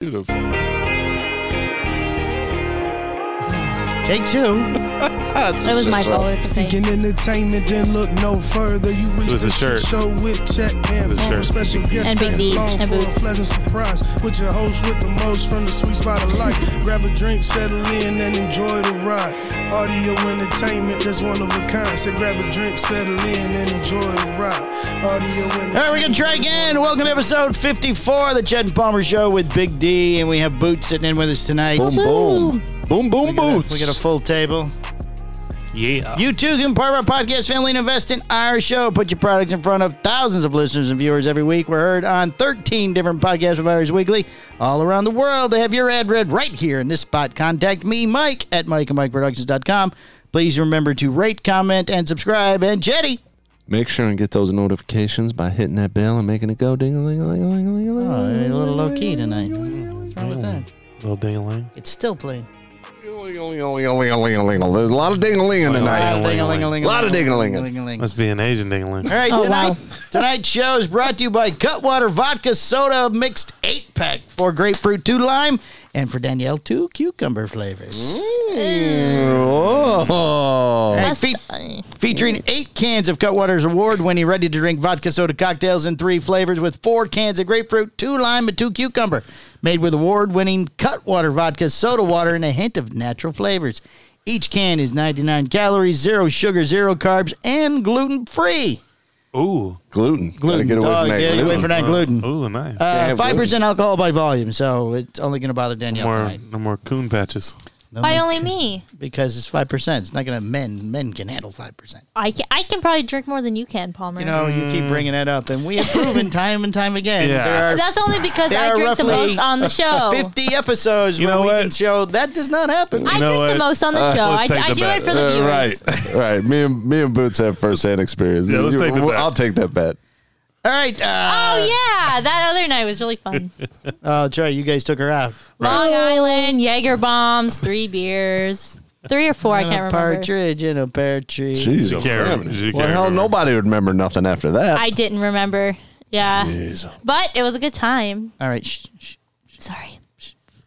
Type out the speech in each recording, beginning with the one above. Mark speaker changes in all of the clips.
Speaker 1: Beautiful.
Speaker 2: Take two.
Speaker 3: That was my goal. to say.
Speaker 4: Seeking entertainment, then look no further. You reach
Speaker 1: was
Speaker 4: the
Speaker 1: a shirt.
Speaker 4: show with Chet and
Speaker 1: was a
Speaker 4: Bone.
Speaker 1: shirt.
Speaker 4: Special guest
Speaker 3: And Big D,
Speaker 4: Long
Speaker 3: and
Speaker 4: for
Speaker 3: Boots.
Speaker 4: a pleasant surprise with your host with the most from the sweet spot of life. Grab a drink, settle in, and enjoy the ride. Audio entertainment, that's one of a kind. So grab a drink, settle in, and enjoy the ride. Audio entertainment.
Speaker 2: All right, we're gonna try again. Welcome to episode 54 of the Jed and Palmer Show with Big D, and we have Boots sitting in with us tonight.
Speaker 1: Boom, boom. Boom, boom, boots.
Speaker 2: We got a full table.
Speaker 5: Yeah.
Speaker 2: You too can be part of our podcast family and invest in our show. Put your products in front of thousands of listeners and viewers every week. We're heard on 13 different podcast providers weekly, all around the world. They have your ad read right here in this spot. Contact me, Mike, at Mike and MikeProductions.com. Please remember to rate, comment, and subscribe. And Jetty.
Speaker 1: Make sure and get those notifications by hitting that bell and making it go ding a ling a ling a ling a ling a
Speaker 2: Oh,
Speaker 1: ling.
Speaker 2: a little low key tonight. What's wrong
Speaker 1: Oh.
Speaker 2: with that?
Speaker 5: Little ding-a-ling.
Speaker 2: It's still playing.
Speaker 1: There's a lot of ding a ling tonight.
Speaker 2: Ding-a-ling-a-ling-a-ling.
Speaker 1: Lot of ding-a-ling.
Speaker 2: Ding-a-ling.
Speaker 5: Must be an Asian ding-a-ling.
Speaker 2: All right,
Speaker 3: Oh,
Speaker 2: tonight,
Speaker 3: wow.
Speaker 2: tonight's show is brought to you by Cutwater Vodka Soda Mixed 8 Pack for grapefruit, two lime, and for Danielle, two cucumber flavors.
Speaker 3: Mm.
Speaker 1: Oh.
Speaker 2: Hey, fe- featuring eight cans of Cutwater's award winning ready to drink vodka soda cocktails in three flavors with four cans of grapefruit, two lime, and two cucumber. Made with award winning Cutwater vodka, soda water, and a hint of natural flavors. Each can is 99 calories, zero sugar, zero carbs, and gluten free.
Speaker 5: Ooh.
Speaker 1: Gluten. Gotta
Speaker 2: Gluten.
Speaker 1: get away
Speaker 2: Dog,
Speaker 1: from that
Speaker 2: yeah, get
Speaker 1: gluten.
Speaker 2: away from that gluten.
Speaker 5: Ooh, nice.
Speaker 2: Uh,
Speaker 1: have
Speaker 2: fibers
Speaker 1: gluten.
Speaker 2: and alcohol by volume, so it's only going to bother
Speaker 5: no
Speaker 2: Danielle
Speaker 5: more,
Speaker 2: tonight
Speaker 5: no more coon patches.
Speaker 3: Why only me?
Speaker 2: because it's five percent. It's not going to men. Men can handle five percent.
Speaker 3: I can, I can probably drink more than you can, Palmer.
Speaker 2: You know, you keep bringing that up, and we have proven time and time again
Speaker 5: Mm. Yeah.
Speaker 2: there are
Speaker 3: That's only because
Speaker 2: There
Speaker 3: I
Speaker 2: are
Speaker 3: drink the
Speaker 2: roughly
Speaker 3: most on the show.
Speaker 2: fifty episodes
Speaker 5: You
Speaker 2: where
Speaker 5: know
Speaker 2: we
Speaker 5: what?
Speaker 2: can show that does not happen.
Speaker 3: I
Speaker 5: You know
Speaker 3: drink the
Speaker 5: what?
Speaker 3: most on the show. I,
Speaker 5: let's take
Speaker 3: I
Speaker 5: the
Speaker 3: do
Speaker 5: bet.
Speaker 3: it for the
Speaker 1: Uh, right,
Speaker 3: viewers.
Speaker 1: right. Me and me and Boots have first-hand experience.
Speaker 5: Yeah, let's
Speaker 1: You-
Speaker 5: take the bet.
Speaker 1: I'll take that bet.
Speaker 2: All right.
Speaker 3: Oh
Speaker 2: Uh,
Speaker 3: yeah, that other night was really fun.
Speaker 2: oh, that's right. You guys took her out.
Speaker 3: Long Island, Jaeger bombs, three beers, three or four. I
Speaker 2: a
Speaker 3: can't remember.
Speaker 2: partridge in a pear tree.
Speaker 1: Jeez,
Speaker 5: can't
Speaker 1: I'm
Speaker 5: remember.
Speaker 1: cramming
Speaker 5: She
Speaker 1: it.
Speaker 5: can't
Speaker 1: well, hell,
Speaker 5: remember.
Speaker 1: nobody would remember nothing after that.
Speaker 3: I didn't remember. Yeah,
Speaker 1: Jeez.
Speaker 3: but it was a good time.
Speaker 2: All right. Shh, shh.
Speaker 3: Sorry.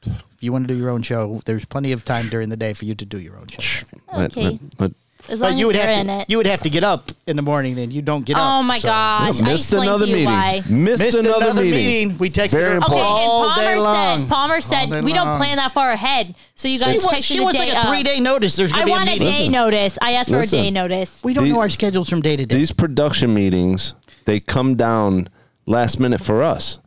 Speaker 2: If you want to do your own show, there's plenty of time during the day for you to do your own show.
Speaker 1: Let-
Speaker 3: Okay.
Speaker 1: let- let-
Speaker 3: As long
Speaker 2: But you
Speaker 3: as
Speaker 2: would
Speaker 3: you're
Speaker 2: have
Speaker 3: in
Speaker 2: to.
Speaker 3: it.
Speaker 2: You would have to get up in the morning, and you don't get up.
Speaker 3: oh my
Speaker 2: so-
Speaker 3: gosh! I
Speaker 1: missed
Speaker 3: explained
Speaker 1: another
Speaker 3: to you
Speaker 1: meeting.
Speaker 3: why.
Speaker 1: Missed,
Speaker 2: Missed
Speaker 1: another,
Speaker 2: another
Speaker 1: meeting.
Speaker 2: meeting. We texted
Speaker 1: Very
Speaker 2: her-
Speaker 3: Okay,
Speaker 1: important.
Speaker 2: All day
Speaker 3: and Palmer
Speaker 2: long.
Speaker 3: said Palmer
Speaker 2: All
Speaker 3: said
Speaker 2: day
Speaker 3: we
Speaker 2: long.
Speaker 3: don't plan that far ahead. So you guys
Speaker 2: She, wa-
Speaker 3: texted
Speaker 2: she
Speaker 3: the
Speaker 2: wants
Speaker 3: day
Speaker 2: like a
Speaker 3: up.
Speaker 2: three day notice. There's
Speaker 3: I
Speaker 2: gonna be
Speaker 3: want a
Speaker 2: meeting.
Speaker 3: day notice. I asked for a
Speaker 1: Listen.
Speaker 3: day notice.
Speaker 2: We don't
Speaker 1: The-
Speaker 2: know our schedules from day to day.
Speaker 1: These production meetings, they come down last minute for us.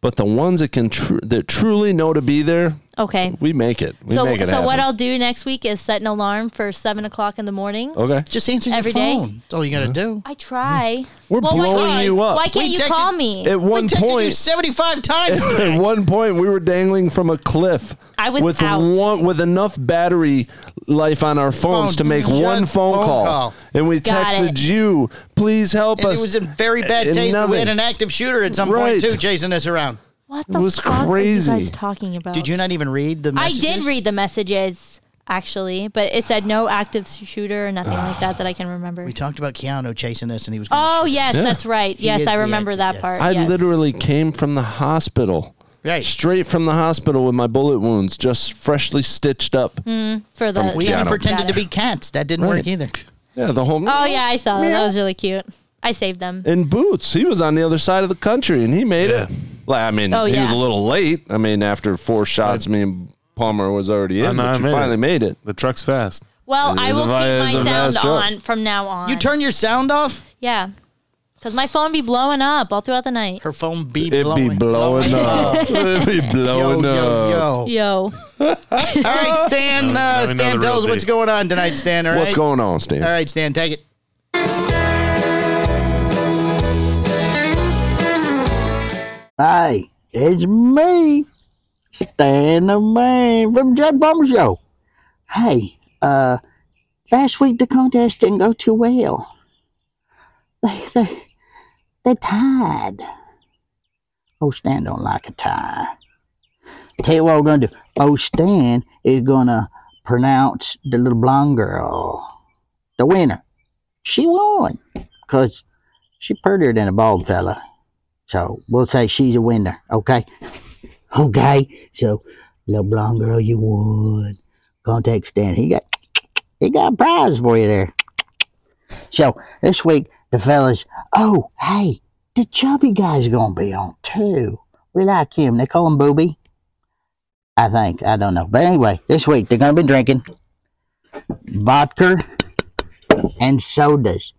Speaker 1: But the ones that can tru- that truly know to be there,
Speaker 3: Okay.
Speaker 1: we make it. We
Speaker 3: So
Speaker 1: make it
Speaker 3: so what
Speaker 1: happen.
Speaker 3: I'll do next week is set an alarm for seven o'clock in the morning.
Speaker 1: Okay.
Speaker 2: Just answer your
Speaker 3: Every day?
Speaker 2: phone. That's all you gotta do.
Speaker 3: I try.
Speaker 1: Mm. We're
Speaker 3: why
Speaker 1: blowing
Speaker 3: can't-
Speaker 1: you up.
Speaker 3: Why can't
Speaker 2: We
Speaker 3: you
Speaker 2: texted-
Speaker 3: call me?
Speaker 1: At
Speaker 2: We
Speaker 1: one
Speaker 2: texted you
Speaker 1: point,
Speaker 2: seventy five times.
Speaker 1: at one point, we were dangling from a cliff.
Speaker 3: I was
Speaker 1: with
Speaker 3: out.
Speaker 1: one with enough battery life on our phones
Speaker 2: Phone.
Speaker 1: to make
Speaker 2: Just
Speaker 1: one phone,
Speaker 2: phone
Speaker 1: call.
Speaker 2: call.
Speaker 1: and we
Speaker 3: Got
Speaker 1: texted
Speaker 3: it.
Speaker 1: you, "Please help
Speaker 2: and
Speaker 1: us."
Speaker 2: it was in very bad
Speaker 1: And
Speaker 2: taste. but We had
Speaker 1: nothing.
Speaker 2: an active shooter at some
Speaker 1: Right.
Speaker 2: point too, chasing us around.
Speaker 3: what the
Speaker 1: was
Speaker 3: fuck
Speaker 1: crazy.
Speaker 3: are you guys talking about?
Speaker 2: Did you not even read the?
Speaker 3: I
Speaker 2: Messages?
Speaker 3: did read the messages actually, but it said no active shooter or nothing like that that I can remember.
Speaker 2: We talked about Keanu chasing us, and he was. Gonna
Speaker 3: Oh
Speaker 2: shoot.
Speaker 3: yes,
Speaker 1: Yeah.
Speaker 3: that's right. yes,
Speaker 2: is
Speaker 3: I
Speaker 2: the
Speaker 3: remember
Speaker 2: active-
Speaker 3: that
Speaker 2: yes.
Speaker 3: part.
Speaker 1: I
Speaker 3: yes.
Speaker 1: literally came from the hospital.
Speaker 2: Right.
Speaker 1: Straight from the hospital with my bullet wounds, just freshly stitched up.
Speaker 3: Mm. for the
Speaker 2: We
Speaker 1: Keanu.
Speaker 2: even pretended
Speaker 3: Got
Speaker 2: to
Speaker 3: it.
Speaker 2: be cats. That didn't work
Speaker 1: Right.
Speaker 2: either.
Speaker 1: Yeah, the whole.
Speaker 3: Oh yeah, I saw that. That was really cute. I saved them.
Speaker 1: In boots, he was on the other side of the country, and he made it. Like, I mean,
Speaker 3: Oh,
Speaker 1: he was
Speaker 3: yeah.
Speaker 1: a little late. I mean, after four shots, me and Palmer was already in,
Speaker 5: know, I
Speaker 1: but you
Speaker 5: made
Speaker 1: finally
Speaker 5: it.
Speaker 1: made it.
Speaker 5: The truck's fast.
Speaker 3: Well, I
Speaker 1: is
Speaker 3: will
Speaker 1: a vi- is a
Speaker 3: keep my
Speaker 1: vast
Speaker 3: sound
Speaker 1: job.
Speaker 3: on from now on.
Speaker 2: You turn your sound off.
Speaker 3: Yeah. Because my phone be blowing up all throughout the night.
Speaker 2: Her phone be
Speaker 1: It'd
Speaker 2: blowing.
Speaker 1: be blowing up. It'd be
Speaker 2: Yo,
Speaker 1: blowing
Speaker 2: yo,
Speaker 1: up.
Speaker 2: yo.
Speaker 3: Yo.
Speaker 2: All right, Stan. Uh,
Speaker 5: now we
Speaker 2: Stan,
Speaker 5: know the
Speaker 2: tell
Speaker 5: real
Speaker 2: us what's
Speaker 5: deal.
Speaker 2: going on tonight, Stan. All right.
Speaker 1: What's going on, Steve?
Speaker 2: All right, Stan, take it.
Speaker 6: Hey, it's me, Stan the Man from Jed Bomber Show. Hey, uh, last week the contest didn't go too well. They, they, they tied. Oh, Stan don't like a tie. Tell you what we're gonna do. Oh, Stan is gonna pronounce the little blonde girl, the winner. She won, cause she prettier than a bald fella. So we'll say she's a winner, okay?
Speaker 2: Okay, so little blonde girl, you won. Contact Stan. He got he got a prize for you there. So this week the fellas. Oh, hey, the chubby guy's gonna be on too. We like him. They call him Booby. I think I don't know, but anyway, this week they're gonna be drinking vodka and sodas.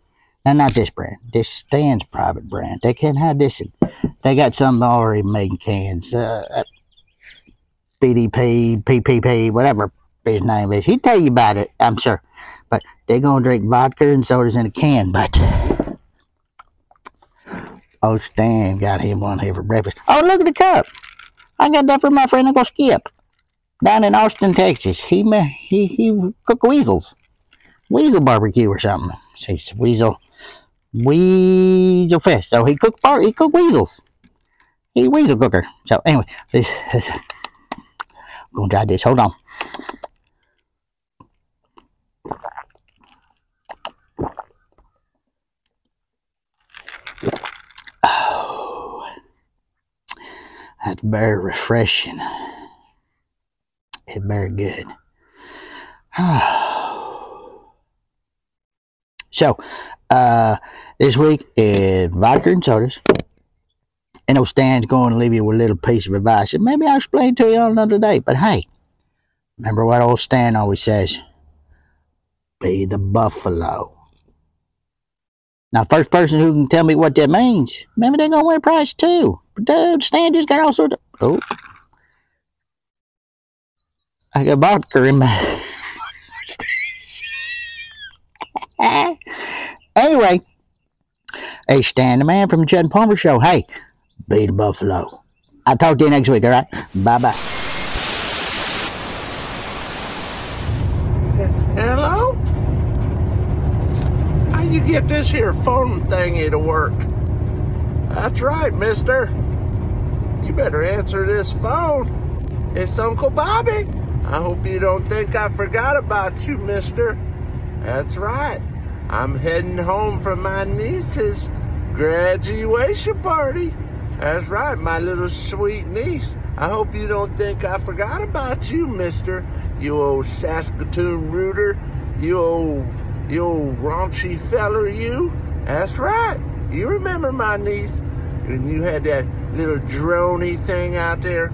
Speaker 2: Now, not this brand. This Stan's private brand. They can't have this. In, they got some already made in cans. Uh, BDP, PPP, whatever his name is. He'd tell you about it, I'm sure. But they're going to drink vodka and sodas in a can. But oh, Stan got him one here for breakfast. Oh, look at the cup. I got that from my friend Uncle Skip down in Austin, Texas. He ma- he he cook weasels, weasel barbecue or something. So he's weasel, weasel fest. So he cooked bar- he cooked weasels. He weasel cooker. So anyway, this, this I'm gonna try this. Hold on. Oh, That's very refreshing. It's very good. Oh. so, uh, this week is vodka and sodas. And old Stan's going to leave you with a little piece of advice. And maybe I'll explain to you on another day. But hey, remember what old Stan always says be the buffalo. Now, first person who can tell me what that means, maybe they're going to win a prize too. But dude, Stan just got all sorts of. Oh. I got vodka in my. anyway, hey, Stan, the man from the Judd and Palmer Show. Hey, be the buffalo. I'll talk to you next week, all right? Bye bye.
Speaker 7: Hello? How you get this here phone thingy to work? That's right, mister. You better answer this phone. It's Uncle Bobby. I hope you don't think I forgot about you, mister. That's right. I'm heading home from my niece's graduation party. That's right, my little sweet niece. I hope you don't think I forgot about you, mister. You old Saskatoon rooter. You old, you old raunchy feller, you. That's right. You remember my niece. And you had that little drony thing out there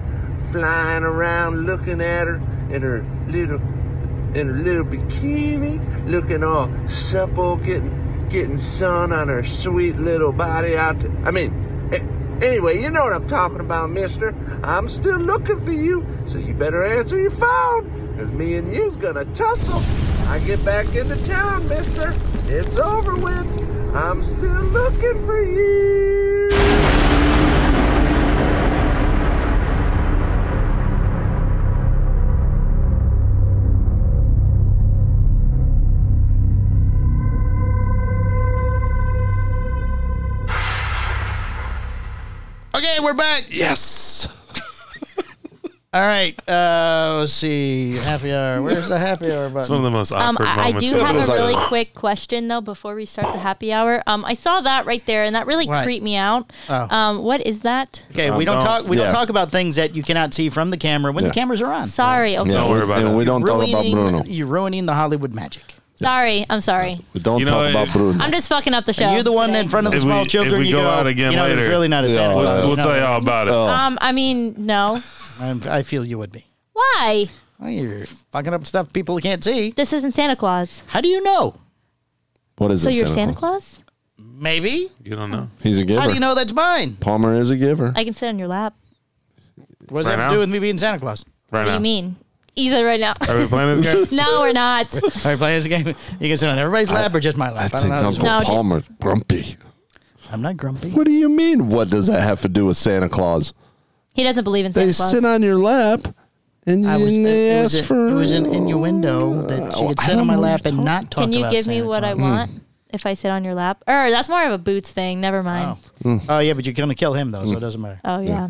Speaker 7: flying around looking at her in her little in her little bikini, looking all supple, getting getting sun on her sweet little body out there. I mean, a- anyway, you know what I'm talking about, mister. I'm still looking for you, so you better answer your phone, 'cause me and you's gonna tussle. I get back into town, mister. It's over with. I'm still looking for you.
Speaker 8: Okay, we're back.
Speaker 5: Yes.
Speaker 8: All right. Uh, let's see. Happy hour. Where's the happy hour
Speaker 5: It's one of
Speaker 8: button?
Speaker 5: the most
Speaker 3: Um,
Speaker 5: awkward
Speaker 3: I, I
Speaker 5: moments.
Speaker 3: do
Speaker 5: ever.
Speaker 3: have a really quick question though before we start the happy hour. Um, I saw that right there, and that really
Speaker 8: What?
Speaker 3: creeped me out.
Speaker 8: Oh.
Speaker 3: Um, what is that?
Speaker 8: Okay, we don't
Speaker 5: don't-
Speaker 8: talk. We
Speaker 1: yeah.
Speaker 8: don't talk about things that you cannot see from the camera when the
Speaker 1: Yeah.
Speaker 8: cameras are on.
Speaker 3: Sorry. Okay.
Speaker 1: Yeah,
Speaker 5: Don't
Speaker 1: we-
Speaker 5: worry about
Speaker 1: and
Speaker 5: it.
Speaker 1: We don't talk about
Speaker 8: Ruining-
Speaker 1: Bruno.
Speaker 8: You're ruining the Hollywood magic.
Speaker 3: Sorry. I'm sorry.
Speaker 1: We don't
Speaker 5: You know,
Speaker 1: talk
Speaker 5: it-
Speaker 1: about Bruno.
Speaker 3: I'm just fucking up the show.
Speaker 8: You're the one
Speaker 3: today.
Speaker 8: in front of the
Speaker 5: If
Speaker 8: small
Speaker 5: we- if
Speaker 8: children.
Speaker 5: we
Speaker 8: you
Speaker 5: go out again
Speaker 8: you know, there's
Speaker 5: later,
Speaker 8: Really not a
Speaker 1: Yeah,
Speaker 8: Santa.
Speaker 1: we'll-
Speaker 8: Claus.
Speaker 5: We'll, we'll
Speaker 8: No,
Speaker 5: tell you all about it.
Speaker 3: Um, I mean, no.
Speaker 8: I'm, I feel you would be.
Speaker 3: Why?
Speaker 8: Well, you're fucking up stuff people can't see.
Speaker 3: This isn't Santa Claus.
Speaker 8: How do you know?
Speaker 1: What is
Speaker 3: So
Speaker 1: it?
Speaker 3: you're Santa Claus?
Speaker 8: Maybe.
Speaker 5: You don't know.
Speaker 1: He's a giver.
Speaker 8: How do you know that's mine?
Speaker 1: Palmer is a giver.
Speaker 3: I can sit on your lap.
Speaker 8: What does
Speaker 5: Right
Speaker 8: that have
Speaker 5: now?
Speaker 8: to do with me being Santa Claus?
Speaker 5: Right
Speaker 3: What do
Speaker 5: now.
Speaker 3: you mean? Easy right now.
Speaker 5: Are we playing this game?
Speaker 3: no, we're not.
Speaker 8: Are you playing this game? You can sit on everybody's lap or just my
Speaker 1: I
Speaker 8: lap. I,
Speaker 1: think
Speaker 8: don't know.
Speaker 1: Uncle
Speaker 3: No, ju-
Speaker 1: Palmer's grumpy.
Speaker 8: I'm not grumpy.
Speaker 1: What do you mean? What does that have to do with Santa Claus?
Speaker 3: He doesn't believe in
Speaker 1: They
Speaker 3: Santa Claus.
Speaker 1: sit on your lap and, you,
Speaker 8: I was,
Speaker 1: and they
Speaker 8: it,
Speaker 1: ask
Speaker 8: was a-
Speaker 1: for.
Speaker 8: it was an innuendo that she
Speaker 1: Oh,
Speaker 8: could
Speaker 1: I
Speaker 8: sit on
Speaker 1: don't
Speaker 8: my
Speaker 1: know what
Speaker 8: lap
Speaker 1: you're
Speaker 8: and
Speaker 1: talking-
Speaker 8: not talk
Speaker 3: can you
Speaker 8: about
Speaker 3: give me
Speaker 8: Santa
Speaker 3: what I
Speaker 8: Claus. Hmm.
Speaker 3: want if I sit on your lap? Or that's more of a boots thing. Never mind.
Speaker 8: Oh. Oh, yeah, but you're going to kill him, though, so it doesn't matter.
Speaker 3: Oh, yeah.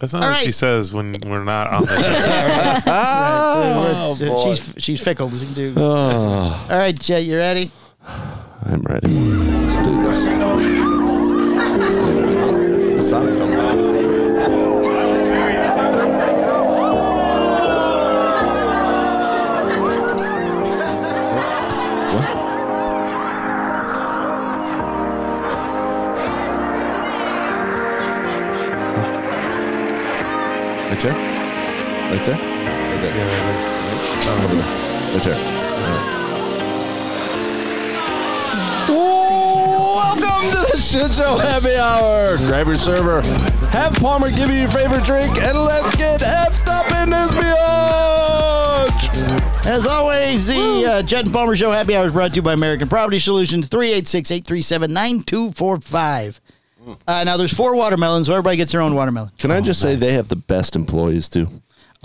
Speaker 5: That's not
Speaker 8: All
Speaker 5: what she
Speaker 8: right.
Speaker 5: says when we're not on there.
Speaker 8: Oh, she's, she's fickle. She can do-
Speaker 1: Uh.
Speaker 8: All right, Jay, you ready?
Speaker 1: I'm ready. Let's do this. Let's do it. Sonic. Right there? Right there? Right there.
Speaker 5: Yeah, right
Speaker 1: Over there. Right there. Welcome to the Shit Show Happy Hour. Grab your server, have Palmer give you your favorite drink, and let's get effed up in this biatch.
Speaker 8: As always, the uh, Judd and Palmer Show Happy Hour is brought to you by American Property Solutions, 386 837 9245.
Speaker 1: Hmm.
Speaker 8: Uh, Now, there's four watermelons, so everybody gets their own watermelon.
Speaker 1: Can I just say they have the best employees too?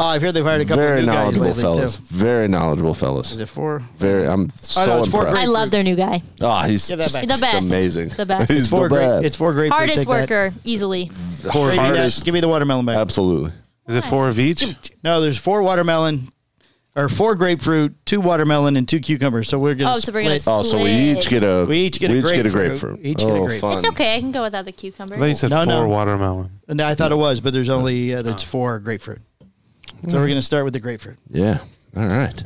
Speaker 8: Oh, I've heard they've hired a couple
Speaker 1: Very
Speaker 8: of new guys
Speaker 1: knowledgeable
Speaker 8: lately,
Speaker 1: fellas.
Speaker 8: too.
Speaker 1: Very knowledgeable
Speaker 8: Is
Speaker 1: fellas.
Speaker 8: it four?
Speaker 1: Very. I'm so
Speaker 8: no, it's four
Speaker 1: impressed.
Speaker 3: I love their new guy.
Speaker 1: Ah, he's
Speaker 8: Give that
Speaker 1: just
Speaker 8: back.
Speaker 3: The best.
Speaker 1: amazing.
Speaker 3: The best.
Speaker 1: He's
Speaker 3: It's
Speaker 8: Four
Speaker 1: the
Speaker 8: great.
Speaker 1: best.
Speaker 8: It's four great.
Speaker 3: Hardest
Speaker 8: Take that.
Speaker 3: worker, easily.
Speaker 8: Four
Speaker 1: Hardest. Uh,
Speaker 8: hardest. Give me the watermelon back.
Speaker 1: Absolutely.
Speaker 5: Is it four of each?
Speaker 8: No, there's four watermelon, or four grapefruit, two watermelon, and two cucumbers. So we're gonna.
Speaker 3: Oh, so we're gonna
Speaker 8: split.
Speaker 1: Oh, so we each get a
Speaker 8: We each get a grapefruit. Each get a
Speaker 1: Oh,
Speaker 8: grapefruit.
Speaker 1: fun.
Speaker 3: It's okay. I can go without the cucumber.
Speaker 5: They said
Speaker 8: No,
Speaker 5: four
Speaker 8: no.
Speaker 5: watermelon.
Speaker 8: And I thought it was, but there's only uh, there's four grapefruit. So we're gonna start with the grapefruit.
Speaker 1: Yeah. All right.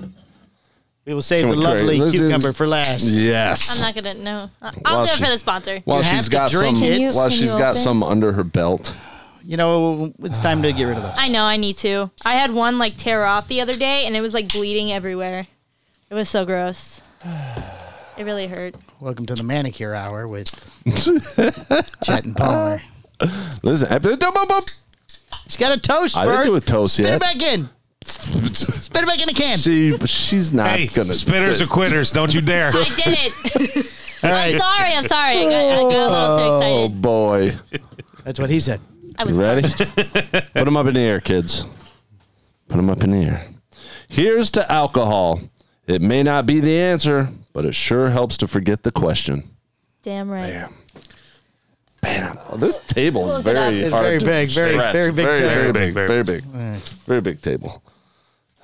Speaker 8: We will save
Speaker 1: Can
Speaker 8: the
Speaker 1: we create-
Speaker 8: lovely
Speaker 1: let's do-
Speaker 8: cucumber for last.
Speaker 1: Yes.
Speaker 3: I'm not gonna. No, I-
Speaker 1: Well,
Speaker 3: I'll do it
Speaker 1: she-
Speaker 3: for the sponsor.
Speaker 1: while
Speaker 8: You have
Speaker 1: she's
Speaker 8: to
Speaker 1: got
Speaker 8: drink
Speaker 1: some,
Speaker 8: it. Can
Speaker 3: you-
Speaker 1: while
Speaker 3: can
Speaker 1: she's
Speaker 3: you
Speaker 1: got
Speaker 3: open?
Speaker 1: some under her belt.
Speaker 8: You know, it's time to get rid of those.
Speaker 3: I know. I need to. I had one like tear off the other day, and it was like bleeding everywhere. It was so gross. It really hurt.
Speaker 8: Welcome to the manicure hour with Chet and Palmer.
Speaker 1: Listen, I
Speaker 8: He's got a toast
Speaker 1: I
Speaker 8: first.
Speaker 1: didn't do a toast
Speaker 8: Spit it
Speaker 1: yet.
Speaker 8: back in. Spit it back in the can.
Speaker 1: She, she's not
Speaker 5: Hey,
Speaker 1: gonna.
Speaker 5: spitters are quitters. Don't you dare.
Speaker 3: I did it.
Speaker 8: All
Speaker 3: I'm
Speaker 8: right,
Speaker 3: sorry. I'm sorry. I got, I got a little too
Speaker 1: Oh
Speaker 3: excited.
Speaker 1: boy!
Speaker 8: that's what he said.
Speaker 3: I was
Speaker 1: You ready? Put them up in the air, kids. Put them up in the air. Here's to alcohol. It may not be the answer, but it sure helps to forget the question.
Speaker 3: damn right.
Speaker 1: Bam! Oh, this table is
Speaker 3: Close it up.
Speaker 1: very
Speaker 3: It's
Speaker 1: hard
Speaker 8: very
Speaker 1: to
Speaker 8: big, very,
Speaker 1: stretch.
Speaker 8: very big table.
Speaker 1: very big,
Speaker 5: Very
Speaker 1: very big, very big table.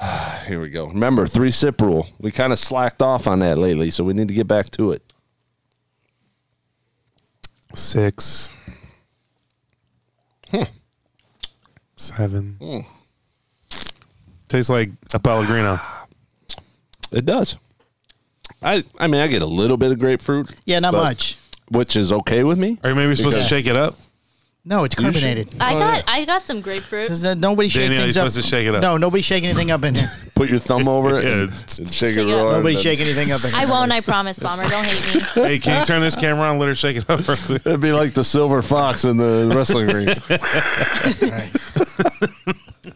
Speaker 1: Here we go. Remember three sip rule. We kind of slacked off on that lately, so we need to get back to it.
Speaker 5: Six. Seven. Tastes like a Pellegrino.
Speaker 1: It does. I I mean I get a little bit of grapefruit,
Speaker 8: Yeah, not
Speaker 1: But-
Speaker 8: much.
Speaker 1: which is okay with me.
Speaker 5: Are you maybe supposed to
Speaker 1: Okay.
Speaker 5: shake it up?
Speaker 8: No, it's carbonated.
Speaker 3: I got. I got some grapefruit.
Speaker 8: Does that- uh, nobody shake
Speaker 5: Danielle,
Speaker 8: things
Speaker 5: you're
Speaker 8: up.
Speaker 5: supposed to shake it up.
Speaker 8: No, nobody shake anything up in here.
Speaker 1: Put your thumb over it
Speaker 5: Yeah,
Speaker 1: and,
Speaker 5: it's-
Speaker 1: and shake it
Speaker 3: Shake it up.
Speaker 1: around.
Speaker 8: Nobody
Speaker 1: and-
Speaker 8: shake anything up in here.
Speaker 3: I won't. I promise, Bomber. Don't hate me.
Speaker 5: Hey, can you turn this camera on? and Let her shake it up. real quick?
Speaker 1: It'd be like the silver fox in the wrestling ring.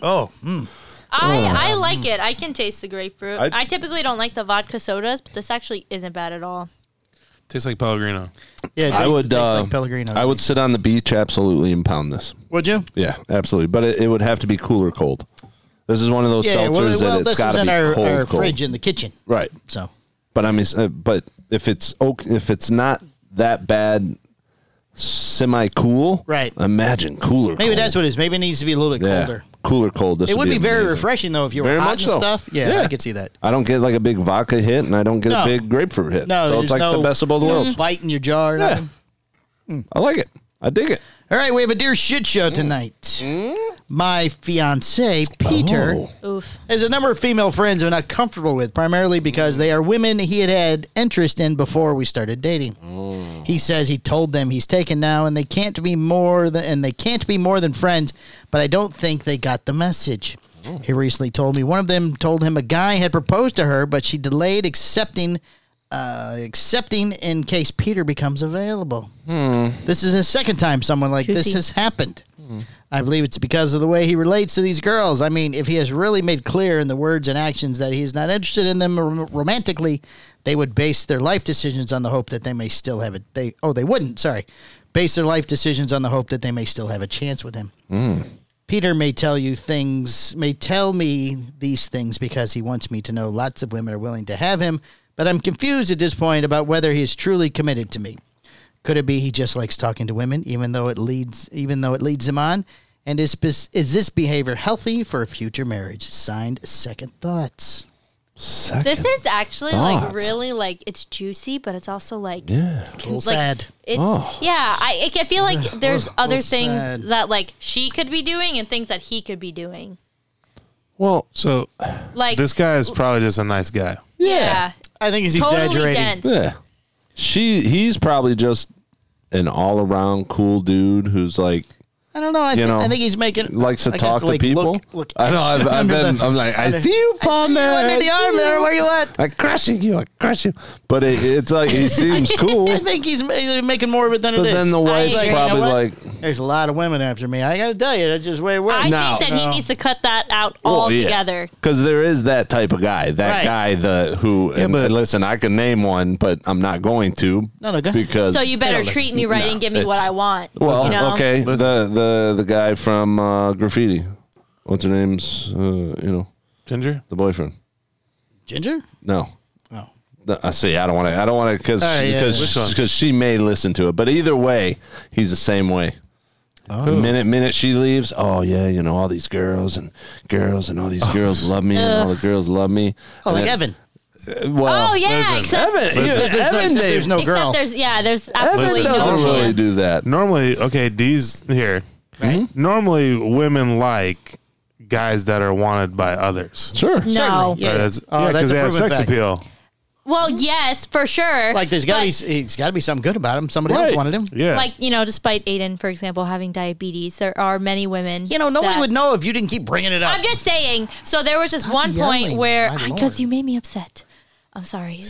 Speaker 8: Oh, mm.
Speaker 3: I, I like it. I can taste the grapefruit.
Speaker 1: I-
Speaker 3: I, typically don't like the vodka sodas, but this actually isn't bad at all.
Speaker 5: Tastes like Pellegrino.
Speaker 8: yeah. It
Speaker 1: I would.
Speaker 8: tastes
Speaker 1: Uh,
Speaker 8: like Pellegrino.
Speaker 1: I would sit on the beach absolutely and pound this.
Speaker 8: Would you?
Speaker 1: Yeah, absolutely. But it, it would have to be cool or cold. This is one of those
Speaker 8: Yeah.
Speaker 1: seltzers
Speaker 8: Well, well,
Speaker 1: that it's
Speaker 8: this
Speaker 1: got
Speaker 8: one's
Speaker 1: to
Speaker 8: in
Speaker 1: be
Speaker 8: our,
Speaker 1: cold,
Speaker 8: our
Speaker 1: cold.
Speaker 8: fridge in the kitchen.
Speaker 1: Right.
Speaker 8: So
Speaker 1: But I mean, s- uh, but if it's oak, if it's not that bad, semi cool.
Speaker 8: Right.
Speaker 1: Imagine cooler.
Speaker 8: maybe
Speaker 1: cold.
Speaker 8: that's what it is. Maybe it needs to be a little bit
Speaker 1: Yeah.
Speaker 8: colder.
Speaker 1: Cooler cold. This
Speaker 8: It would be very
Speaker 1: amazing.
Speaker 8: refreshing though if you were
Speaker 1: Very
Speaker 8: hot
Speaker 1: much
Speaker 8: and
Speaker 1: so.
Speaker 8: stuff. Yeah,
Speaker 1: Yeah.
Speaker 8: I could see that.
Speaker 1: I don't get like a big vodka hit, and I don't get
Speaker 8: No.
Speaker 1: a big grapefruit hit.
Speaker 8: No,
Speaker 1: so
Speaker 8: there's
Speaker 1: it's like
Speaker 8: no- Mm-hmm.
Speaker 1: the best of both worlds.
Speaker 8: Bite in your jar. or
Speaker 1: Yeah,
Speaker 8: nothing. Mm.
Speaker 1: I like it. I dig it.
Speaker 8: All right, we have a dear shit show
Speaker 1: Mm.
Speaker 8: tonight. My fiance Peter.
Speaker 1: Oh.
Speaker 3: Oof.
Speaker 8: There's a number of female friends I'm not comfortable with, primarily because they are women he had had interest in before we started dating. He says he told them he's taken now, and they can't be more than and they can't be more than friends. But I don't think they got the message. He recently told me one of them told him a guy had proposed to her, but she delayed accepting, uh, accepting in case Peter becomes available. This is the second time someone like this
Speaker 3: Juicy.
Speaker 8: has happened. I believe it's because of the way he relates to these girls. I mean, if he has really made clear in the words and actions that he's not interested in them rom- romantically, they would base their life decisions on the hope that they may still have it. They oh, they wouldn't. Sorry, base their life decisions on the hope that they may still have a chance with him. Peter may tell you things, may tell me these things because he wants me to know lots of women are willing to have him, but I'm confused at this point about whether he is truly committed to me. Could it be he just likes talking to women, even though it leads, even though it leads him on? And is bes- is this behavior healthy for a future marriage? Signed, second thoughts.
Speaker 3: This is actually
Speaker 1: thoughts.
Speaker 3: like really like it's juicy, but it's also like
Speaker 8: A little
Speaker 3: like,
Speaker 8: sad.
Speaker 3: It's
Speaker 1: Oh.
Speaker 3: yeah. I I feel like there's other things
Speaker 8: sad.
Speaker 3: that like she could be doing and things that he could be doing.
Speaker 1: Well,
Speaker 5: So
Speaker 3: Like
Speaker 5: this guy is probably just a nice guy.
Speaker 3: yeah,
Speaker 8: I think he's
Speaker 3: totally
Speaker 8: exaggerating.
Speaker 3: dense.
Speaker 1: yeah. She, he's probably just an all around cool dude who's like
Speaker 8: I don't know. I,
Speaker 1: You
Speaker 8: think,
Speaker 1: know,
Speaker 8: I think he's making
Speaker 1: likes to
Speaker 8: I guess,
Speaker 1: talk to
Speaker 8: like,
Speaker 1: people.
Speaker 8: Look, look
Speaker 1: I know. I've, I've
Speaker 8: under
Speaker 1: been.
Speaker 8: the-
Speaker 1: I'm like, I
Speaker 8: under-
Speaker 1: see you, Palmer.
Speaker 8: You under the arm there. Where you at?
Speaker 1: I'm crushing you. I'm crushing. you. But it, it's like he seems cool.
Speaker 8: I think he's ma- making more of it than
Speaker 1: But
Speaker 8: it is.
Speaker 1: then the wife's
Speaker 8: Like, you know
Speaker 1: probably
Speaker 8: what?
Speaker 1: like,
Speaker 8: There's a lot of women after me. I got to tell you, that's just way
Speaker 3: I
Speaker 8: worse.
Speaker 1: No.
Speaker 3: think that he needs to cut that out altogether.
Speaker 1: Because there is that type of guy, that
Speaker 8: Right.
Speaker 1: guy the who. and
Speaker 5: but-
Speaker 1: listen, I can name one, but I'm not going to.
Speaker 8: No, no, go ahead.
Speaker 1: because
Speaker 3: So you better treat me right and give me what
Speaker 1: it's-
Speaker 3: I want.
Speaker 1: Well,
Speaker 3: you know?
Speaker 1: okay, the the the guy from uh, graffiti. What's her name's? Uh, you know,
Speaker 5: Ginger?
Speaker 1: the boyfriend.
Speaker 8: Ginger?
Speaker 1: No.
Speaker 8: No.
Speaker 1: No, I see. I don't want to. I don't want to because
Speaker 8: All right, yeah,
Speaker 1: because
Speaker 5: yeah. Which one?
Speaker 1: she may listen to it. But either way, he's the same way.
Speaker 8: Oh.
Speaker 1: The minute minute she leaves, oh yeah, you know all these girls and girls and all these girls love me and all the girls love me.
Speaker 8: Oh,
Speaker 1: And
Speaker 8: like
Speaker 1: then-
Speaker 8: Evan.
Speaker 1: Well,
Speaker 3: Oh yeah,
Speaker 5: listen,
Speaker 3: except,
Speaker 1: Evan, yeah,
Speaker 8: Except there's, no,
Speaker 1: Evan,
Speaker 8: except
Speaker 1: they-
Speaker 8: there's no
Speaker 3: except
Speaker 8: girl.
Speaker 3: there's yeah, there's absolutely
Speaker 1: Evan
Speaker 5: Listen,
Speaker 3: no
Speaker 1: doesn't
Speaker 5: chance.
Speaker 1: really do that.
Speaker 5: Normally, okay, D's here. Normally, women like guys that are wanted by others.
Speaker 1: Sure.
Speaker 3: No.
Speaker 8: Certainly, Yeah,
Speaker 5: Uh, that's-
Speaker 8: Oh,
Speaker 5: yeah,
Speaker 8: that's
Speaker 5: because
Speaker 8: a
Speaker 5: they have
Speaker 8: proven
Speaker 5: sex
Speaker 8: fact.
Speaker 5: appeal.
Speaker 3: Well, yes, for sure.
Speaker 8: Like there's got to
Speaker 3: But-
Speaker 8: be it's got to be something good about him. Somebody else
Speaker 1: Right.
Speaker 8: wanted him.
Speaker 5: Yeah.
Speaker 3: like you know, despite Aiden, for example, having diabetes, there are many women.
Speaker 8: You know, nobody
Speaker 3: that-
Speaker 8: would know if you didn't keep bringing it up.
Speaker 3: I'm just saying. So there was this one point
Speaker 8: yelling,
Speaker 3: where
Speaker 8: my
Speaker 3: because
Speaker 8: lord.
Speaker 3: you made me upset. I'm sorry.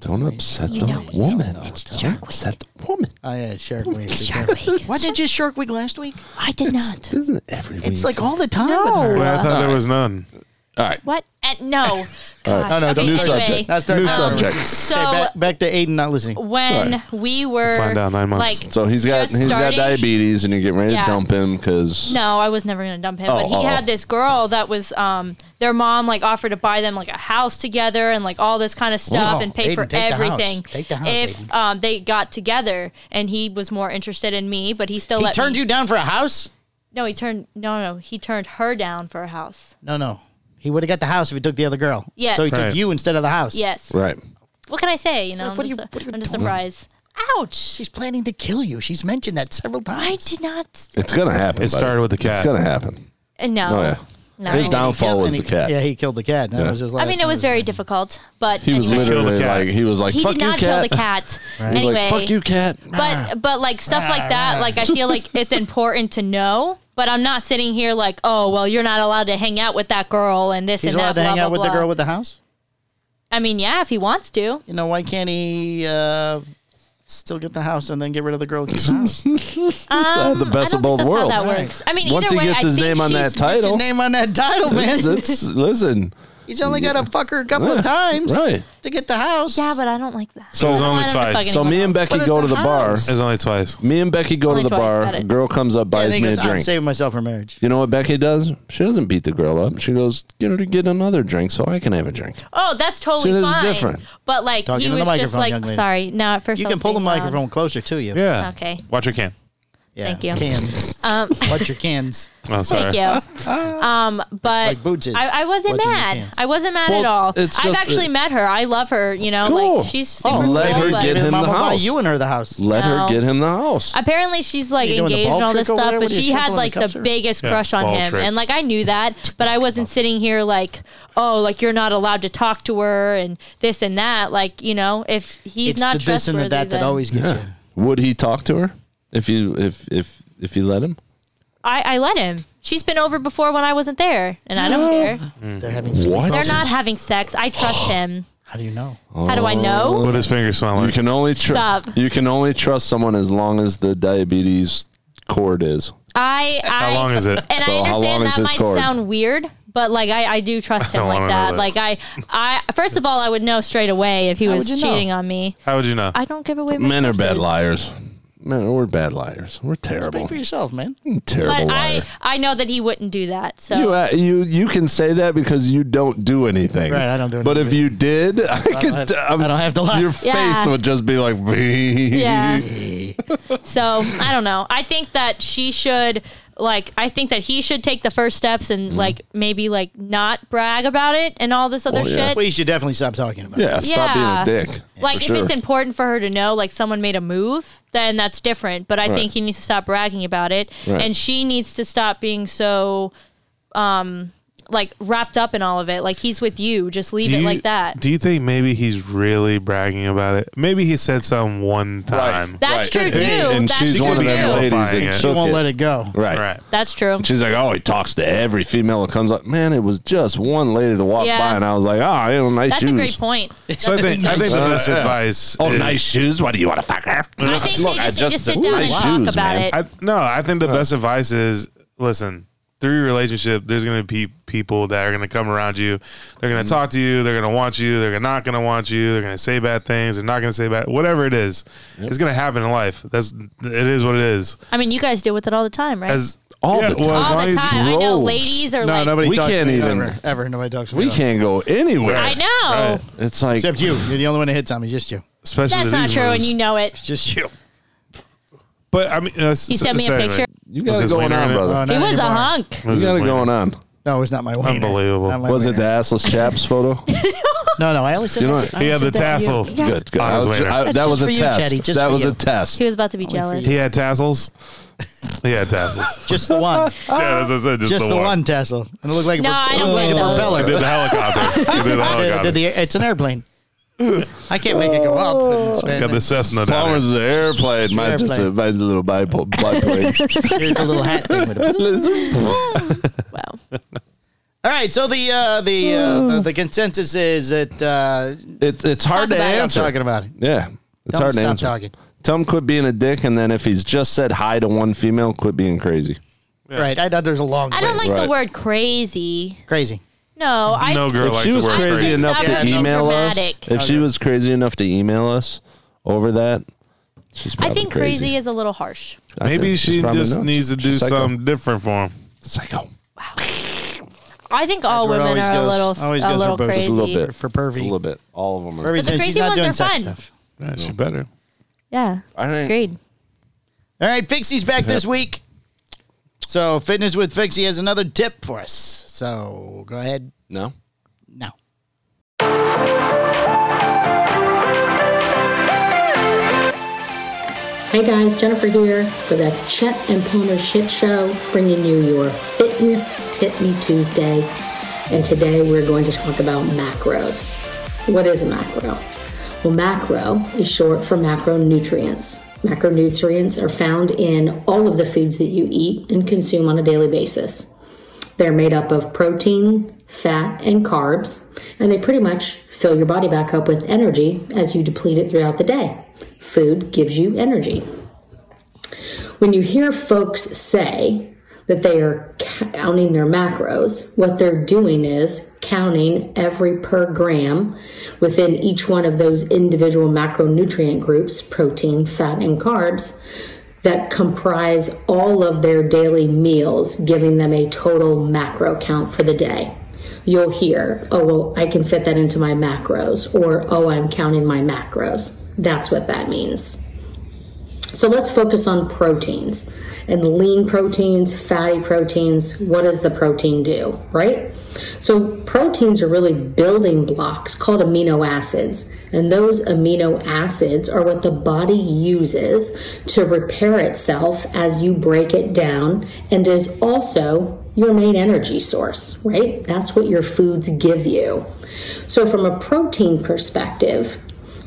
Speaker 1: Don't upset
Speaker 3: You
Speaker 1: the
Speaker 3: know,
Speaker 1: woman.
Speaker 3: it's
Speaker 1: Don't
Speaker 3: Shark
Speaker 1: upset the woman.
Speaker 8: oh yeah, Shark Week.
Speaker 3: Shark Week.
Speaker 8: Why did you Shark Week last week?
Speaker 3: I did not.
Speaker 1: Isn't it every week?
Speaker 8: It's like all the time with her.
Speaker 3: No.
Speaker 5: Well, I thought there was none.
Speaker 3: What? Uh, no. Gosh.
Speaker 8: No, no, don't-
Speaker 3: okay,
Speaker 1: new
Speaker 3: anyway,
Speaker 1: subject.
Speaker 8: That's their
Speaker 1: new
Speaker 8: um,
Speaker 1: subject.
Speaker 3: So
Speaker 8: Okay, back, back to Aiden not listening.
Speaker 3: when we were
Speaker 5: Find out in nine months.
Speaker 3: like
Speaker 1: So he's got
Speaker 3: just
Speaker 1: he's got
Speaker 3: starting-
Speaker 1: diabetes, and you're getting ready
Speaker 3: Yeah.
Speaker 1: to dump him because
Speaker 3: No, I was never gonna dump him. but
Speaker 1: Oh,
Speaker 3: he
Speaker 1: oh, oh.
Speaker 3: had this girl that was um their mom like offered to buy them like a house together and like all this kind of stuff
Speaker 8: Whoa.
Speaker 3: and pay
Speaker 8: Aiden,
Speaker 3: for
Speaker 8: take the house.
Speaker 3: everything.
Speaker 8: Take the house,
Speaker 3: if
Speaker 8: Aiden.
Speaker 3: um they got together and he was more interested in me, but he still
Speaker 8: He
Speaker 3: let
Speaker 8: turned
Speaker 3: me-
Speaker 8: you down for a house?
Speaker 3: No, he turned no no, he turned her down for a house.
Speaker 8: No, no. He would have got the house if he took the other girl.
Speaker 3: Yes.
Speaker 8: So he
Speaker 5: Right.
Speaker 8: took you instead of the house.
Speaker 3: Yes.
Speaker 1: right.
Speaker 3: What can I say? You know,
Speaker 8: What are
Speaker 3: I'm
Speaker 8: you-
Speaker 3: just,
Speaker 8: what are you
Speaker 3: I'm just
Speaker 8: doing?
Speaker 3: surprised. Ouch.
Speaker 8: She's planning to kill you. She's mentioned that several
Speaker 3: I
Speaker 8: times.
Speaker 3: did not
Speaker 1: It's gonna happen.
Speaker 5: It
Speaker 1: buddy.
Speaker 5: started with the cat.
Speaker 1: It's gonna happen.
Speaker 3: uh, no.
Speaker 1: Oh yeah.
Speaker 3: No.
Speaker 1: His downfall
Speaker 8: Killed-
Speaker 1: was
Speaker 8: and
Speaker 1: the
Speaker 8: he-
Speaker 1: cat.
Speaker 8: Yeah, he killed the cat. That was his
Speaker 3: I
Speaker 8: last
Speaker 3: mean, it was
Speaker 8: sentence.
Speaker 3: very difficult, but
Speaker 1: He was
Speaker 3: anyway.
Speaker 5: the
Speaker 1: literally
Speaker 5: cat.
Speaker 1: like he was like
Speaker 3: He
Speaker 1: fuck
Speaker 3: did
Speaker 1: you
Speaker 3: not kill the
Speaker 1: cat.
Speaker 3: cat.
Speaker 1: He's
Speaker 3: Anyway,
Speaker 1: like fuck you cat.
Speaker 3: But but like stuff like that, like I feel like it's important to know. But I'm not sitting here like, oh well, you're not allowed to hang out with that girl and this
Speaker 8: He's
Speaker 3: and that.
Speaker 8: allowed to
Speaker 3: blah,
Speaker 8: hang
Speaker 3: blah,
Speaker 8: out with the
Speaker 3: blah.
Speaker 8: girl with the house?
Speaker 3: I mean, yeah, if he wants to.
Speaker 8: You know, why can't he uh, still get the house and then get rid of the girl who gets the house?
Speaker 3: Um,
Speaker 1: the best
Speaker 3: I
Speaker 1: of
Speaker 3: don't
Speaker 1: both
Speaker 3: think that's
Speaker 1: worlds.
Speaker 3: How that works. I mean,
Speaker 1: Once
Speaker 3: either
Speaker 1: he
Speaker 3: way,
Speaker 1: gets
Speaker 3: I
Speaker 1: his
Speaker 3: think
Speaker 1: name on
Speaker 3: she's-
Speaker 1: that
Speaker 8: Get your
Speaker 1: title,
Speaker 8: name on that title, man.
Speaker 1: it's, it's listen.
Speaker 8: He's only got to fuck her a couple
Speaker 1: Yeah,
Speaker 8: of times
Speaker 1: right.
Speaker 8: to get the house.
Speaker 3: Yeah, but I don't like that.
Speaker 5: So it was
Speaker 3: I don't
Speaker 5: only
Speaker 3: want him to
Speaker 5: twice.
Speaker 3: fuck
Speaker 1: So
Speaker 3: anyone
Speaker 1: me and
Speaker 3: else.
Speaker 1: Becky
Speaker 8: But
Speaker 1: go
Speaker 8: it's
Speaker 1: to
Speaker 8: a
Speaker 1: the bar.
Speaker 5: It was only twice.
Speaker 1: Me and Becky go to
Speaker 3: Only
Speaker 1: the
Speaker 3: twice,
Speaker 1: bar.
Speaker 3: got it.
Speaker 1: Girl comes up,
Speaker 8: I
Speaker 1: buys
Speaker 8: think
Speaker 1: me a
Speaker 8: it's- I'm
Speaker 1: drink.
Speaker 8: saving myself for marriage.
Speaker 1: You know what Becky does? She doesn't beat the girl up. She goes, get her to get another drink so I can have a drink.
Speaker 3: Oh, that's totally
Speaker 1: See, this is
Speaker 3: fine.
Speaker 1: different.
Speaker 3: But like
Speaker 8: Talking
Speaker 3: he
Speaker 8: to the
Speaker 3: was just
Speaker 8: microphone,
Speaker 3: like,
Speaker 8: young lady.
Speaker 3: sorry, no. At first
Speaker 8: You
Speaker 3: I
Speaker 8: can
Speaker 3: was
Speaker 8: pull the
Speaker 3: being loud.
Speaker 8: microphone closer to you.
Speaker 5: Yeah.
Speaker 3: Okay.
Speaker 5: Watch your can.
Speaker 8: Yeah,
Speaker 3: Thank you.
Speaker 8: Cans.
Speaker 3: Um,
Speaker 8: Watch your cans.
Speaker 5: Oh, sorry.
Speaker 3: Thank you. Um, but
Speaker 8: Like boots is.
Speaker 3: I, I wasn't
Speaker 8: What's in your
Speaker 3: mad.
Speaker 8: pants?
Speaker 3: I wasn't mad
Speaker 1: Well,
Speaker 3: at all.
Speaker 1: it's
Speaker 3: I've
Speaker 1: just-
Speaker 3: actually met her. I love her. You know,
Speaker 1: Cool.
Speaker 3: like she's super
Speaker 1: Oh,
Speaker 3: cool.
Speaker 1: let her
Speaker 3: but
Speaker 1: get him
Speaker 8: Mama
Speaker 1: the
Speaker 8: buy
Speaker 1: house.
Speaker 8: you and her the house.
Speaker 1: Let
Speaker 3: No.
Speaker 1: her get him the house.
Speaker 3: Apparently she's like
Speaker 8: You doing the
Speaker 3: engaged
Speaker 8: ball
Speaker 3: and all this
Speaker 8: trick over
Speaker 3: stuff,
Speaker 8: there?
Speaker 3: but
Speaker 8: What are you
Speaker 3: she had
Speaker 8: shuffling
Speaker 3: like
Speaker 8: the cups
Speaker 3: the
Speaker 8: or-
Speaker 3: biggest
Speaker 5: Yeah,
Speaker 3: crush on
Speaker 5: ball
Speaker 3: him,
Speaker 5: trick.
Speaker 3: and like I knew that, but I wasn't sitting here like, oh, like you're not allowed to talk to her and this and that. Like you know, if he's
Speaker 8: it's
Speaker 3: not
Speaker 8: the this and
Speaker 3: trustworthy,
Speaker 8: the that
Speaker 3: then-
Speaker 8: that always gets you.
Speaker 1: Would he talk to her if you if if if you let him?
Speaker 3: I, I let him. She's been over before when I wassleep over there, and I don't care.
Speaker 8: They're having
Speaker 1: What?
Speaker 3: They're not having sex. I trust him.
Speaker 8: How do you know?
Speaker 3: How do I know?
Speaker 5: What does fingers smell
Speaker 1: You
Speaker 5: like?
Speaker 1: can only trust
Speaker 3: Stop.
Speaker 1: you can only trust someone as long as the diabetes cord is.
Speaker 3: I, I
Speaker 5: How long is it?
Speaker 3: And
Speaker 1: So how
Speaker 3: I
Speaker 1: long
Speaker 3: understand
Speaker 1: is
Speaker 3: that
Speaker 1: his
Speaker 3: might
Speaker 1: cord?
Speaker 3: sound weird, but like I, I do trust him
Speaker 5: don't
Speaker 3: like
Speaker 5: wanna know
Speaker 3: that.
Speaker 5: that.
Speaker 3: Like I, I first of all, I would know straight away if he was
Speaker 8: would you know?
Speaker 3: cheating on me.
Speaker 5: How would you know?
Speaker 3: I don't give away my
Speaker 1: Men are bad
Speaker 3: sources.
Speaker 1: liars. Men, we're bad liars. We're
Speaker 8: Speak
Speaker 1: terrible.
Speaker 8: for yourself, man.
Speaker 1: Terrible
Speaker 3: But
Speaker 1: liar.
Speaker 3: I, I know that he wouldn't do that. So
Speaker 1: You, uh, you you can say that because you don't do anything.
Speaker 8: Right, I don't do
Speaker 1: But if
Speaker 8: anything.
Speaker 1: you did, I, could.
Speaker 8: have-
Speaker 1: I'm-
Speaker 8: I don't have to lie.
Speaker 1: Your face
Speaker 3: Yeah.
Speaker 1: would just be like.
Speaker 3: yeah. so I don't know. I think that she should like. I think that he should take the first steps and
Speaker 1: Mm-hmm.
Speaker 3: like maybe like not brag about it and all this other
Speaker 1: Well, yeah.
Speaker 3: shit.
Speaker 8: Well, you should definitely stop talking about it.
Speaker 1: Yeah, stop
Speaker 3: Yeah.
Speaker 1: being a dick.
Speaker 3: Like
Speaker 1: For
Speaker 3: if
Speaker 1: sure.
Speaker 3: it's important for her to know, like someone made a move, then that's different. But I
Speaker 1: Right.
Speaker 3: think he needs to stop bragging about it,
Speaker 1: Right.
Speaker 3: and she needs to stop being so. Um, like wrapped up in all of it. Like he's with you. Just leave it like that.
Speaker 5: Do you think maybe he's really bragging about it? Maybe he said something one time.
Speaker 3: That's true too.
Speaker 1: And
Speaker 3: That's
Speaker 1: she's
Speaker 3: true
Speaker 1: one of them
Speaker 3: too.
Speaker 1: ladies
Speaker 5: Amplifying
Speaker 1: that
Speaker 5: it. She
Speaker 1: took
Speaker 8: won't let it go.
Speaker 1: Right.
Speaker 5: Right.
Speaker 3: That's true.
Speaker 1: She's like, oh, he talks to every female that comes up. Man, it was just one lady that walked
Speaker 3: Yeah.
Speaker 1: by, and I was like, oh, you know, nice
Speaker 3: That's
Speaker 1: shoes.
Speaker 3: a great point.
Speaker 5: So I think I think the
Speaker 1: Uh,
Speaker 5: best
Speaker 1: yeah.
Speaker 5: advice.
Speaker 1: Oh,
Speaker 5: is-
Speaker 1: nice shoes. What do you want to fuck her?
Speaker 3: I think they just, need to sit down and
Speaker 1: nice
Speaker 3: talk
Speaker 1: shoes,
Speaker 3: about
Speaker 1: man.
Speaker 3: it.
Speaker 5: I, no, I think the best advice is listen. Through your relationship, there's going to be people that are going to come around you. They're going to talk to you. They're going to want you. They're not going to want you. They're going to say bad things. They're not going to say bad. Whatever it is, it's going to happen in life. That's it is what it is.
Speaker 3: I mean, you guys deal with it all the time, right?
Speaker 5: As
Speaker 1: All the
Speaker 5: well, as
Speaker 3: all
Speaker 5: long
Speaker 3: the
Speaker 5: as-
Speaker 3: time. I know
Speaker 1: rolls.
Speaker 3: ladies are
Speaker 8: No,
Speaker 3: like.
Speaker 8: nobody
Speaker 1: We
Speaker 8: talks
Speaker 1: can't
Speaker 8: to me
Speaker 1: even-
Speaker 8: ever. Ever nobody talks to
Speaker 1: We
Speaker 8: me. at all.
Speaker 1: can't go anywhere.
Speaker 3: I know.
Speaker 5: Right.
Speaker 1: It's like
Speaker 8: Except you. You're the only one that hits on me. Just you.
Speaker 5: especially
Speaker 3: That's
Speaker 5: the
Speaker 3: not
Speaker 5: these
Speaker 3: true, and
Speaker 5: ones.
Speaker 3: you know it.
Speaker 8: Just you.
Speaker 5: But I mean, uh,
Speaker 3: He sent me a picture.
Speaker 1: you
Speaker 5: Was
Speaker 1: got it
Speaker 5: this
Speaker 1: going
Speaker 5: wiener
Speaker 1: on,
Speaker 5: in it?
Speaker 1: brother.
Speaker 8: not
Speaker 3: He was a
Speaker 8: anymore.
Speaker 3: hunk.
Speaker 1: You got it going on.
Speaker 8: No, it's not my wiener.
Speaker 5: Unbelievable.
Speaker 8: Not my
Speaker 1: Was it the
Speaker 8: wiener.
Speaker 1: assless chaps photo?
Speaker 8: No, no. I always said
Speaker 1: You know
Speaker 8: that.
Speaker 1: what?
Speaker 5: He had the tassel.
Speaker 1: Good, good.
Speaker 5: On
Speaker 1: I
Speaker 5: his
Speaker 1: was-
Speaker 5: wiener.
Speaker 1: I- that
Speaker 8: Just
Speaker 1: was a
Speaker 8: for you,
Speaker 1: test.
Speaker 8: Chetty, just
Speaker 1: that
Speaker 8: for
Speaker 1: was
Speaker 8: you.
Speaker 1: a test.
Speaker 3: He was about to be jealous.
Speaker 5: He had tassels. He had tassels.
Speaker 8: Just the one.
Speaker 5: yeah, that's what I said. Just,
Speaker 8: Just the, one tassel. And it looked like,
Speaker 3: No, I
Speaker 8: a, it
Speaker 3: don't
Speaker 8: looked like a
Speaker 3: think those.
Speaker 5: He did
Speaker 8: propeller.
Speaker 5: the helicopter. He did the
Speaker 8: Did-
Speaker 5: helicopter.
Speaker 8: did the- it's an airplane. I can't make it go up. It's been-
Speaker 5: Got the Cessna down
Speaker 1: Palmer's
Speaker 5: there.
Speaker 1: an airplane. Mine's just a,
Speaker 8: airplane.
Speaker 1: mine's a little bipo- biplane.
Speaker 8: the little hat thing with it.
Speaker 3: Wow.
Speaker 8: All right, so the uh, the, uh, the the consensus is that uh,
Speaker 1: it's it's hard to
Speaker 3: about it.
Speaker 8: I'm
Speaker 1: answer.
Speaker 8: talking about it.
Speaker 1: Yeah, it's
Speaker 8: Don't
Speaker 1: hard to
Speaker 8: stop
Speaker 1: answer.
Speaker 8: talking.
Speaker 1: Tell him quit being a dick, and then if he's just said hi to one female, quit being crazy.
Speaker 8: Right, I thought there's a long.
Speaker 3: I don't
Speaker 8: list.
Speaker 3: like the
Speaker 1: Right.
Speaker 3: word crazy.
Speaker 8: crazy.
Speaker 3: No, I.
Speaker 5: No girl
Speaker 1: If
Speaker 5: likes
Speaker 1: she
Speaker 5: the
Speaker 1: was
Speaker 5: word
Speaker 1: crazy
Speaker 5: crazy.
Speaker 1: enough
Speaker 3: Yeah,
Speaker 1: to
Speaker 3: no
Speaker 1: email us,
Speaker 3: dramatic.
Speaker 1: if she was crazy enough to email us over that, she's
Speaker 3: I
Speaker 1: probably
Speaker 3: think crazy is a little harsh.
Speaker 1: I
Speaker 5: Maybe
Speaker 1: think she's
Speaker 5: she
Speaker 1: probably
Speaker 5: just
Speaker 1: nuts.
Speaker 5: needs to do
Speaker 1: She's psycho.
Speaker 5: something different for him.
Speaker 1: Psycho.
Speaker 3: I think all
Speaker 8: where it
Speaker 3: women
Speaker 8: always
Speaker 3: are a
Speaker 8: goes.
Speaker 3: little,
Speaker 8: Always
Speaker 3: a
Speaker 8: goes
Speaker 3: little
Speaker 8: for both.
Speaker 3: crazy.
Speaker 1: Just a little bit.
Speaker 8: For pervy.
Speaker 1: Just a little bit. All of them are.
Speaker 8: But
Speaker 3: the
Speaker 8: she's
Speaker 3: crazy
Speaker 8: not
Speaker 3: ones
Speaker 8: doing
Speaker 3: are
Speaker 8: sex
Speaker 3: fun.
Speaker 8: stuff.
Speaker 5: Yeah, she better.
Speaker 3: Yeah.
Speaker 1: I think-
Speaker 3: Agreed.
Speaker 8: All right, Fixie's back this week. So fitness with Fixie has another tip for us. So go ahead
Speaker 1: No.
Speaker 8: now.
Speaker 9: Hey guys, Jennifer here for the Chet and Palmer Shit Show, bringing you your Fitness Tip Me Tuesday. And today we're going to talk about macros. What is a macro? Well, macro is short for macronutrients. Macronutrients are found in all of the foods that you eat and consume on a daily basis. They're made up of protein, fat, and carbs, and they pretty much fill your body back up with energy as you deplete it throughout the day. Food gives you energy. When you hear folks say that they are counting their macros, what they're doing is counting every per gram within each one of those individual macronutrient groups protein, fat, and carbs that comprise all of their daily meals, giving them a total macro count for the day. You'll hear, oh, well, I can fit that into my macros, or oh, I'm counting my macros. That's what that means. So let's focus on proteins and lean proteins, fatty proteins. What does the protein do, right? So proteins are really building blocks called amino acids. And those amino acids are what the body uses to repair itself as you break it down and is also your main energy source, right? That's what your foods give you. So from a protein perspective,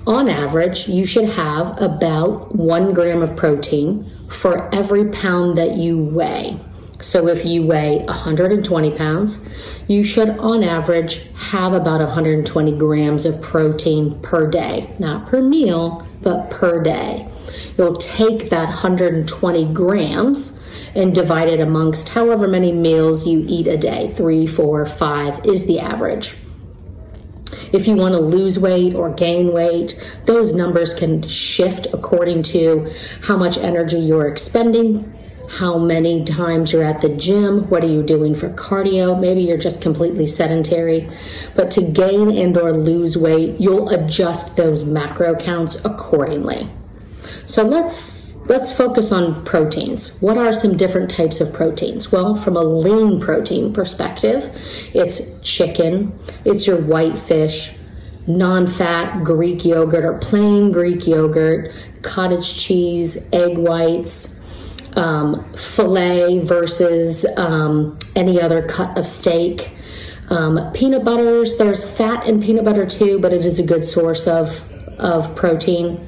Speaker 9: on average, you should have about one gram of protein for every pound that you weigh. So if you weigh 120 pounds, you should on average have about 120 grams of protein per day, not per meal, but per day. You'll take that 120 grams and divide it amongst however many meals you eat a day. Three, four, five is the average if you want to lose weight or gain weight, those numbers can shift according to how much energy you're expending, how many times you're at the gym, what are you doing for cardio? Maybe you're just completely sedentary. But to gain and or lose weight, you'll adjust those macro counts accordingly. So let's let's focus on proteins. What are some different types of proteins? Well, from a lean protein perspective, it's chicken, it's your white fish, non-fat Greek yogurt or plain Greek yogurt, cottage cheese, egg whites, um, fillet versus um, any other cut of steak. Um, peanut butters, there's fat in peanut butter too, but it is a good source of, of protein.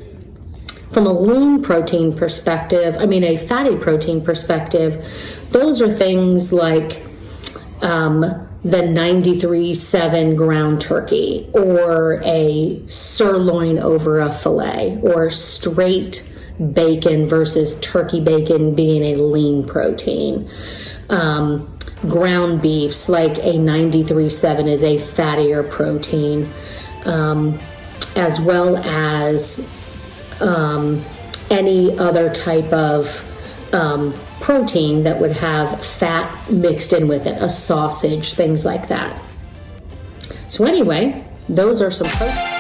Speaker 9: From a lean protein perspective, I mean, a fatty protein perspective, those are things like um, the 93.7 ground turkey or a sirloin over a filet or straight bacon versus turkey bacon being a lean protein. Um, ground beefs like a 93.7 is a fattier protein, um, as well as um, any other type of um, protein that would have fat mixed in with it, a sausage, things like that. So, anyway, those are some. Pro-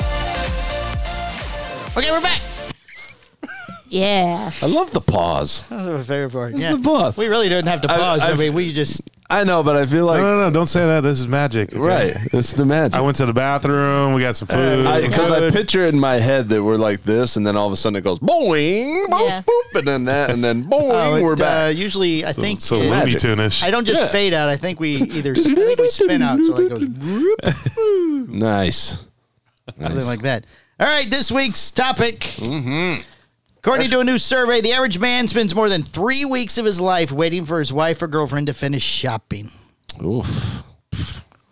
Speaker 8: Okay, we're back.
Speaker 3: Yeah.
Speaker 1: I love the pause.
Speaker 8: That was a favorite part. Yeah.
Speaker 1: the pause.
Speaker 8: We really didn't have to
Speaker 1: I-
Speaker 8: pause. I,
Speaker 1: I've-
Speaker 8: mean, we just
Speaker 1: I know, but I feel like
Speaker 5: No, no, no! Don't say that. This is magic. okay?
Speaker 1: right. It's the magic.
Speaker 5: I went to the bathroom. We got some food.
Speaker 1: because I, picture it in my head that we're like this, and then all of a sudden it goes boing, boop,
Speaker 3: Yeah.
Speaker 1: boop, and then that, and then boing,
Speaker 8: oh, it,
Speaker 1: we're
Speaker 8: Uh,
Speaker 1: back.
Speaker 8: usually, I think
Speaker 5: so
Speaker 8: it-
Speaker 5: Looney
Speaker 1: magic.
Speaker 5: Tunish.
Speaker 8: I don't just
Speaker 1: Yeah.
Speaker 8: fade out. I think we either I think we spin out, so it goes whoop,
Speaker 1: nice.
Speaker 8: something like that. All right, this week's topic. Mm-hmm. According to a new survey, the average man spends more than three weeks of his life waiting for his wife or girlfriend to finish shopping.
Speaker 1: Oof.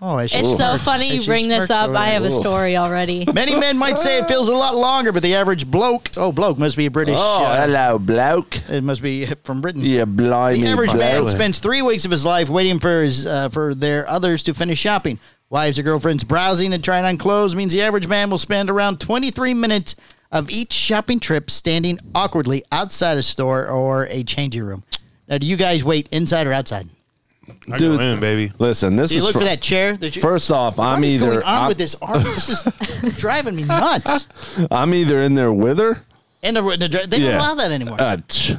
Speaker 8: Oh, I should
Speaker 3: It's so
Speaker 8: smirk.
Speaker 3: funny
Speaker 8: And
Speaker 3: you
Speaker 8: she
Speaker 3: bring this
Speaker 8: smirks
Speaker 3: up.
Speaker 8: over
Speaker 3: I
Speaker 8: there.
Speaker 3: have a
Speaker 1: Oof.
Speaker 3: story already.
Speaker 8: Many men might say it feels a lot longer, but the average bloke, oh, bloke must be a British.
Speaker 1: Oh,
Speaker 8: uh,
Speaker 1: hello, bloke.
Speaker 8: it must be from Britain.
Speaker 1: Yeah, blimey.
Speaker 8: The average man
Speaker 1: bloke.
Speaker 8: spends three weeks of his life waiting for his uh, for their others to finish shopping. Wives or girlfriends browsing and trying on clothes means the average man will spend around 23 minutes of each shopping trip standing awkwardly outside a store or a changing room. Now, do you guys wait inside or outside?
Speaker 5: I go
Speaker 1: Dude.
Speaker 5: in, baby.
Speaker 1: Listen, this
Speaker 8: Do you
Speaker 1: is
Speaker 8: look for
Speaker 1: fir-
Speaker 8: that chair? That you,
Speaker 1: First off,
Speaker 8: what
Speaker 1: I'm
Speaker 8: is
Speaker 1: either
Speaker 8: going on
Speaker 1: I'm,
Speaker 8: with this arm? This is driving me nuts.
Speaker 1: I'm either in there with her.
Speaker 8: And the, the, they don't
Speaker 1: Yeah.
Speaker 8: allow that anymore.
Speaker 1: Uh, tch.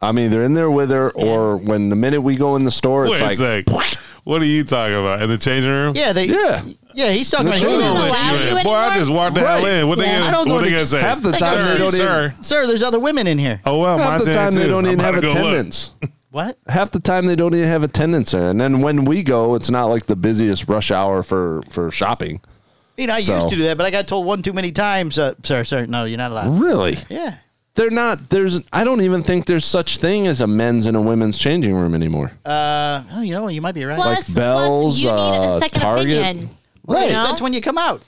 Speaker 1: I'm either in there with her, or when the minute we go in the store, it's
Speaker 5: Wait
Speaker 1: like,
Speaker 5: a sec. What are you talking about? In the changing room?
Speaker 8: yeah, they.
Speaker 1: yeah.
Speaker 8: yeah, he's talking about.
Speaker 1: That's
Speaker 8: he
Speaker 1: right.
Speaker 8: don't
Speaker 3: They don't
Speaker 8: allow-
Speaker 3: allow
Speaker 5: Boy,
Speaker 3: you anymore?
Speaker 5: I just walked the hell
Speaker 1: Right.
Speaker 5: in. What they
Speaker 8: Yeah.
Speaker 5: gonna,
Speaker 8: I don't go
Speaker 5: what
Speaker 8: to
Speaker 5: they gonna
Speaker 8: ch-
Speaker 5: say?
Speaker 1: half the
Speaker 8: They time
Speaker 5: sir,
Speaker 8: they don't
Speaker 1: even-
Speaker 5: sir.
Speaker 8: Sir, there's other women in here.
Speaker 5: Oh well,
Speaker 1: Half
Speaker 5: mine's
Speaker 1: the
Speaker 5: in
Speaker 1: time
Speaker 5: too.
Speaker 1: they don't
Speaker 5: I'm
Speaker 1: even
Speaker 5: about
Speaker 1: have
Speaker 5: to go look.
Speaker 1: attendance.
Speaker 8: What?
Speaker 1: half the time they don't even have attendance there. And then when we go, it's not like the busiest rush hour for for shopping.
Speaker 8: You know, I
Speaker 1: So-
Speaker 8: used to do that, but I got told one too many times. Uh, sir, sir, no, you're not allowed.
Speaker 1: Really?
Speaker 8: Yeah.
Speaker 1: They're not there's I don't even think there's such thing as a men's and a women's changing room anymore.
Speaker 8: Uh, oh, you know, you might be right.
Speaker 3: Plus,
Speaker 1: Bell's,
Speaker 3: plus you need
Speaker 1: uh,
Speaker 3: a second
Speaker 1: Target.
Speaker 3: opinion.
Speaker 8: right.
Speaker 3: you know?
Speaker 8: That's when you come out.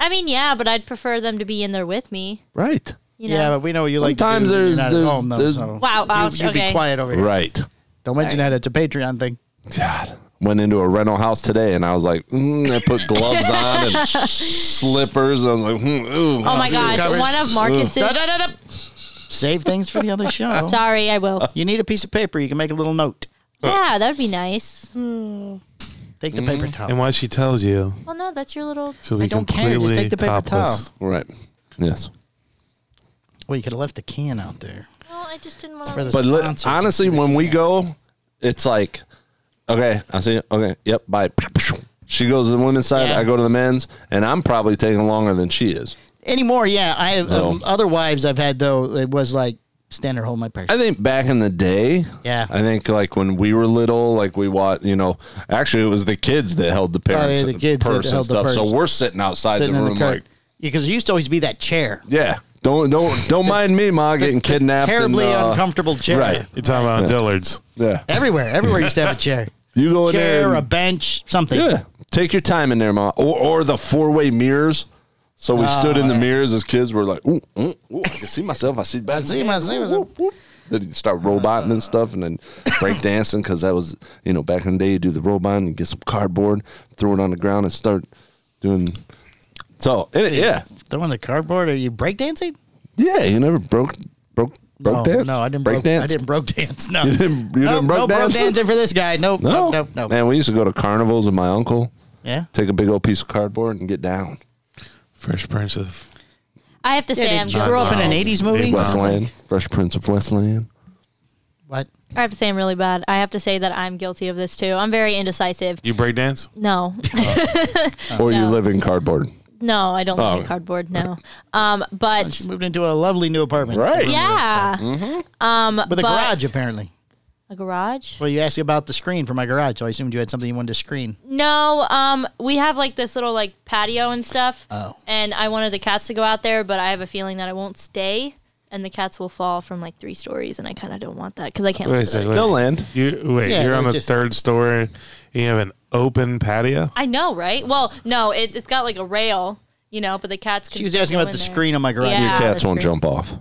Speaker 3: I mean, yeah, but I'd prefer them to be in there with me.
Speaker 1: right.
Speaker 3: You know?
Speaker 8: Yeah, but we know you like.
Speaker 1: Sometimes
Speaker 8: to do, when you're
Speaker 1: there's-
Speaker 8: not at
Speaker 1: there's-
Speaker 8: home, though,
Speaker 1: there's-
Speaker 8: so.
Speaker 3: Wow, ouch,
Speaker 8: You, you
Speaker 3: okay.
Speaker 8: be quiet over here.
Speaker 1: Right.
Speaker 8: Don't mention that. It's a Patreon thing.
Speaker 1: God. Went into a rental house today and I was like, mm, I put gloves on and slippers. I was like, mm, ooh.
Speaker 3: oh my gosh,
Speaker 8: covers.
Speaker 3: one of Marcus's.
Speaker 8: Da, da, da, da. Save things for the other show.
Speaker 3: Sorry, I will.
Speaker 8: You need a piece of paper. You can make a little note.
Speaker 3: Yeah, that'd be nice.
Speaker 8: Take the
Speaker 1: Mm-hmm.
Speaker 8: paper towel.
Speaker 5: And why she tells you,
Speaker 3: Well, no, that's your little.
Speaker 5: she'll be
Speaker 8: I don't care.
Speaker 5: completely
Speaker 8: Just take the paper
Speaker 5: topless.
Speaker 8: towel.
Speaker 1: Right. Yes.
Speaker 8: Well, you could have left the can out there.
Speaker 3: Well, I just didn't
Speaker 8: For
Speaker 3: want
Speaker 8: the
Speaker 3: to.
Speaker 1: But li-
Speaker 8: sponsors.
Speaker 1: honestly, when we go, it's like, okay, I see. you. Okay, yep, bye. She goes to the women's side.
Speaker 8: Yeah.
Speaker 1: I go to the men's, and I'm probably taking longer than she is.
Speaker 8: Anymore, yeah. I have um,
Speaker 1: No.
Speaker 8: other wives I've had though. It was like stand there, hold my purse.
Speaker 1: I think back in the day,
Speaker 8: Yeah.
Speaker 1: I think like when we were little, like we watched, you know, actually it was the kids that held the parents,
Speaker 8: Oh,
Speaker 1: uh,
Speaker 8: yeah, the kids that
Speaker 1: purse and
Speaker 8: held the
Speaker 1: stuff.
Speaker 8: purse.
Speaker 1: So we're sitting outside
Speaker 8: sitting
Speaker 1: the
Speaker 8: in
Speaker 1: room,
Speaker 8: the cart.
Speaker 1: like,
Speaker 8: because it used to always be that chair.
Speaker 1: yeah, don't don't don't mind me, ma, getting kidnapped. and,
Speaker 8: Terribly
Speaker 1: uh,
Speaker 8: uncomfortable chair.
Speaker 1: Right.
Speaker 5: You're talking about Dillard's.
Speaker 1: Yeah,
Speaker 8: Everywhere. Everywhere used to have a chair.
Speaker 1: you go in there.
Speaker 8: chair, a
Speaker 1: and-
Speaker 8: bench, something.
Speaker 1: Yeah. Take your time in there, mom. Or, or the four way mirrors. So we stood in the mirrors as kids. We're like, ooh, ooh, ooh, I can see myself. I see back.
Speaker 8: See my see my-
Speaker 1: Whoop, whoop. Then you start roboting and stuff and then break dancing because that was, you know, back in the day, you do the robot and get some cardboard, throw it on the ground and start doing. So, it, yeah.
Speaker 8: throwing the cardboard. Are you breakdancing?
Speaker 1: Yeah. You never broke, broke, broke
Speaker 8: no,
Speaker 1: dance?
Speaker 8: no, I didn't
Speaker 1: break
Speaker 8: broke
Speaker 1: dance.
Speaker 8: I didn't broke dance. No.
Speaker 1: You didn't- you
Speaker 8: no,
Speaker 1: didn't broke
Speaker 8: no broke
Speaker 1: dance?
Speaker 8: dancing for this guy. Nope.
Speaker 1: no.
Speaker 8: Nope. Nope. nope.
Speaker 1: Man, we used to go to carnivals with my uncle,
Speaker 8: Yeah.
Speaker 1: take a big old piece of cardboard and get down.
Speaker 5: Fresh Prince of
Speaker 3: I have to say, I'm
Speaker 8: you grew up in an
Speaker 3: bad.
Speaker 8: eighties movie?
Speaker 1: Westland, Fresh Prince of Westland.
Speaker 8: What?
Speaker 3: I have to say, I'm really bad. I have to say that I'm guilty of this too. I'm very indecisive.
Speaker 5: you break dance.
Speaker 3: No,
Speaker 1: or you live in cardboard.
Speaker 3: no, I don't like
Speaker 1: Oh.
Speaker 3: cardboard. No, um, but
Speaker 8: She moved into a lovely new apartment.
Speaker 1: Right.
Speaker 3: yeah,
Speaker 8: Mm-hmm.
Speaker 3: Um,
Speaker 8: With a
Speaker 3: But-
Speaker 8: garage apparently.
Speaker 3: A garage?
Speaker 8: Well, you asked about the screen for my garage, so I assumed you had something you wanted to screen.
Speaker 3: No, um, we have like this little like patio and stuff. Oh. And I wanted the cats to go out there, but I have a feeling that I won't stay, and the cats will fall from like three stories, and I kind of don't want that because I can't.
Speaker 5: Wait a
Speaker 3: lift it.
Speaker 5: second.
Speaker 1: They'll land.
Speaker 5: You, wait,
Speaker 8: Yeah,
Speaker 5: you're on
Speaker 8: it's
Speaker 5: the
Speaker 8: just-
Speaker 5: third story. And you have an open patio.
Speaker 3: I know, right? Well, no, it's it's got like a rail, you know, but the cats. Can
Speaker 8: She was
Speaker 3: still
Speaker 8: asking
Speaker 3: go
Speaker 8: about
Speaker 3: in
Speaker 8: the
Speaker 3: there.
Speaker 8: screen on my garage.
Speaker 3: Yeah.
Speaker 1: Your cats
Speaker 3: that's
Speaker 1: won't
Speaker 3: great.
Speaker 1: jump off.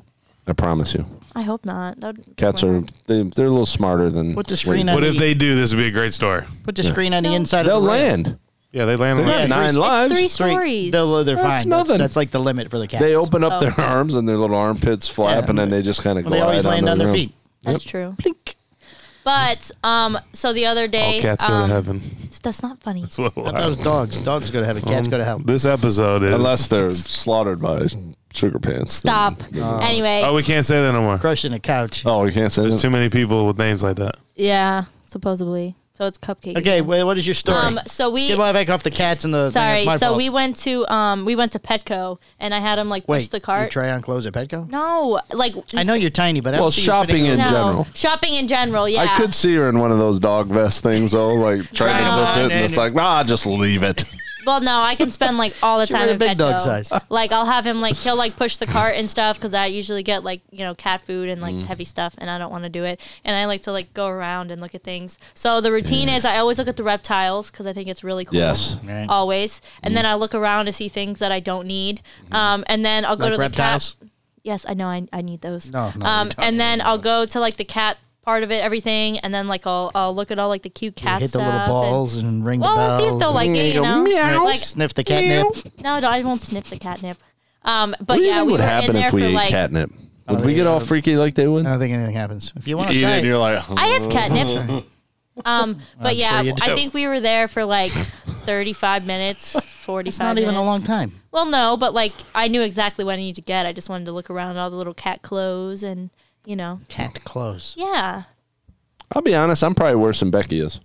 Speaker 1: I promise you.
Speaker 3: I hope not. That would-
Speaker 1: Cats are they, they're a little smarter than
Speaker 8: Put the screen
Speaker 1: Wait,
Speaker 8: on
Speaker 5: What
Speaker 8: the,
Speaker 5: if they do? This would be a great story.
Speaker 8: put the screen on the
Speaker 3: No.
Speaker 8: inside
Speaker 1: They'll
Speaker 8: of the rail.
Speaker 1: land.
Speaker 5: Yeah, they land.
Speaker 1: They
Speaker 5: on
Speaker 1: got
Speaker 5: the-
Speaker 8: Yeah,
Speaker 1: nine
Speaker 8: it's
Speaker 1: lives.
Speaker 3: It's three
Speaker 8: Three-
Speaker 3: stories.
Speaker 8: They'll, they're
Speaker 1: That's
Speaker 8: fine. That's,
Speaker 1: nothing.
Speaker 8: that's like the limit for the cats.
Speaker 1: They open up
Speaker 3: Oh.
Speaker 1: their arms and their little armpits flap,
Speaker 8: Yeah.
Speaker 1: and then they just kind of
Speaker 8: Well, they always land on their feet.
Speaker 3: That's true. But um, so the other day,
Speaker 5: All cats go
Speaker 3: um,
Speaker 5: to heaven.
Speaker 3: That's not funny.
Speaker 5: It's a little
Speaker 8: I thought it was
Speaker 5: wild.
Speaker 8: dogs. Dogs go to heaven. Cats go to hell.
Speaker 5: This episode is
Speaker 1: Unless they're slaughtered by sugar pants.
Speaker 3: Stop.
Speaker 8: Uh,
Speaker 3: Anyway,
Speaker 5: Oh, we can't say that no more.
Speaker 8: Crushing a couch.
Speaker 1: oh, you can't say
Speaker 5: There's
Speaker 1: that.
Speaker 5: too many people with names like that.
Speaker 3: yeah, supposedly. So it's cupcake.
Speaker 8: Okay, wait, what is your story?
Speaker 3: Um, so we.
Speaker 8: Get my back off the cats and the.
Speaker 3: Sorry.
Speaker 8: it's my
Speaker 3: So
Speaker 8: fault.
Speaker 3: we went to um, we went to Petco, and I had him like push
Speaker 8: wait.
Speaker 3: the
Speaker 8: You
Speaker 3: cart.
Speaker 8: try on clothes at Petco.
Speaker 3: no, like
Speaker 8: I know you're tiny, but I
Speaker 1: Well,
Speaker 8: don't see you
Speaker 1: shopping
Speaker 8: fitting in-
Speaker 1: in
Speaker 3: no.
Speaker 1: general.
Speaker 3: Shopping in general. Yeah.
Speaker 1: I could see her in one of those dog vest things, though, like trying to
Speaker 3: No.
Speaker 1: zip it, and it's like, nah, just leave it.
Speaker 3: Well, no, I can spend like all the time
Speaker 8: wear
Speaker 3: at
Speaker 8: big dog
Speaker 3: Petco.
Speaker 8: size.
Speaker 3: Like I'll have him like he'll like push the cart and stuff because I usually get like you know cat food and like heavy stuff and I don't want to do it and I like to like go around and look at things. So the routine is I always look at the reptiles because I think it's really cool.
Speaker 1: Yes.
Speaker 8: Right.
Speaker 3: Always, and then I look around to see things that I don't need, um, and then I'll go
Speaker 8: Like
Speaker 3: to the
Speaker 8: reptiles?
Speaker 3: cat. Yes, I know I, I need those.
Speaker 8: No, no,
Speaker 3: um,
Speaker 8: you're talking
Speaker 3: and then I'll go to like the cat part of it, everything, and then like I'll I'll look at all like the cute cat
Speaker 8: hit the
Speaker 3: stuff.
Speaker 8: little
Speaker 3: and-
Speaker 8: balls and, ring
Speaker 3: well,
Speaker 8: the
Speaker 3: we'll
Speaker 8: bells.
Speaker 3: see if they'll like it. You know,
Speaker 8: Sniff-
Speaker 3: like
Speaker 8: sniff the catnip.
Speaker 3: no, no, I won't sniff the catnip. Um, but
Speaker 1: What do you
Speaker 3: yeah,
Speaker 1: think
Speaker 3: we
Speaker 1: would
Speaker 3: were in
Speaker 1: happen
Speaker 3: there
Speaker 1: if we
Speaker 3: for
Speaker 1: ate
Speaker 3: like. Oh,
Speaker 1: catnip? Would we get all freaky like they would?
Speaker 8: I don't think anything happens. If you want to
Speaker 1: Eat it,
Speaker 8: try
Speaker 1: and
Speaker 8: it,
Speaker 1: you're like,
Speaker 3: I have catnip. um, but yeah,
Speaker 8: Oh. sure you
Speaker 3: I
Speaker 8: do.
Speaker 3: think we were there for like 35 minutes, 45
Speaker 8: it's not even a
Speaker 3: minutes.
Speaker 8: long time.
Speaker 3: Well, no, but like I knew exactly what I needed to get. I just wanted to look around at all the little cat clothes and you know,
Speaker 8: Cat clothes.
Speaker 3: yeah.
Speaker 1: I'll be honest, I'm probably worse than Becky is.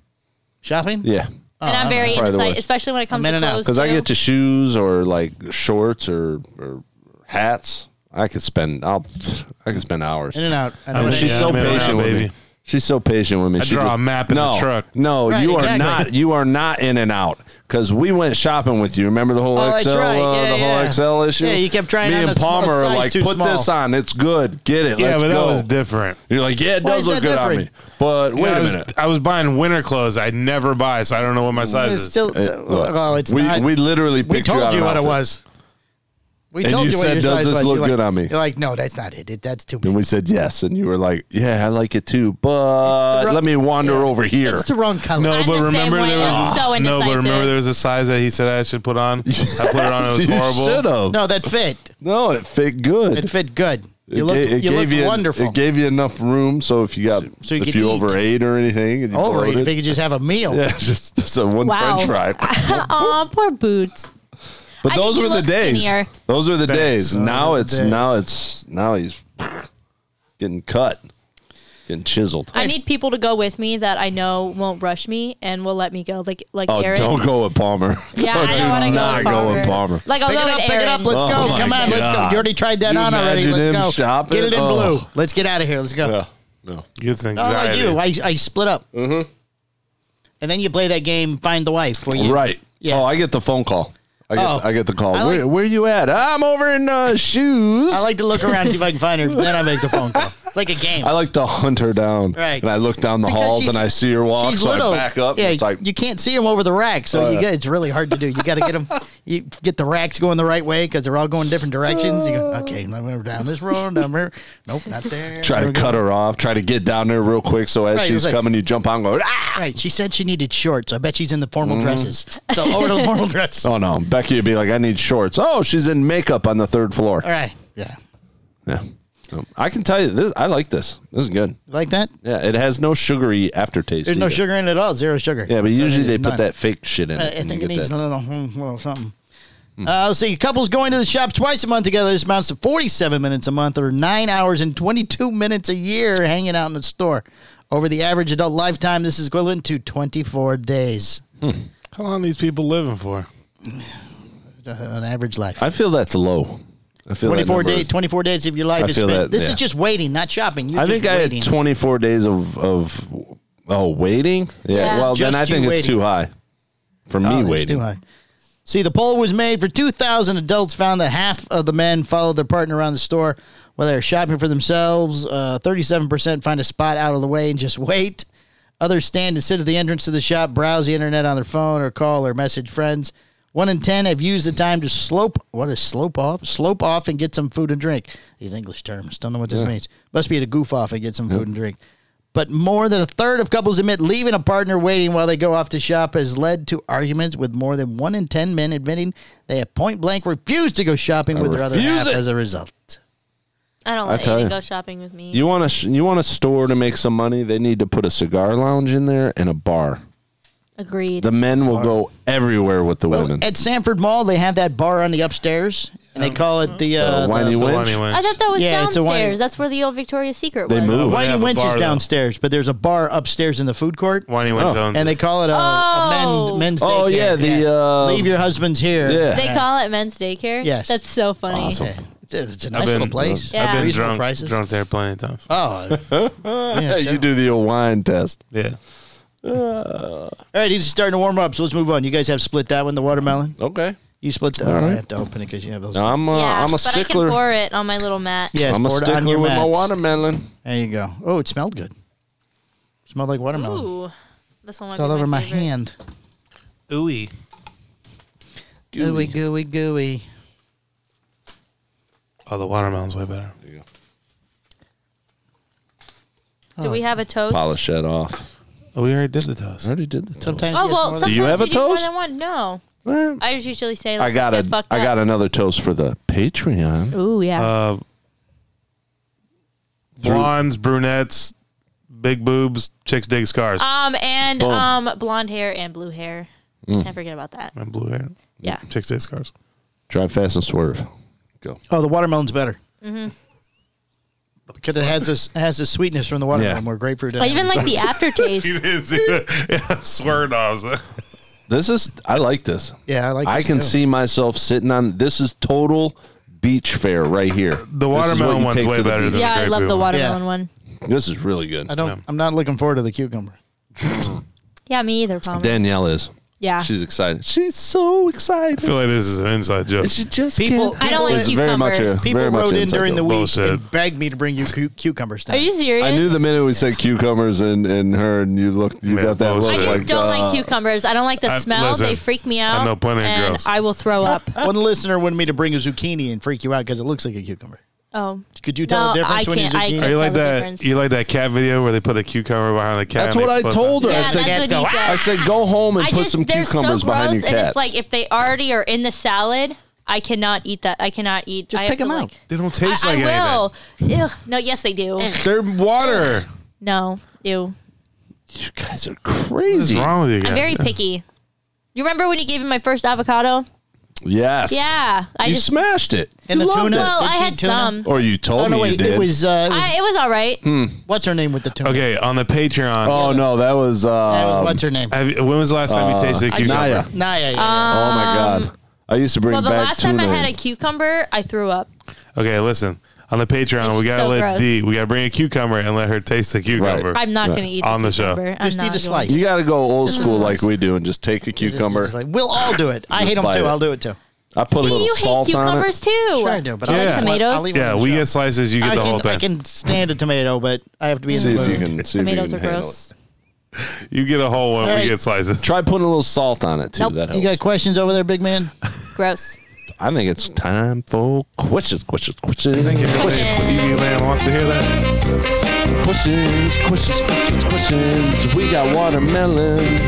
Speaker 8: Shopping?
Speaker 1: Yeah.
Speaker 8: Oh,
Speaker 3: and I'm very
Speaker 1: Probably the
Speaker 3: indecisive,
Speaker 1: worst.
Speaker 3: especially when it comes
Speaker 8: I'm
Speaker 3: to
Speaker 8: in and out,
Speaker 3: clothes.
Speaker 1: Because I
Speaker 3: too.
Speaker 1: get to shoes or like shorts or, or hats. I could spend. I'll. I could spend hours.
Speaker 8: In and out. I know
Speaker 1: And
Speaker 5: mean,
Speaker 8: what it
Speaker 1: she's
Speaker 8: is.
Speaker 5: yeah,
Speaker 1: so
Speaker 5: I'm in and
Speaker 1: patient
Speaker 5: out,
Speaker 1: with me.
Speaker 5: baby.
Speaker 1: She's so patient with me. I
Speaker 5: draw a map in the
Speaker 1: no,
Speaker 5: truck.
Speaker 1: No,
Speaker 8: Right,
Speaker 1: you are
Speaker 8: exactly.
Speaker 1: not. You are not in and out because we went shopping with you. Remember the whole
Speaker 8: Oh, that's
Speaker 1: XL,
Speaker 8: right.
Speaker 1: uh,
Speaker 8: Yeah,
Speaker 1: the
Speaker 8: yeah.
Speaker 1: whole XL issue.
Speaker 8: Yeah, you kept trying
Speaker 1: Me
Speaker 8: on a
Speaker 1: and
Speaker 8: small
Speaker 1: Palmer are
Speaker 8: size
Speaker 1: like,
Speaker 8: too
Speaker 1: put
Speaker 8: small."
Speaker 1: this on. It's good. Get it.
Speaker 5: Yeah,
Speaker 1: Let's
Speaker 5: but
Speaker 1: go.
Speaker 5: that was different.
Speaker 1: You're like, yeah, it
Speaker 8: Why
Speaker 1: does
Speaker 8: is
Speaker 1: look
Speaker 8: that
Speaker 1: good on me.
Speaker 8: different?
Speaker 1: But wait
Speaker 5: I
Speaker 1: a
Speaker 5: was,
Speaker 1: minute.
Speaker 5: I was buying winter clothes. I never buy, so I don't know what my size
Speaker 8: It's
Speaker 5: is.
Speaker 8: still.
Speaker 1: It- Uh, look,
Speaker 8: uh, well, it's
Speaker 1: we
Speaker 8: not.
Speaker 1: we literally
Speaker 8: we
Speaker 1: picked you
Speaker 8: told
Speaker 1: out
Speaker 8: you
Speaker 1: an
Speaker 8: what it
Speaker 1: outfit.
Speaker 8: was. We
Speaker 1: And
Speaker 8: told
Speaker 1: you
Speaker 8: you what
Speaker 1: said,
Speaker 8: your
Speaker 1: "Does
Speaker 8: size
Speaker 1: this
Speaker 8: was."
Speaker 1: look
Speaker 8: You're like-
Speaker 1: good on me?
Speaker 8: You're like, no, that's not it. it that's too
Speaker 1: And
Speaker 8: big.
Speaker 1: we said yes, and you were like, "Yeah, I like it too, but
Speaker 8: It's the-
Speaker 1: let me wander
Speaker 8: yeah.
Speaker 1: over here."
Speaker 8: It's the wrong color.
Speaker 5: No,
Speaker 3: I'm
Speaker 5: but
Speaker 3: the same
Speaker 5: remember
Speaker 3: way.
Speaker 5: there
Speaker 3: I'm
Speaker 5: was
Speaker 3: so
Speaker 5: no, but remember
Speaker 3: indecisive.
Speaker 5: there was a size that he said I should put on. I put it on. It was
Speaker 1: You should
Speaker 5: horrible.
Speaker 1: have.
Speaker 8: No, that fit.
Speaker 1: No, it fit good.
Speaker 8: It fit good. You
Speaker 1: ga-
Speaker 8: look. You look
Speaker 1: you
Speaker 8: wonderful.
Speaker 1: It gave you enough room, so if you got
Speaker 8: so you
Speaker 1: if
Speaker 8: could
Speaker 1: you
Speaker 8: eat.
Speaker 1: overate or anything, and you
Speaker 8: Over it. If you
Speaker 1: bloated-
Speaker 8: could just have a meal.
Speaker 1: yeah, just, just a one
Speaker 3: Wow.
Speaker 1: French fry.
Speaker 3: Aw, poor boots.
Speaker 1: But
Speaker 3: I
Speaker 1: those
Speaker 3: think you
Speaker 1: were the
Speaker 3: look
Speaker 1: days.
Speaker 3: skinnier.
Speaker 1: Those were the days. Now it's
Speaker 8: days.
Speaker 1: now it's now he's getting cut, getting chiseled.
Speaker 3: I need people to go with me that I know won't rush me and will let me go. Like like
Speaker 1: oh,
Speaker 3: Aaron.
Speaker 1: don't go with Palmer.
Speaker 3: Yeah,
Speaker 1: Don't
Speaker 3: I
Speaker 1: you
Speaker 3: don't want to
Speaker 1: not
Speaker 3: go with
Speaker 1: go with Palmer.
Speaker 3: Like I'll
Speaker 8: Pick
Speaker 3: go
Speaker 8: it up,
Speaker 3: with
Speaker 8: pick it up.
Speaker 3: Aaron.
Speaker 8: Let's
Speaker 1: Oh
Speaker 8: go.
Speaker 1: my
Speaker 8: Come on, let's go.
Speaker 1: God.
Speaker 8: You already tried that
Speaker 1: You
Speaker 8: on already.
Speaker 1: imagine
Speaker 8: Let's
Speaker 1: him
Speaker 8: go.
Speaker 1: shopping?
Speaker 8: Get it in
Speaker 1: Oh.
Speaker 8: blue. Let's get out of here. Let's go.
Speaker 1: Yeah, no.
Speaker 5: Gets
Speaker 8: Not like
Speaker 5: anxiety.
Speaker 8: you. I, I split up. Mm-hmm. And then you play that game, find the wife. Where you,
Speaker 1: Right.
Speaker 8: Yeah.
Speaker 1: Oh, I get the phone call. I get,
Speaker 8: Oh.
Speaker 1: I get the call.
Speaker 8: I
Speaker 1: where,
Speaker 8: like-
Speaker 1: where you at? I'm over in uh, shoes.
Speaker 8: I like to look around see if I can find her. Then I make the phone call. It's like a game.
Speaker 1: I like to hunt her down.
Speaker 8: Right.
Speaker 1: And I look down the
Speaker 8: Because
Speaker 1: halls
Speaker 8: she's-
Speaker 1: and I see her walk.
Speaker 8: She's
Speaker 1: So
Speaker 8: little.
Speaker 1: I back up.
Speaker 8: Yeah,
Speaker 1: and it's like,
Speaker 8: you can't see them over the rack, so
Speaker 1: Oh,
Speaker 8: you
Speaker 1: yeah.
Speaker 8: get, it's really hard to do. You got to get them. You get the racks going the right way because they're all going different directions. You go, okay, now we're down this road, down here. Nope, not there.
Speaker 1: Oh. try
Speaker 8: Here
Speaker 1: to
Speaker 8: we go.
Speaker 1: cut her off. Try to get down there real quick. So as
Speaker 8: Right,
Speaker 1: she's
Speaker 8: it's like-
Speaker 1: coming, you jump on and go, ah!
Speaker 8: Right, she said she needed shorts. I bet she's in the formal dresses. So over to the formal dress. All
Speaker 1: Mm-hmm. Oh, no. Becky would be like, I need shorts. Oh, she's in makeup on the third floor.
Speaker 8: right, yeah,
Speaker 1: Yeah. So, I can tell you, this. I like this. This is good.
Speaker 8: You like that.
Speaker 1: Yeah. It has no sugary aftertaste.
Speaker 8: There's no
Speaker 1: either.
Speaker 8: sugar in it at all. Zero sugar.
Speaker 1: Yeah, but
Speaker 8: So
Speaker 1: usually they put
Speaker 8: none.
Speaker 1: that fake shit in
Speaker 8: I-
Speaker 1: it.
Speaker 8: Uh, I
Speaker 1: and you
Speaker 8: think it
Speaker 1: get
Speaker 8: needs
Speaker 1: that.
Speaker 8: a little, hmm, little something. Uh, let's see. Couples going to the shop twice a month together. This amounts to 47 minutes a month or 9 hours and 22 minutes a year hanging out in the store. Over the average adult lifetime, this is equivalent to 24 days.
Speaker 5: How long are these people living for?
Speaker 8: Uh, an average life.
Speaker 1: I feel that's low. I feel that
Speaker 8: 24
Speaker 1: number-
Speaker 8: days, 24 days of your life
Speaker 1: I
Speaker 8: is
Speaker 1: feel
Speaker 8: spent.
Speaker 1: that,
Speaker 8: this
Speaker 1: yeah.
Speaker 8: is just waiting, not shopping. You're
Speaker 1: I think
Speaker 8: just
Speaker 1: I
Speaker 8: waiting.
Speaker 1: had 24 days of of oh waiting.
Speaker 3: Yeah.
Speaker 1: Well, then
Speaker 8: Just
Speaker 1: I
Speaker 8: you
Speaker 1: think it's
Speaker 8: waiting.
Speaker 1: too high for
Speaker 8: Oh,
Speaker 1: me
Speaker 8: that's
Speaker 1: waiting.
Speaker 8: too high. See, the poll was made for 2,000 adults. Found that half of the men followed their partner around the store while they're shopping for themselves. Uh, 37% find a spot out of the way and just wait. Others stand and sit at the entrance to the shop, browse the internet on their phone, or call or message friends. One in ten have used the time to slope. What is slope off? Slope off and get some food and drink. These English terms. Don't know what this means. Must be to goof off and get some food and drink. But more than a third of couples admit leaving a partner waiting while they go off to shop has led to arguments, with more than one in ten men admitting they have point blank refused to go shopping with their other
Speaker 1: refuse
Speaker 8: half
Speaker 1: it.
Speaker 8: as a result.
Speaker 3: I don't
Speaker 1: I
Speaker 3: let
Speaker 1: tell
Speaker 3: Aiden
Speaker 1: you.
Speaker 3: go shopping with me.
Speaker 1: You want a sh- you want a store to make some money? They need to put a cigar lounge in there and a bar.
Speaker 3: Agreed.
Speaker 1: The men will go everywhere with the
Speaker 8: Well,
Speaker 1: women.
Speaker 8: at Sanford Mall, they have that bar on the upstairs, and they call it the uh,
Speaker 1: Uh, wine
Speaker 8: the-
Speaker 1: you
Speaker 5: So
Speaker 1: winch?
Speaker 5: Lonnie
Speaker 3: I
Speaker 5: went.
Speaker 3: thought that was
Speaker 8: Yeah, it's a wine-
Speaker 3: downstairs. That's where the old Victoria's Secret
Speaker 1: They
Speaker 3: was.
Speaker 1: moved.
Speaker 5: They
Speaker 8: Wine
Speaker 5: have
Speaker 8: and
Speaker 5: a
Speaker 8: Winch
Speaker 5: bar,
Speaker 8: is
Speaker 5: though.
Speaker 8: downstairs, but there's a bar upstairs in the food court,
Speaker 5: Lonnie went.
Speaker 1: Oh.
Speaker 5: owns
Speaker 8: and
Speaker 5: it.
Speaker 8: they call it a, a men,
Speaker 3: Oh.
Speaker 8: men's.
Speaker 1: Oh,
Speaker 8: daycare.
Speaker 1: yeah, the, uh,
Speaker 8: leave your husbands here.
Speaker 1: yeah.
Speaker 3: They call it men's daycare.
Speaker 8: Yes.
Speaker 3: that's so funny.
Speaker 1: Awesome.
Speaker 8: Yeah. It's, a- it's a nice
Speaker 5: I've been,
Speaker 8: little place.
Speaker 3: Yeah.
Speaker 5: I've been
Speaker 8: Reasonable
Speaker 5: drunk,
Speaker 8: prices.
Speaker 5: drunk there plenty of times.
Speaker 8: Oh, yeah, it's-
Speaker 1: you do the old wine test.
Speaker 5: Yeah.
Speaker 8: all right. He's starting to warm up, so let's move on. You guys have split that one, the watermelon.
Speaker 1: Okay.
Speaker 8: You split. The,
Speaker 1: All
Speaker 8: oh, I
Speaker 1: right.
Speaker 8: have to open it because you have those.
Speaker 1: I'm a,
Speaker 3: yeah,
Speaker 1: I'm a
Speaker 3: but I
Speaker 1: stickler.
Speaker 3: can pour it on my little mat.
Speaker 8: Yes,
Speaker 1: I'm a
Speaker 8: pour it on
Speaker 1: stickler
Speaker 8: your
Speaker 1: with my
Speaker 8: mats.
Speaker 1: watermelon.
Speaker 8: There you go. Oh, it smelled good. Smelled like watermelon.
Speaker 3: Ooh, this one might
Speaker 8: it's all
Speaker 3: be
Speaker 8: over my
Speaker 3: favorite.
Speaker 8: hand.
Speaker 5: Ooey.
Speaker 8: Gooey, gooey, gooey.
Speaker 5: Oh, the watermelon's way better.
Speaker 3: Do
Speaker 8: Oh.
Speaker 3: we have a toast?
Speaker 1: Polish that off.
Speaker 5: Oh, we already did the
Speaker 1: I
Speaker 5: toast.
Speaker 1: already did the toast.
Speaker 8: Sometimes.
Speaker 3: Oh
Speaker 8: you get
Speaker 3: well,
Speaker 8: more
Speaker 3: sometimes
Speaker 1: Do you have a
Speaker 3: do more
Speaker 1: toast?
Speaker 3: than one. No,
Speaker 1: Well,
Speaker 3: I just usually say
Speaker 1: I
Speaker 3: Let's
Speaker 1: got
Speaker 3: just
Speaker 1: a
Speaker 3: get fucked
Speaker 1: I got
Speaker 3: up.
Speaker 1: another toast for the Patreon.
Speaker 3: Ooh yeah.
Speaker 5: Uh, blondes, brunettes, big boobs, chicks dig scars,
Speaker 3: um and
Speaker 1: boom. Mm.
Speaker 3: um blonde hair and blue hair. Can't forget about that.
Speaker 5: and blue hair.
Speaker 3: Yeah.
Speaker 5: Chicks dig scars.
Speaker 1: Drive fast and swerve. Go.
Speaker 8: Oh, the watermelon's better.
Speaker 3: Mm-hmm.
Speaker 8: Because it has this has this sweetness from the watermelon
Speaker 1: Yeah.
Speaker 8: where grapefruit.
Speaker 3: I even like the aftertaste.
Speaker 5: You didn't see that? Yeah, swear dogs.
Speaker 1: This is I like this.
Speaker 8: Yeah, I like.
Speaker 1: I
Speaker 8: this
Speaker 1: can
Speaker 8: too.
Speaker 1: see myself sitting on this is total beach fare right here.
Speaker 5: The watermelon one's way better than
Speaker 3: yeah, I love the watermelon
Speaker 8: Yeah.
Speaker 3: one.
Speaker 1: than This is really good.
Speaker 8: I don't. I'm not looking forward to the cucumber.
Speaker 3: Yeah, me either. Probably.
Speaker 1: Danielle is.
Speaker 3: yeah.
Speaker 1: She's excited. She's so
Speaker 5: I
Speaker 1: excited.
Speaker 5: feel like this is an inside joke.
Speaker 1: She just
Speaker 8: People-
Speaker 1: can't-
Speaker 3: I don't like
Speaker 1: It's very much a,
Speaker 3: cucumbers.
Speaker 8: People
Speaker 1: very much
Speaker 8: rode
Speaker 1: an
Speaker 8: in
Speaker 1: inside
Speaker 8: during the
Speaker 1: joke.
Speaker 8: week and
Speaker 5: Bullshit.
Speaker 8: begged me to bring you cu- cucumbers. Down.
Speaker 3: Are you serious?
Speaker 1: I knew the minute we said cucumbers and, and her and you looked you
Speaker 5: Yeah,
Speaker 1: got that look
Speaker 5: bullshit.
Speaker 3: I just
Speaker 1: like
Speaker 3: don't like
Speaker 1: uh,
Speaker 3: cucumbers. I don't like the
Speaker 5: I-
Speaker 3: smell. they
Speaker 5: listen,
Speaker 3: freak me out.
Speaker 5: know plenty of
Speaker 3: and
Speaker 5: girls.
Speaker 3: I will throw up.
Speaker 8: One listener wanted me to bring a zucchini and freak you out because it looks like a cucumber.
Speaker 3: Oh.
Speaker 8: Could you tell
Speaker 3: No,
Speaker 8: the
Speaker 3: I
Speaker 8: difference when you
Speaker 3: can't- I
Speaker 8: zucchini?
Speaker 5: Are you
Speaker 3: Tell
Speaker 5: like
Speaker 3: the
Speaker 5: that?
Speaker 3: difference.
Speaker 5: You like that cat video where they put a cucumber behind the cat?
Speaker 1: That's
Speaker 5: and
Speaker 1: what
Speaker 5: they
Speaker 1: I
Speaker 5: flip
Speaker 1: told
Speaker 5: it?
Speaker 1: her.
Speaker 3: Yeah,
Speaker 1: I said
Speaker 3: that's what he said.
Speaker 1: I said go home and
Speaker 3: I
Speaker 1: put
Speaker 3: just
Speaker 1: some
Speaker 3: they're so
Speaker 1: cucumbers
Speaker 3: gross,
Speaker 1: behind
Speaker 3: and
Speaker 1: your cats.
Speaker 3: it's like if they already are in the salad, I cannot eat that. I cannot eat.
Speaker 8: Just
Speaker 3: I have
Speaker 8: pick 'em
Speaker 3: to,
Speaker 8: out.
Speaker 3: like-
Speaker 5: They don't
Speaker 3: I,
Speaker 5: taste
Speaker 3: I
Speaker 5: like
Speaker 3: will. Ew. No, yes, they do.
Speaker 8: Eh.
Speaker 5: anything. They're water.
Speaker 3: No, ew.
Speaker 1: you guys are
Speaker 5: What's
Speaker 1: crazy.
Speaker 5: wrong with you guys?
Speaker 3: I'm very picky. You remember when you gave me my first avocado?
Speaker 1: Yes.
Speaker 3: Yeah, I
Speaker 1: you
Speaker 3: just
Speaker 1: smashed it.
Speaker 8: And
Speaker 1: You
Speaker 8: the
Speaker 1: loved
Speaker 8: tuna?
Speaker 1: it.
Speaker 3: well,
Speaker 8: Did
Speaker 3: I
Speaker 8: you
Speaker 3: had
Speaker 8: tuna?
Speaker 3: some.
Speaker 1: Or you told
Speaker 8: Oh
Speaker 1: me
Speaker 8: no,
Speaker 1: you
Speaker 8: wait.
Speaker 1: did.
Speaker 8: It was. Uh, it was
Speaker 3: I, it was all right.
Speaker 1: Hmm,
Speaker 8: what's her name with the tuna?
Speaker 5: Okay, on the Patreon.
Speaker 1: oh no, that was. Uh,
Speaker 8: That was- what's her name?
Speaker 5: Have you, when was the last time you tasted a cucumber?
Speaker 1: Naya.
Speaker 8: Naya.
Speaker 3: um,
Speaker 8: yeah.
Speaker 1: oh my god. I used to bring
Speaker 3: Well, the
Speaker 1: back
Speaker 3: last
Speaker 1: tuna.
Speaker 3: time I had a cucumber, I threw up.
Speaker 5: Okay, listen. On the Patreon,
Speaker 3: It's
Speaker 5: we gotta
Speaker 3: so
Speaker 5: let
Speaker 3: gross.
Speaker 5: D. We gotta bring a cucumber and let her taste the cucumber.
Speaker 3: I'm not going to eat
Speaker 5: On the show.
Speaker 3: cucumber. I'm
Speaker 8: Just eat
Speaker 3: not
Speaker 8: a
Speaker 3: going.
Speaker 8: slice.
Speaker 1: you got to go old school like we do and just take a
Speaker 8: Just- just
Speaker 1: cucumber.
Speaker 8: like, we'll all do it. I hate them
Speaker 1: bite
Speaker 8: too.
Speaker 1: it.
Speaker 8: I'll do it too.
Speaker 1: I put a
Speaker 3: See,
Speaker 1: little
Speaker 3: you hate
Speaker 1: salt on it.
Speaker 3: cucumbers too.
Speaker 8: Sure, I do, but I
Speaker 5: Yeah.
Speaker 8: like
Speaker 3: Tomatoes?
Speaker 8: I'll leave one
Speaker 5: yeah,
Speaker 8: on the
Speaker 5: we
Speaker 8: show.
Speaker 5: get slices. You get
Speaker 8: I
Speaker 5: the
Speaker 8: can,
Speaker 5: whole
Speaker 8: I
Speaker 5: thing.
Speaker 8: can stand a tomato, but I have to be in
Speaker 1: See
Speaker 8: the
Speaker 1: if you
Speaker 8: mood.
Speaker 1: can. See if you
Speaker 3: Tomatoes
Speaker 1: can
Speaker 3: are
Speaker 1: handle
Speaker 3: gross.
Speaker 1: it.
Speaker 5: You get a whole one.
Speaker 8: All right.
Speaker 5: We get slices.
Speaker 1: Try putting a little salt on it too.
Speaker 3: Nope.
Speaker 1: That
Speaker 8: You
Speaker 1: helps.
Speaker 8: got questions over there, big man?
Speaker 3: Gross.
Speaker 1: I think it's time for questions, questions, questions,
Speaker 5: Thank you. TV land wants to hear that.
Speaker 1: questions, questions, questions, questions. We got watermelons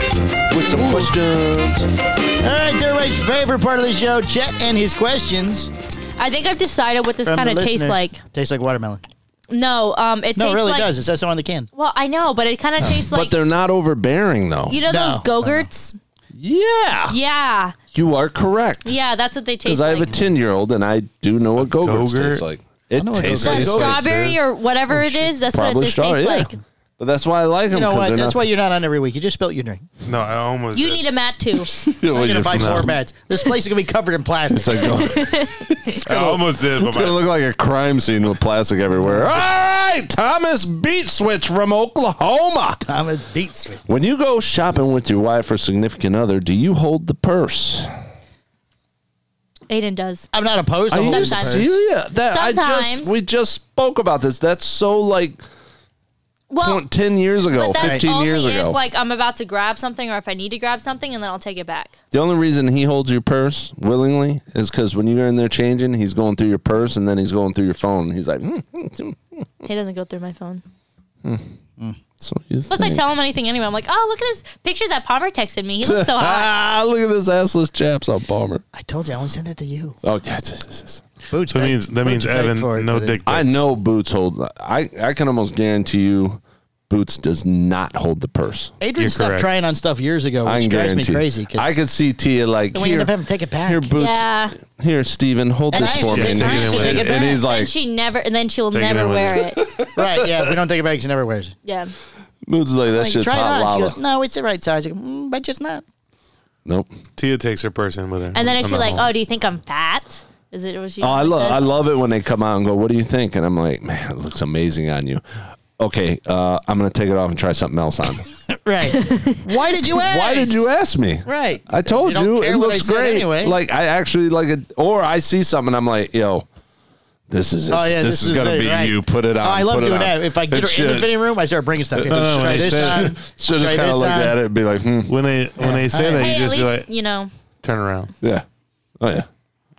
Speaker 1: with some questions.
Speaker 8: All right, everybody's favorite part of the show, Chet and his questions.
Speaker 3: I think I've decided what this
Speaker 8: from
Speaker 3: kind of
Speaker 8: the
Speaker 3: tastes
Speaker 8: listeners.
Speaker 3: like.
Speaker 8: Tastes like watermelon.
Speaker 3: No, um, it
Speaker 8: No,
Speaker 3: tastes
Speaker 8: it really
Speaker 3: like.
Speaker 8: does. It says so on the can.
Speaker 3: Well, I know, but it kind of tastes
Speaker 1: But
Speaker 3: like
Speaker 1: they're not overbearing though.
Speaker 3: you know
Speaker 8: No.
Speaker 3: those Go-Gurts?
Speaker 1: Yeah,
Speaker 3: Yeah,
Speaker 1: you are correct.
Speaker 3: yeah, that's what they taste
Speaker 1: Because I
Speaker 3: like.
Speaker 1: have a ten year old and I do know what go-gurt
Speaker 5: Go-Gurt?
Speaker 1: tastes like. It
Speaker 8: know what
Speaker 1: tastes
Speaker 3: the
Speaker 1: like
Speaker 5: It's
Speaker 1: go-gurt.
Speaker 5: Go-Gurt.
Speaker 3: strawberry or whatever it is, that's what
Speaker 1: Probably
Speaker 3: it tastes
Speaker 1: strawberry. Yeah.
Speaker 3: like.
Speaker 1: But that's why I like them.
Speaker 8: You know what? That's why you're not on every week. You just spilt your drink.
Speaker 5: No, I almost.
Speaker 3: You
Speaker 5: did.
Speaker 3: need a mat too.
Speaker 1: you're
Speaker 8: I'm gonna buy four mats. This place is gonna be covered in plastic.
Speaker 1: It's like going,
Speaker 5: I almost did. But
Speaker 1: it's gonna
Speaker 5: my,
Speaker 1: look like a crime scene with plastic everywhere. All right, Thomas Beat Switch from Oklahoma.
Speaker 8: Thomas beats me.
Speaker 1: When you go shopping with your wife or significant other, do you hold the purse?
Speaker 3: Aiden does.
Speaker 8: I'm not opposed to
Speaker 1: Are
Speaker 8: holding
Speaker 1: you
Speaker 8: the purse.
Speaker 1: serious? That I just
Speaker 3: Sometimes.
Speaker 1: we just spoke about this. That's so like
Speaker 3: Well,
Speaker 1: 20 ten years ago,
Speaker 3: but that's
Speaker 1: fifteen
Speaker 3: only
Speaker 1: years
Speaker 3: if
Speaker 1: ago.
Speaker 3: like I'm about to grab something or if I need to grab something, and then I'll take it back.
Speaker 1: the only reason he holds your purse willingly is because when you're in there changing, he's going through your purse and then he's going through your phone. He's like, hmm, hmm, hmm.
Speaker 3: He doesn't go through my phone.
Speaker 1: so you
Speaker 3: Plus, I
Speaker 1: think.
Speaker 3: tell him anything anyway. I'm like, oh, look at this picture that Palmer texted me. He looks so hot.
Speaker 1: ah, look at this assless chaps on Palmer.
Speaker 8: I told you I only sent it to you.
Speaker 1: Oh yeah, it's- it's- it's-
Speaker 8: Boots.
Speaker 5: so that
Speaker 8: thank-
Speaker 5: means that
Speaker 8: Boots,
Speaker 5: means
Speaker 8: thank
Speaker 5: Evan,
Speaker 8: for it,
Speaker 5: no
Speaker 8: but it-
Speaker 5: dick.
Speaker 1: I
Speaker 5: pics.
Speaker 1: know Boots hold. I I can almost guarantee you, Boots does not hold the purse.
Speaker 8: Adrian
Speaker 5: You're
Speaker 8: stopped
Speaker 5: correct.
Speaker 8: trying on stuff years ago,
Speaker 1: I
Speaker 8: which
Speaker 1: can
Speaker 8: drives me
Speaker 1: guarantee.
Speaker 8: crazy. 'cause
Speaker 1: I could see Tia like
Speaker 8: then we
Speaker 1: here,
Speaker 8: end up having to take it back.
Speaker 1: here, Boots.
Speaker 3: Yeah.
Speaker 1: Here, Steven, hold
Speaker 8: And
Speaker 1: this
Speaker 8: I
Speaker 1: for
Speaker 8: even
Speaker 1: me.
Speaker 8: take
Speaker 5: time to take it
Speaker 1: and
Speaker 8: back.
Speaker 1: he's like,
Speaker 3: and she never, and then she'll
Speaker 5: Take it
Speaker 3: never
Speaker 5: in with
Speaker 3: wear it.
Speaker 8: right? Yeah. If we don't take it back, she never wears it.
Speaker 3: Yeah.
Speaker 1: Boots is like, that
Speaker 8: Like,
Speaker 1: shit's
Speaker 8: try it
Speaker 1: hot
Speaker 8: on. She
Speaker 1: lava.
Speaker 8: goes, no, it's the right size. I go, mm, but just not.
Speaker 1: nope.
Speaker 5: Tia takes her person with her,
Speaker 3: And then if
Speaker 5: I'm
Speaker 3: she
Speaker 5: not
Speaker 3: like,
Speaker 5: home.
Speaker 3: oh, do you think I'm fat? Is it? Was she?
Speaker 1: Oh, I
Speaker 3: like
Speaker 1: love
Speaker 3: this?
Speaker 1: I love it when they come out and go, "What do you think?" And I'm like, "Man, it looks amazing on you." Okay, uh, I'm gonna take it off and try something else on.
Speaker 8: Right. Why did you ask?
Speaker 1: Why did you ask me?
Speaker 8: Right.
Speaker 1: I told
Speaker 8: They don't
Speaker 1: you
Speaker 8: care
Speaker 1: it
Speaker 8: what I
Speaker 1: looks
Speaker 8: said
Speaker 1: great.
Speaker 8: anyway.
Speaker 1: Like I actually like it, or I see something, I'm like, "Yo, this is
Speaker 8: Oh, yeah,
Speaker 1: this,
Speaker 8: this
Speaker 1: is,
Speaker 8: is
Speaker 1: gonna
Speaker 8: it,
Speaker 1: be
Speaker 8: right.
Speaker 1: you. Put it on."
Speaker 8: Oh, I love
Speaker 1: put it Oh,
Speaker 8: doing
Speaker 1: on."
Speaker 8: that. If I get
Speaker 1: And
Speaker 8: her in the
Speaker 1: shit-
Speaker 8: fitting room, I start bringing stuff. Here,
Speaker 5: No, no,
Speaker 8: try
Speaker 5: when
Speaker 8: this
Speaker 5: they say-
Speaker 8: on.
Speaker 1: Should
Speaker 8: Try
Speaker 1: just kind
Speaker 8: this
Speaker 1: of look
Speaker 8: on.
Speaker 1: at it and be like, hmm,
Speaker 5: when they when they say
Speaker 8: Hey,
Speaker 5: that, you
Speaker 3: Hey, at
Speaker 5: just be like,
Speaker 3: least you know.
Speaker 5: turn around.
Speaker 1: yeah, oh yeah,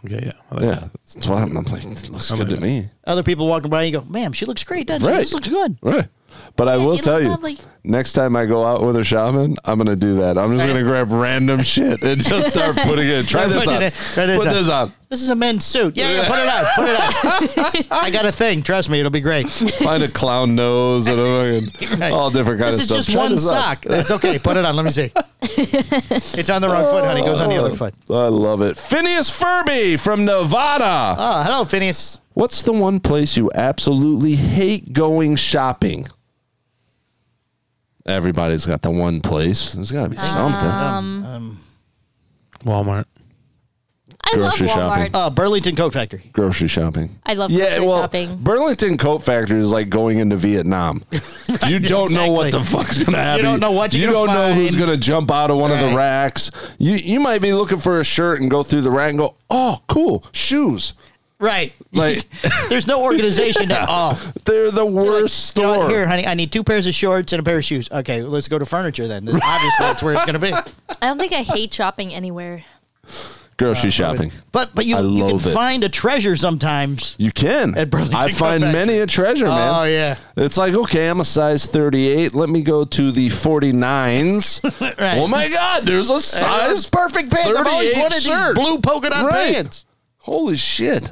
Speaker 5: Okay, yeah, I like that.
Speaker 1: yeah. That's why I'm, I'm like, it looks good to me.
Speaker 8: Other people walking by, you go, "Ma'am, she looks great, doesn't
Speaker 1: Right.
Speaker 8: she? This looks good."
Speaker 1: Right. But I
Speaker 8: Yes,
Speaker 1: will
Speaker 8: you
Speaker 1: tell
Speaker 8: look
Speaker 1: you,
Speaker 8: lovely.
Speaker 1: next time I go out with a shaman, I'm going to do that. I'm just
Speaker 8: Right.
Speaker 1: going to grab random shit and just start putting it. Try
Speaker 8: Start
Speaker 1: this
Speaker 8: putting
Speaker 1: on.
Speaker 8: it- try this
Speaker 1: Put
Speaker 8: on.
Speaker 1: this on.
Speaker 8: This is a men's suit. Yeah, yeah, put it on. Put it on. I got a thing. Trust me, it'll be great.
Speaker 1: Find a clown nose and a fucking-
Speaker 8: Right.
Speaker 1: all different kinds
Speaker 8: This
Speaker 1: of stuff.
Speaker 8: is just
Speaker 1: Try
Speaker 8: one
Speaker 1: this on.
Speaker 8: sock. That's okay. Put it on. Let me see. It's on the wrong foot, honey. It goes on
Speaker 1: Oh.
Speaker 8: the other foot.
Speaker 1: I love it. Phineas Furby from Nevada.
Speaker 8: Oh, hello, Phineas.
Speaker 1: What's the one place you absolutely hate going shopping? Everybody's got the one place. There's got to
Speaker 8: Uh,
Speaker 1: be something.
Speaker 5: Walmart.
Speaker 3: I love
Speaker 1: Grocery
Speaker 3: Walmart.
Speaker 1: shopping.
Speaker 8: Uh, Burlington Coat Factory.
Speaker 1: grocery shopping.
Speaker 3: I love
Speaker 1: yeah,
Speaker 3: grocery
Speaker 1: well,
Speaker 3: shopping.
Speaker 1: Burlington Coat Factory is like going into Vietnam. you don't know what the fuck's gonna happen.
Speaker 8: don't know what you're
Speaker 1: You
Speaker 8: gonna
Speaker 1: don't know who's
Speaker 8: find.
Speaker 1: gonna jump out of one of the
Speaker 8: Right.
Speaker 1: racks. You you might be looking for a shirt and go through the rack and go, oh, cool shoes.
Speaker 8: Right.
Speaker 1: Like
Speaker 8: There's no organization at all.
Speaker 1: they're the worst
Speaker 8: You know what?
Speaker 1: store.
Speaker 8: Here, honey, I need two pairs of shorts and a pair of shoes. Okay, let's go to furniture then. Obviously, that's where it's going to be.
Speaker 3: I don't think I hate shopping anywhere.
Speaker 8: Uh,
Speaker 1: grocery shopping.
Speaker 8: But but you,
Speaker 1: I
Speaker 8: you can
Speaker 1: loathe it.
Speaker 8: find a treasure sometimes.
Speaker 1: You can.
Speaker 8: At Burlington
Speaker 1: I
Speaker 8: Coat
Speaker 1: find
Speaker 8: Factory.
Speaker 1: many a treasure, man.
Speaker 8: Oh yeah,
Speaker 1: It's like, okay, I'm a size 38. Let me go to the 49s.
Speaker 8: Right.
Speaker 1: Oh my God, there's a size
Speaker 8: Those perfect pants. I've always
Speaker 1: 38
Speaker 8: wanted
Speaker 1: shirt.
Speaker 8: these blue polka dot
Speaker 1: Right.
Speaker 8: pants.
Speaker 1: Holy shit.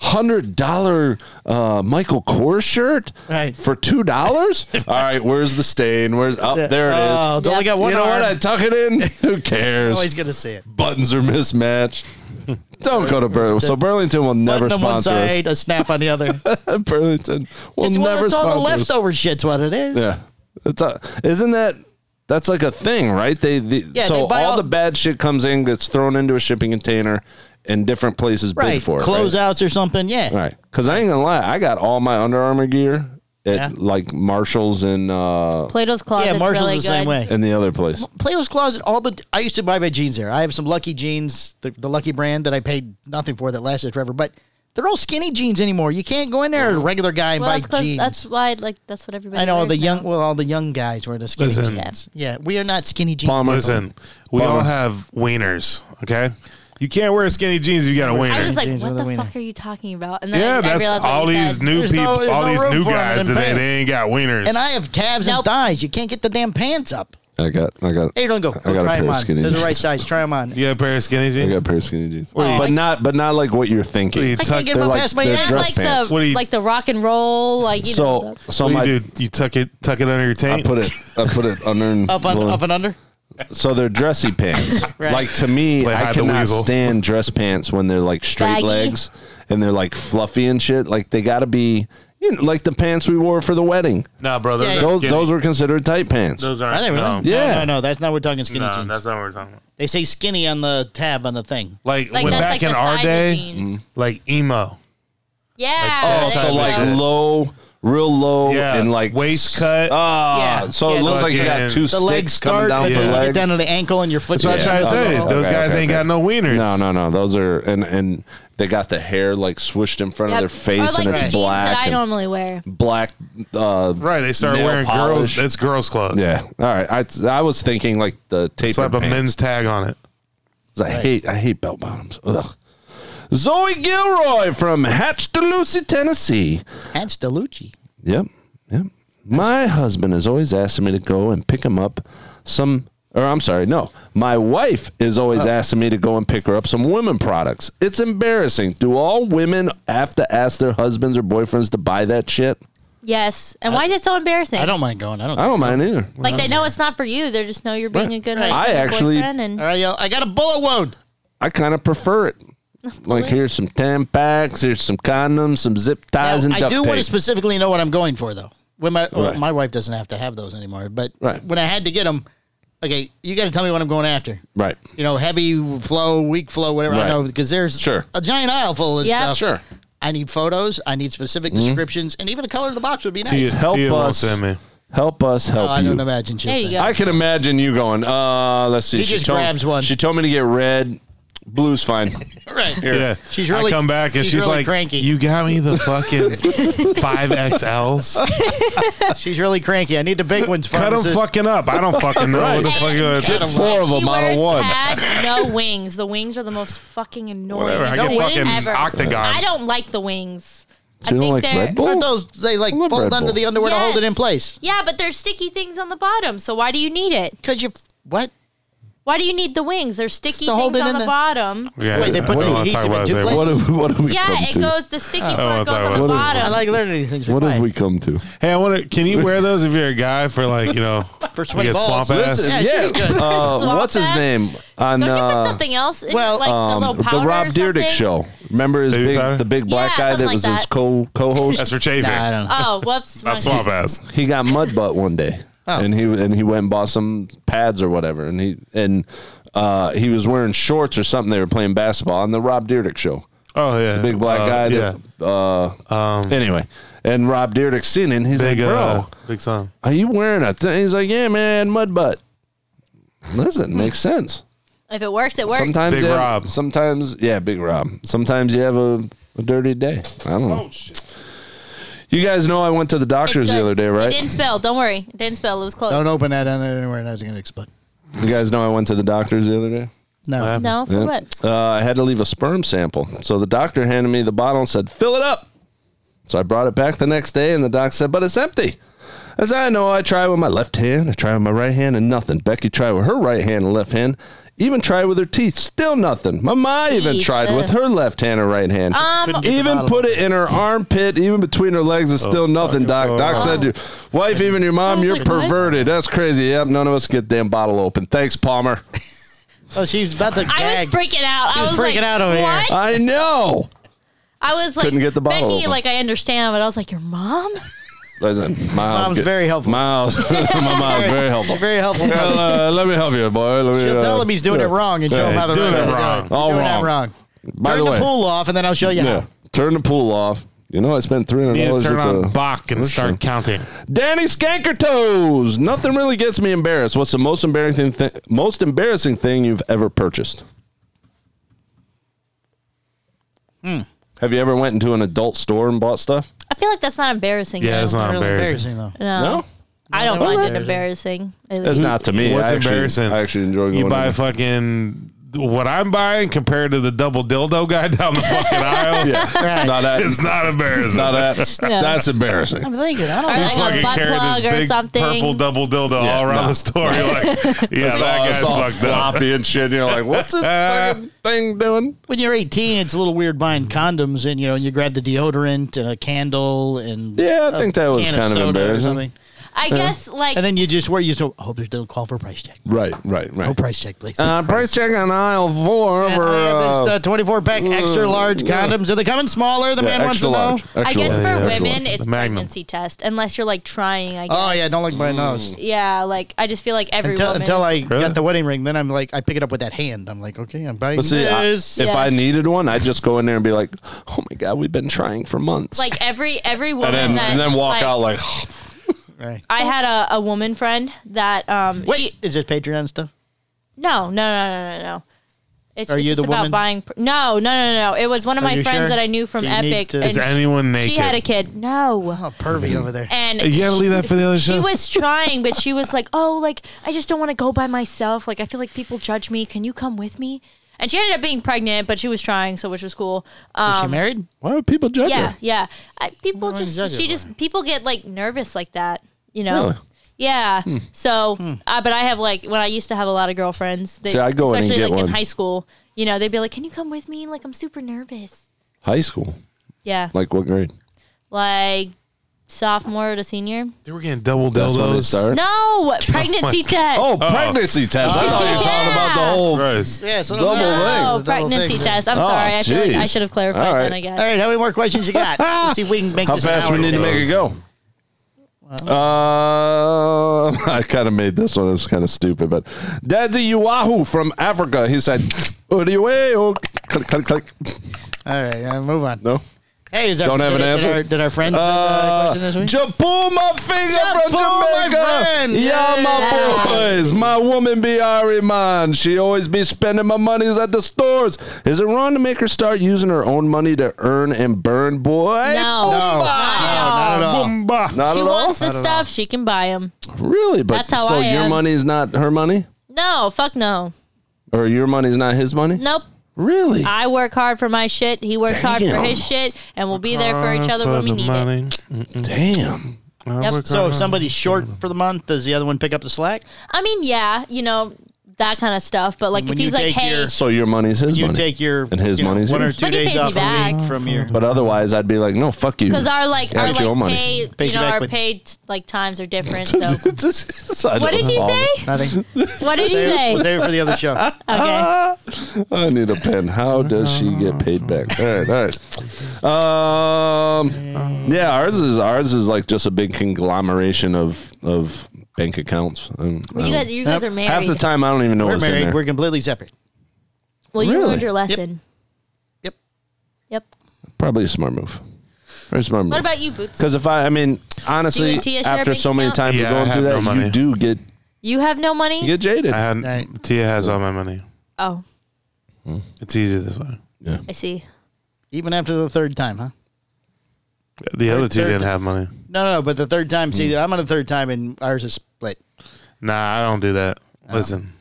Speaker 1: Hundred dollar uh, Michael Kors shirt
Speaker 8: Right.
Speaker 1: for two dollars. All right, where's the stain? Where's oh there it is.
Speaker 8: Oh, it's only
Speaker 3: Yeah.
Speaker 8: got one
Speaker 1: you know
Speaker 8: arm.
Speaker 1: what? I tuck it in. Who
Speaker 8: I'm
Speaker 1: cares?
Speaker 8: always gonna see it.
Speaker 1: Buttons are mismatched. Don't go to Burlington. So Burlington will never
Speaker 8: Button on one
Speaker 1: sponsor us.
Speaker 8: side, a snap on the other.
Speaker 1: Burlington will
Speaker 8: it's well,
Speaker 1: never
Speaker 8: it's all
Speaker 1: sponsor
Speaker 8: the
Speaker 1: us.
Speaker 8: leftover shit's what it is.
Speaker 1: Yeah, it's a, isn't that that's like a thing, right? They, they
Speaker 8: Yeah,
Speaker 1: so
Speaker 8: they buy
Speaker 1: all,
Speaker 8: all-
Speaker 1: the bad shit comes in, gets thrown into a shipping container, and different places
Speaker 8: Right.
Speaker 1: bid for it. right?
Speaker 8: Closeouts or something. Yeah.
Speaker 1: Right. Because I ain't gonna lie, I got all my Under Armour gear at
Speaker 8: Yeah.
Speaker 1: like Marshalls and uh
Speaker 3: Plato's Closet.
Speaker 8: Yeah, Marshall's
Speaker 3: really
Speaker 8: the same
Speaker 3: good.
Speaker 8: way.
Speaker 1: and the other place.
Speaker 8: Plato's Closet, all the I used to buy my jeans there. I have some lucky jeans, the, the lucky brand that I paid nothing for that lasted forever, but they're all skinny jeans anymore. You can't go in there as a regular guy and
Speaker 3: Well,
Speaker 8: buy
Speaker 3: that's, 'cause-
Speaker 8: jeans.
Speaker 3: that's why like that's what everybody.
Speaker 8: I know all
Speaker 3: wears
Speaker 8: the
Speaker 3: now.
Speaker 8: young well, all the young guys wear the skinny
Speaker 5: Listen.
Speaker 8: jeans. Yeah. we are not skinny jeans.
Speaker 1: Palmer.
Speaker 5: Listen, we all have wieners. Okay, you can't wear skinny jeans if you got a wiener.
Speaker 3: I was like,
Speaker 8: Jeans
Speaker 3: what
Speaker 8: with a
Speaker 3: the
Speaker 8: wiener.
Speaker 3: fuck are you talking about? And then
Speaker 5: yeah,
Speaker 3: I, I
Speaker 5: that's
Speaker 3: realized what
Speaker 5: all
Speaker 3: you
Speaker 5: these
Speaker 3: said.
Speaker 5: new
Speaker 8: There's no-
Speaker 5: people,
Speaker 8: there's
Speaker 5: all
Speaker 8: no
Speaker 5: these
Speaker 8: room
Speaker 5: new
Speaker 8: for 'em
Speaker 5: guys
Speaker 8: in
Speaker 5: today.
Speaker 8: pants.
Speaker 5: They ain't got wieners.
Speaker 8: And I have calves and
Speaker 3: Nope.
Speaker 8: thighs. You can't get the damn pants up.
Speaker 1: I got I got
Speaker 8: Hey, don't go.
Speaker 1: I
Speaker 8: Go
Speaker 1: got a
Speaker 8: try
Speaker 1: pair
Speaker 8: them
Speaker 1: of
Speaker 8: on.
Speaker 1: skinny
Speaker 8: They're the right
Speaker 1: jeans.
Speaker 8: size. Try them on.
Speaker 5: you got a pair of skinny
Speaker 1: I
Speaker 5: jeans.
Speaker 1: got a pair of skinny jeans.
Speaker 5: What do you-
Speaker 1: but not but not like what you're
Speaker 5: What do you
Speaker 1: thinking.
Speaker 8: I
Speaker 5: tuck-
Speaker 8: can't get them up
Speaker 1: like-
Speaker 8: past my
Speaker 1: they're
Speaker 8: ass.
Speaker 1: dress
Speaker 3: like
Speaker 1: pants.
Speaker 3: the
Speaker 5: What do you-
Speaker 3: like the rock and roll like you
Speaker 1: So
Speaker 3: know. the-
Speaker 1: so
Speaker 5: what
Speaker 1: my
Speaker 5: do you do? You tuck it, tuck it under your
Speaker 1: I
Speaker 5: taint.
Speaker 1: put it I put it under and
Speaker 8: Up on, up and under.
Speaker 1: so they're dressy pants.
Speaker 8: Right.
Speaker 1: Like to me,
Speaker 5: Play
Speaker 1: I
Speaker 5: hide the
Speaker 1: cannot
Speaker 5: weasel.
Speaker 1: stand dress pants when they're like straight
Speaker 3: Baggy.
Speaker 1: legs and they're like fluffy and shit. Like they got to be You know, like the pants we wore for the wedding.
Speaker 5: No, bro. Those,
Speaker 8: Yeah,
Speaker 5: are
Speaker 1: Those
Speaker 5: skinny.
Speaker 1: those were considered tight pants.
Speaker 5: Those aren't.
Speaker 8: Are they really?
Speaker 5: No.
Speaker 1: Yeah.
Speaker 8: No, no, no, that's not what we're talking skinny
Speaker 5: No,
Speaker 8: jeans.
Speaker 5: that's not what we're talking about.
Speaker 8: They say skinny on the tab on the thing.
Speaker 5: Like,
Speaker 3: Like
Speaker 5: when
Speaker 3: that's
Speaker 5: back
Speaker 3: like
Speaker 5: in
Speaker 3: the
Speaker 5: our
Speaker 3: size of
Speaker 5: day,
Speaker 1: Mm.
Speaker 3: jeans.
Speaker 5: like emo.
Speaker 3: Yeah.
Speaker 5: oh,
Speaker 3: there
Speaker 1: so
Speaker 3: you
Speaker 1: like
Speaker 3: go.
Speaker 1: low, real low,
Speaker 5: Yeah,
Speaker 1: and like
Speaker 5: waist
Speaker 1: s-
Speaker 5: cut.
Speaker 1: Ah,
Speaker 8: Yeah.
Speaker 1: so
Speaker 8: Yeah,
Speaker 1: it looks
Speaker 5: the-
Speaker 1: like you got
Speaker 5: fucking-
Speaker 1: two
Speaker 5: the
Speaker 8: The
Speaker 1: sticks
Speaker 8: legs
Speaker 1: coming
Speaker 8: start
Speaker 1: down
Speaker 8: and
Speaker 1: the
Speaker 8: you
Speaker 1: legs.
Speaker 8: get down to the ankle and your foot.
Speaker 5: That's what I
Speaker 1: Yeah.
Speaker 5: tried to tell you.
Speaker 1: Okay,
Speaker 5: Those
Speaker 1: okay,
Speaker 5: guys
Speaker 1: okay,
Speaker 5: ain't
Speaker 1: okay.
Speaker 5: got no wieners.
Speaker 1: No, no, no. Those are and and they got the hair like swished in front
Speaker 3: Yep.
Speaker 1: of their
Speaker 3: Or
Speaker 1: face
Speaker 3: like
Speaker 1: and
Speaker 3: the
Speaker 1: it's
Speaker 3: jeans that
Speaker 1: black
Speaker 3: I
Speaker 1: and
Speaker 3: normally wear.
Speaker 1: black. Uh,
Speaker 5: Right. They started
Speaker 1: Nail
Speaker 5: wearing
Speaker 1: polish.
Speaker 5: girls. It's girls' clothes.
Speaker 1: Yeah. All right. I I was thinking like the tape.
Speaker 5: Slap a men's tag on it.
Speaker 1: I hate I hate belt bottoms. Ugh. Zoe Gilroy from Hatch Lucy, Tennessee.
Speaker 8: That's Delucci.
Speaker 1: Yep. Yep. My husband is always asking me to go and pick him up some or I'm sorry, no. My wife is always
Speaker 5: Oh.
Speaker 1: asking me to go and pick her up some women products. It's embarrassing. Do all women have to ask their husbands or boyfriends to buy that shit?
Speaker 3: Yes. And why is it so embarrassing?
Speaker 8: I don't mind going. I don't.
Speaker 1: I don't mind either.
Speaker 3: like they know it's not for you. They just know you're being a good
Speaker 8: Right.
Speaker 3: husband
Speaker 1: I
Speaker 3: and
Speaker 1: actually-
Speaker 3: boyfriend and
Speaker 8: All right, yo, I got a bullet wound.
Speaker 1: I kind of prefer it. Like here's some Tampax, here's some condoms, some zip ties,
Speaker 8: Now,
Speaker 1: and
Speaker 8: I
Speaker 1: duct
Speaker 8: do want to
Speaker 1: tape.
Speaker 8: specifically know what I'm going for, though. When my well,
Speaker 1: Right.
Speaker 8: my wife doesn't have to have those anymore, but
Speaker 1: Right.
Speaker 8: when I had to get them, okay, you got to tell me what I'm going after.
Speaker 1: right.
Speaker 8: You know, heavy flow, weak flow, whatever.
Speaker 1: Right.
Speaker 8: I know because there's
Speaker 1: Sure.
Speaker 8: a giant aisle full of
Speaker 3: Yeah.
Speaker 8: stuff.
Speaker 1: Sure. Mm-hmm.
Speaker 8: I need photos. I need specific descriptions, and even the color of the box would be nice.
Speaker 5: Tia-
Speaker 1: Help
Speaker 5: Tia won't
Speaker 1: us.
Speaker 5: send me.
Speaker 1: Help us
Speaker 8: Oh,
Speaker 1: help
Speaker 8: I
Speaker 1: you.
Speaker 8: don't imagine. she'll
Speaker 3: There you
Speaker 8: say.
Speaker 3: go.
Speaker 1: I can imagine you going. Uh, let's see.
Speaker 8: He just
Speaker 1: told,
Speaker 8: grabs one.
Speaker 1: She told me to get red. Blue's fine.
Speaker 8: Right.
Speaker 5: Yeah.
Speaker 8: She's really-
Speaker 5: I come back and
Speaker 8: she's
Speaker 5: she's,
Speaker 8: really
Speaker 5: like,
Speaker 8: cranky.
Speaker 5: You got me the fucking 5XLs.
Speaker 8: She's really cranky. I need the big ones.
Speaker 5: Cut them
Speaker 8: pharmacist.
Speaker 5: fucking up. I don't fucking know what the
Speaker 3: Right.
Speaker 5: fuck. uh, you're
Speaker 3: Cut
Speaker 5: gonna-
Speaker 8: 'em
Speaker 1: Four of
Speaker 3: she
Speaker 1: them out
Speaker 3: wears
Speaker 1: of one.
Speaker 3: pads, no wings. The wings are the most fucking annoying.
Speaker 5: Whatever. I get
Speaker 3: thing
Speaker 5: fucking
Speaker 3: ever.
Speaker 5: octagons.
Speaker 3: I don't like the wings.
Speaker 1: So you
Speaker 3: I
Speaker 1: don't like
Speaker 3: think they're
Speaker 1: Red Bull?
Speaker 8: Aren't those they like
Speaker 1: love Red
Speaker 8: fold under
Speaker 1: Bull.
Speaker 8: the underwear to hold it
Speaker 3: Yes.
Speaker 8: in place?
Speaker 3: Yeah, but there's sticky things on the bottom. So why do you need it?
Speaker 8: Because you f- what?
Speaker 3: Why do you need the wings? There's sticky
Speaker 8: To hold
Speaker 3: things on
Speaker 8: it in
Speaker 3: the,
Speaker 8: the-
Speaker 3: bottom.
Speaker 5: Yeah,
Speaker 8: Wait, they put
Speaker 5: I don't
Speaker 8: the
Speaker 5: wanna
Speaker 8: adhesive
Speaker 5: talk
Speaker 8: in
Speaker 5: about
Speaker 8: two
Speaker 5: this.
Speaker 8: places?
Speaker 1: What have, what have we come
Speaker 3: Yeah, it
Speaker 1: to? Oh,
Speaker 3: goes. The sticky
Speaker 5: wanna
Speaker 3: part goes
Speaker 5: talk
Speaker 3: on
Speaker 5: about
Speaker 3: the
Speaker 1: it.
Speaker 3: bottom.
Speaker 8: I like learning these things.
Speaker 1: what have
Speaker 8: Why?
Speaker 1: we come to?
Speaker 5: Hey, I wonder. Can you wear those if you're a guy for like you know
Speaker 8: For
Speaker 5: we
Speaker 8: sweaty
Speaker 5: get
Speaker 8: balls.
Speaker 5: swamp ass?
Speaker 1: Listen,
Speaker 8: Yeah, she
Speaker 1: yeah.
Speaker 8: did good.
Speaker 1: uh,
Speaker 3: Swamp
Speaker 1: what's his
Speaker 3: ass?
Speaker 1: name? On
Speaker 3: Don't you
Speaker 1: uh,
Speaker 3: put something else in?
Speaker 8: well,
Speaker 3: like
Speaker 1: um,
Speaker 3: the little powder
Speaker 1: the Rob
Speaker 3: or
Speaker 1: Dyrdek
Speaker 3: something?
Speaker 1: show. Remember his
Speaker 5: Baby
Speaker 1: big,
Speaker 5: powder?
Speaker 1: the big black
Speaker 3: Yeah,
Speaker 1: guy that
Speaker 3: something
Speaker 1: was
Speaker 3: like
Speaker 1: his
Speaker 3: that.
Speaker 1: co co-host.
Speaker 5: That's for chafing.
Speaker 8: Nah, I don't know.
Speaker 3: Oh, whoops.
Speaker 5: Not
Speaker 3: my-
Speaker 5: swamp ass.
Speaker 1: he got mud butt one day,
Speaker 8: Oh.
Speaker 1: and he and he went and bought some pads or whatever, and he and uh, he was wearing shorts or something. They were playing basketball on the Rob Dyrdek show.
Speaker 5: Oh yeah,
Speaker 1: big black
Speaker 5: Uh,
Speaker 1: guy.
Speaker 5: Yeah, Um,
Speaker 1: that, uh, anyway, and Rob Dyrdek seen it. and He's
Speaker 5: big
Speaker 1: like, bro,
Speaker 5: uh, big son.
Speaker 1: are you wearing a? Th-? He's like, yeah, man, mud butt. Listen, makes sense.
Speaker 3: If it works, it works.
Speaker 1: Sometimes
Speaker 5: Big
Speaker 1: you have-
Speaker 5: Rob.
Speaker 1: Sometimes, yeah, big Rob. Sometimes you have a, a dirty day. I don't know. You guys know I went to the
Speaker 3: Oh, It's
Speaker 1: doctor's the
Speaker 3: good.
Speaker 1: other day,
Speaker 3: It
Speaker 1: right?
Speaker 3: didn't spill. Don't worry. It didn't spill. It was close.
Speaker 8: Don't open that on anywhere. That's going to explode.
Speaker 1: You guys know I went to the doctor's the other day.
Speaker 8: No.
Speaker 3: No, for
Speaker 1: Yeah.
Speaker 3: what?
Speaker 1: Uh, I had to leave a sperm sample. So the doctor handed me the bottle and said, fill it up. So I brought it back the next day, and the doc said, but it's empty. As I know, I try with my left hand, I try with my right hand, and nothing. Becky tried with her right hand and left hand, even tried with her teeth, still nothing. My ma even
Speaker 3: Teeth,
Speaker 1: tried
Speaker 3: ugh.
Speaker 1: with her left hand and right hand.
Speaker 3: Um,
Speaker 1: even put it in her armpit, even between her legs, and still nothing. Doc, Doc said, "Your wife, even your mom,
Speaker 3: was
Speaker 1: you're
Speaker 3: like, what?
Speaker 1: perverted. That's crazy. Yep, none of us get damn bottle open. Thanks, Palmer.
Speaker 8: Oh, she's about to
Speaker 3: I
Speaker 8: gag.
Speaker 3: was freaking out.
Speaker 8: She
Speaker 3: I
Speaker 8: was
Speaker 3: was
Speaker 8: freaking
Speaker 3: like,
Speaker 8: out over here.
Speaker 3: what?
Speaker 1: I know.
Speaker 3: I was like,
Speaker 1: Uh, Couldn't get the bottle
Speaker 3: Becky,
Speaker 1: open.
Speaker 3: like I understand, but I was like, your mom?
Speaker 1: Listen, my
Speaker 8: Mom's very helpful.
Speaker 1: Miles, my mom's very helpful.
Speaker 8: She's very helpful.
Speaker 1: Well, uh, let me help you, boy. Let me,
Speaker 8: She'll
Speaker 1: uh,
Speaker 8: tell him he's doing
Speaker 1: yeah.
Speaker 8: it wrong and show him
Speaker 5: Yeah,
Speaker 8: how the
Speaker 5: doing
Speaker 8: right
Speaker 5: it
Speaker 8: way to do
Speaker 5: wrong.
Speaker 8: You're
Speaker 1: All
Speaker 8: doing that
Speaker 1: wrong.
Speaker 8: wrong.
Speaker 1: By
Speaker 8: Turn
Speaker 1: the
Speaker 8: the,
Speaker 1: way,
Speaker 8: pool off, and then I'll show you
Speaker 1: yeah,
Speaker 8: how.
Speaker 1: turn the pool off. You know, I spent three hundred
Speaker 5: Need to
Speaker 1: dollars.
Speaker 5: turn on
Speaker 1: the
Speaker 5: Bach and start counting.
Speaker 1: Danny Skankertoes. Nothing really gets me embarrassed. What's the most embarrassing thing? Most embarrassing thing you've ever purchased?
Speaker 8: Hmm.
Speaker 1: Have you ever went into an adult store and bought stuff?
Speaker 3: I feel like that's not embarrassing.
Speaker 5: Yeah,
Speaker 3: though.
Speaker 5: it's not
Speaker 8: Really
Speaker 5: embarrassing.
Speaker 8: embarrassing, though.
Speaker 3: No.
Speaker 1: No,
Speaker 3: I don't
Speaker 8: Well,
Speaker 3: find
Speaker 8: that-
Speaker 3: it embarrassing.
Speaker 1: that's not to me.
Speaker 5: What's
Speaker 1: I actually-
Speaker 5: embarrassing?
Speaker 1: I actually enjoy going.
Speaker 5: You buy
Speaker 1: in.
Speaker 5: fucking what I'm buying compared to the double dildo guy down the fucking aisle.
Speaker 1: yeah, not that.
Speaker 5: It's not embarrassing.
Speaker 1: Not that.
Speaker 3: No.
Speaker 1: That's embarrassing.
Speaker 8: I'm thinking. I don't
Speaker 3: Or
Speaker 8: think.
Speaker 3: like a
Speaker 5: fucking
Speaker 3: butt
Speaker 5: carrying
Speaker 3: plug
Speaker 5: this
Speaker 3: or
Speaker 5: big purple
Speaker 3: something.
Speaker 5: double dildo
Speaker 1: Yeah,
Speaker 5: all around
Speaker 1: no.
Speaker 5: the store. You're like, yeah,
Speaker 1: It's all-
Speaker 5: that
Speaker 1: it's all
Speaker 5: guy's fucked up.
Speaker 1: floppy and shit. You're like, what's this fucking thing doing?
Speaker 8: When you're 18, it's a little weird buying condoms, and you know, and you grab the deodorant and a candle and
Speaker 1: Yeah, I
Speaker 8: a
Speaker 1: think that was
Speaker 8: can of
Speaker 1: kind of
Speaker 8: soda or
Speaker 1: embarrassing.
Speaker 8: something.
Speaker 3: I guess like
Speaker 8: And then you just where you so hope there's no call for a price check.
Speaker 1: Right, right, right.
Speaker 8: No price check, please.
Speaker 1: Uh, price check on aisle four
Speaker 8: And
Speaker 1: for
Speaker 8: we have
Speaker 1: uh,
Speaker 8: this uh, 24 pack extra large condoms. Are they coming smaller? The
Speaker 1: Mm, yeah,
Speaker 8: man wants
Speaker 1: extra
Speaker 8: to
Speaker 1: large.
Speaker 8: know.
Speaker 3: I
Speaker 1: Extra
Speaker 3: guess
Speaker 1: large.
Speaker 3: for
Speaker 1: Extra
Speaker 3: women
Speaker 1: large.
Speaker 3: it's
Speaker 5: The Magnum.
Speaker 3: pregnancy test unless you're like trying. I guess.
Speaker 8: Oh yeah, don't like my nose.
Speaker 3: Yeah, like I just feel like every
Speaker 8: Until,
Speaker 3: woman.
Speaker 8: until
Speaker 3: is-
Speaker 8: I
Speaker 5: Really?
Speaker 8: got the wedding ring, then I'm like, I pick it up with that hand. I'm like, okay, I'm buying
Speaker 1: But see, I-
Speaker 8: this.
Speaker 1: if
Speaker 3: Yeah.
Speaker 1: I needed one, I'd just go in there and be like, "Oh my god, we've been trying for months."
Speaker 3: like every every woman
Speaker 1: and then
Speaker 3: that
Speaker 1: and then walk out like,
Speaker 8: Right.
Speaker 3: I had a, a woman friend that um
Speaker 8: Wait,
Speaker 3: she
Speaker 8: is this Patreon stuff?
Speaker 3: no no no no no no. It's,
Speaker 8: Are
Speaker 3: it's
Speaker 8: you
Speaker 3: just
Speaker 8: the
Speaker 3: about
Speaker 8: woman?
Speaker 3: buying. pr- No, no, no, no, no. It was one of
Speaker 8: Are
Speaker 3: my
Speaker 8: you
Speaker 3: friends
Speaker 8: sure?
Speaker 3: that I knew from
Speaker 8: Do you need
Speaker 3: Epic,
Speaker 8: to-
Speaker 3: and
Speaker 5: Is anyone naked?
Speaker 3: she had a kid. No,
Speaker 8: Oh,
Speaker 1: Mm-hmm.
Speaker 8: pervy over there.
Speaker 3: and
Speaker 5: You gotta leave that for the other
Speaker 3: she
Speaker 5: show.
Speaker 3: was trying, but she was like, "Oh, like I just don't want to go by myself. Like I feel like people judge me. Can you come with me?" And she ended up being pregnant, but she was trying, so which was cool. Um,
Speaker 8: Is she married?
Speaker 1: "Why would people judge
Speaker 3: yeah,
Speaker 1: her?"
Speaker 3: yeah. I, people
Speaker 8: Why would you
Speaker 3: just
Speaker 8: judge
Speaker 3: she
Speaker 8: it
Speaker 3: just people get like nervous like that, you know.
Speaker 1: Really? Hmm.
Speaker 3: Yeah. So, uh, but I have like when I used to have a lot of girlfriends. They,
Speaker 1: See, I'd go in and
Speaker 3: especially
Speaker 1: get
Speaker 3: like
Speaker 1: one.
Speaker 3: in high school. You know, they'd be like, "Can you come with me? Like I'm super nervous."
Speaker 1: High school,
Speaker 3: Yeah, like,
Speaker 1: like what grade?
Speaker 3: sophomore to senior.
Speaker 5: They were getting double
Speaker 1: That's when it
Speaker 5: dildos.
Speaker 1: started.
Speaker 3: No pregnancy test.
Speaker 1: Oh, pregnancy test. I thought you were talking about the whole.
Speaker 5: Gross.
Speaker 8: Yeah, so
Speaker 1: Double
Speaker 8: Yeah.
Speaker 3: No
Speaker 1: whole
Speaker 3: Oh, pregnancy
Speaker 8: thing.
Speaker 3: test. I'm
Speaker 1: Oh,
Speaker 3: sorry. I feel like I
Speaker 1: jeez.
Speaker 3: should have clarified
Speaker 1: All
Speaker 3: then.
Speaker 1: right.
Speaker 3: I guess.
Speaker 8: All right, how many more questions you got? Let's see if we can make
Speaker 1: How
Speaker 8: this an
Speaker 1: fast
Speaker 8: hour.
Speaker 1: we need to make it go? Uh, I kind of made this one. It's kind of stupid, but Daddy Uwahu from Africa. He said, "Odiwe, oh, click, click, click."
Speaker 8: All right, uh, move on.
Speaker 1: No,
Speaker 8: Hey, is our,
Speaker 1: Don't have
Speaker 8: did,
Speaker 1: an
Speaker 8: did
Speaker 1: answer?
Speaker 8: Our, did our friend send, uh,
Speaker 1: uh,
Speaker 8: question this week?
Speaker 1: Japu, my finger from
Speaker 8: Japu, my
Speaker 1: Jamaica.
Speaker 8: friend.
Speaker 1: yeah, my
Speaker 8: Yeah.
Speaker 1: boys. My woman be Ari man. She always be spending my monies at the stores. Is it wrong to make her start using her own money to earn and burn, boy?
Speaker 3: No.
Speaker 8: no, no, not at all.
Speaker 1: Boomba. Not
Speaker 3: She
Speaker 1: at all.
Speaker 3: wants the stuff. She can buy them.
Speaker 1: Really? But
Speaker 3: That's how
Speaker 1: so
Speaker 3: I
Speaker 1: your
Speaker 3: am.
Speaker 1: money is not her money,
Speaker 3: No, fuck no.
Speaker 1: or your money is not his money?
Speaker 3: Nope.
Speaker 1: Really?
Speaker 3: I work hard for my shit. He works hard for
Speaker 1: Damn.
Speaker 3: his shit, and we'll be there for each other when we need it.
Speaker 1: Damn.
Speaker 3: Yep.
Speaker 8: So if somebody's short for the month, does the other one pick up the slack?
Speaker 3: I mean, yeah, you know that kind of stuff. But like,
Speaker 8: When
Speaker 3: if
Speaker 8: you
Speaker 3: he's like,
Speaker 8: take
Speaker 3: "Hey,
Speaker 8: your-
Speaker 1: So your money's his
Speaker 8: You
Speaker 1: money.
Speaker 8: take your
Speaker 1: And his
Speaker 8: you know,
Speaker 1: money's
Speaker 8: one or
Speaker 1: yours.
Speaker 8: two
Speaker 3: But he
Speaker 8: days
Speaker 3: pays me
Speaker 8: off a
Speaker 3: back.
Speaker 8: week from your.
Speaker 1: but otherwise, I'd be like, no, fuck you.
Speaker 3: because our like
Speaker 1: Yeah,
Speaker 3: our
Speaker 1: it's your
Speaker 3: like
Speaker 1: money.
Speaker 3: pay,
Speaker 8: Pays
Speaker 3: you
Speaker 8: you
Speaker 3: know,
Speaker 8: back
Speaker 3: our
Speaker 8: with-
Speaker 3: pay like times are different." So,
Speaker 1: what
Speaker 3: what did you say?
Speaker 8: Nothing.
Speaker 3: What did you
Speaker 8: Save,
Speaker 3: say?
Speaker 8: save it for the other show.
Speaker 1: Ah.
Speaker 3: Okay,
Speaker 1: I need a pen. How does she get paid back? All right, all right. Um, yeah, ours is ours is like just a big conglomeration of of bank accounts. Um,
Speaker 3: well, you guys, you guys are married.
Speaker 1: half the time I don't even know
Speaker 8: We're
Speaker 1: what's in
Speaker 8: married.
Speaker 1: there.
Speaker 8: We're completely separate.
Speaker 3: Well, you
Speaker 1: Really?
Speaker 3: learned your lesson.
Speaker 8: Yep.
Speaker 3: Yep.
Speaker 1: Probably a smart move. Very smart move.
Speaker 3: What about you, Boots?
Speaker 1: Because if I, I mean,
Speaker 3: Do
Speaker 1: honestly,
Speaker 3: you- do you share a
Speaker 1: after
Speaker 3: bank
Speaker 1: so many
Speaker 3: account?
Speaker 1: times
Speaker 5: Yeah,
Speaker 1: of going
Speaker 5: I
Speaker 1: through that,
Speaker 5: have no
Speaker 1: you
Speaker 5: money.
Speaker 1: do get
Speaker 3: You have no money.
Speaker 1: you get jaded.
Speaker 5: I had
Speaker 8: Right.
Speaker 5: Tia has all my money.
Speaker 3: oh,
Speaker 5: It's easier this way.
Speaker 3: I see.
Speaker 8: Even after the third time, huh?
Speaker 5: The other two
Speaker 8: they're-
Speaker 5: didn't have money.
Speaker 8: No, no, no. But the third time, see, I'm on the third time, and ours is split.
Speaker 5: Nah, I don't do that. Listen,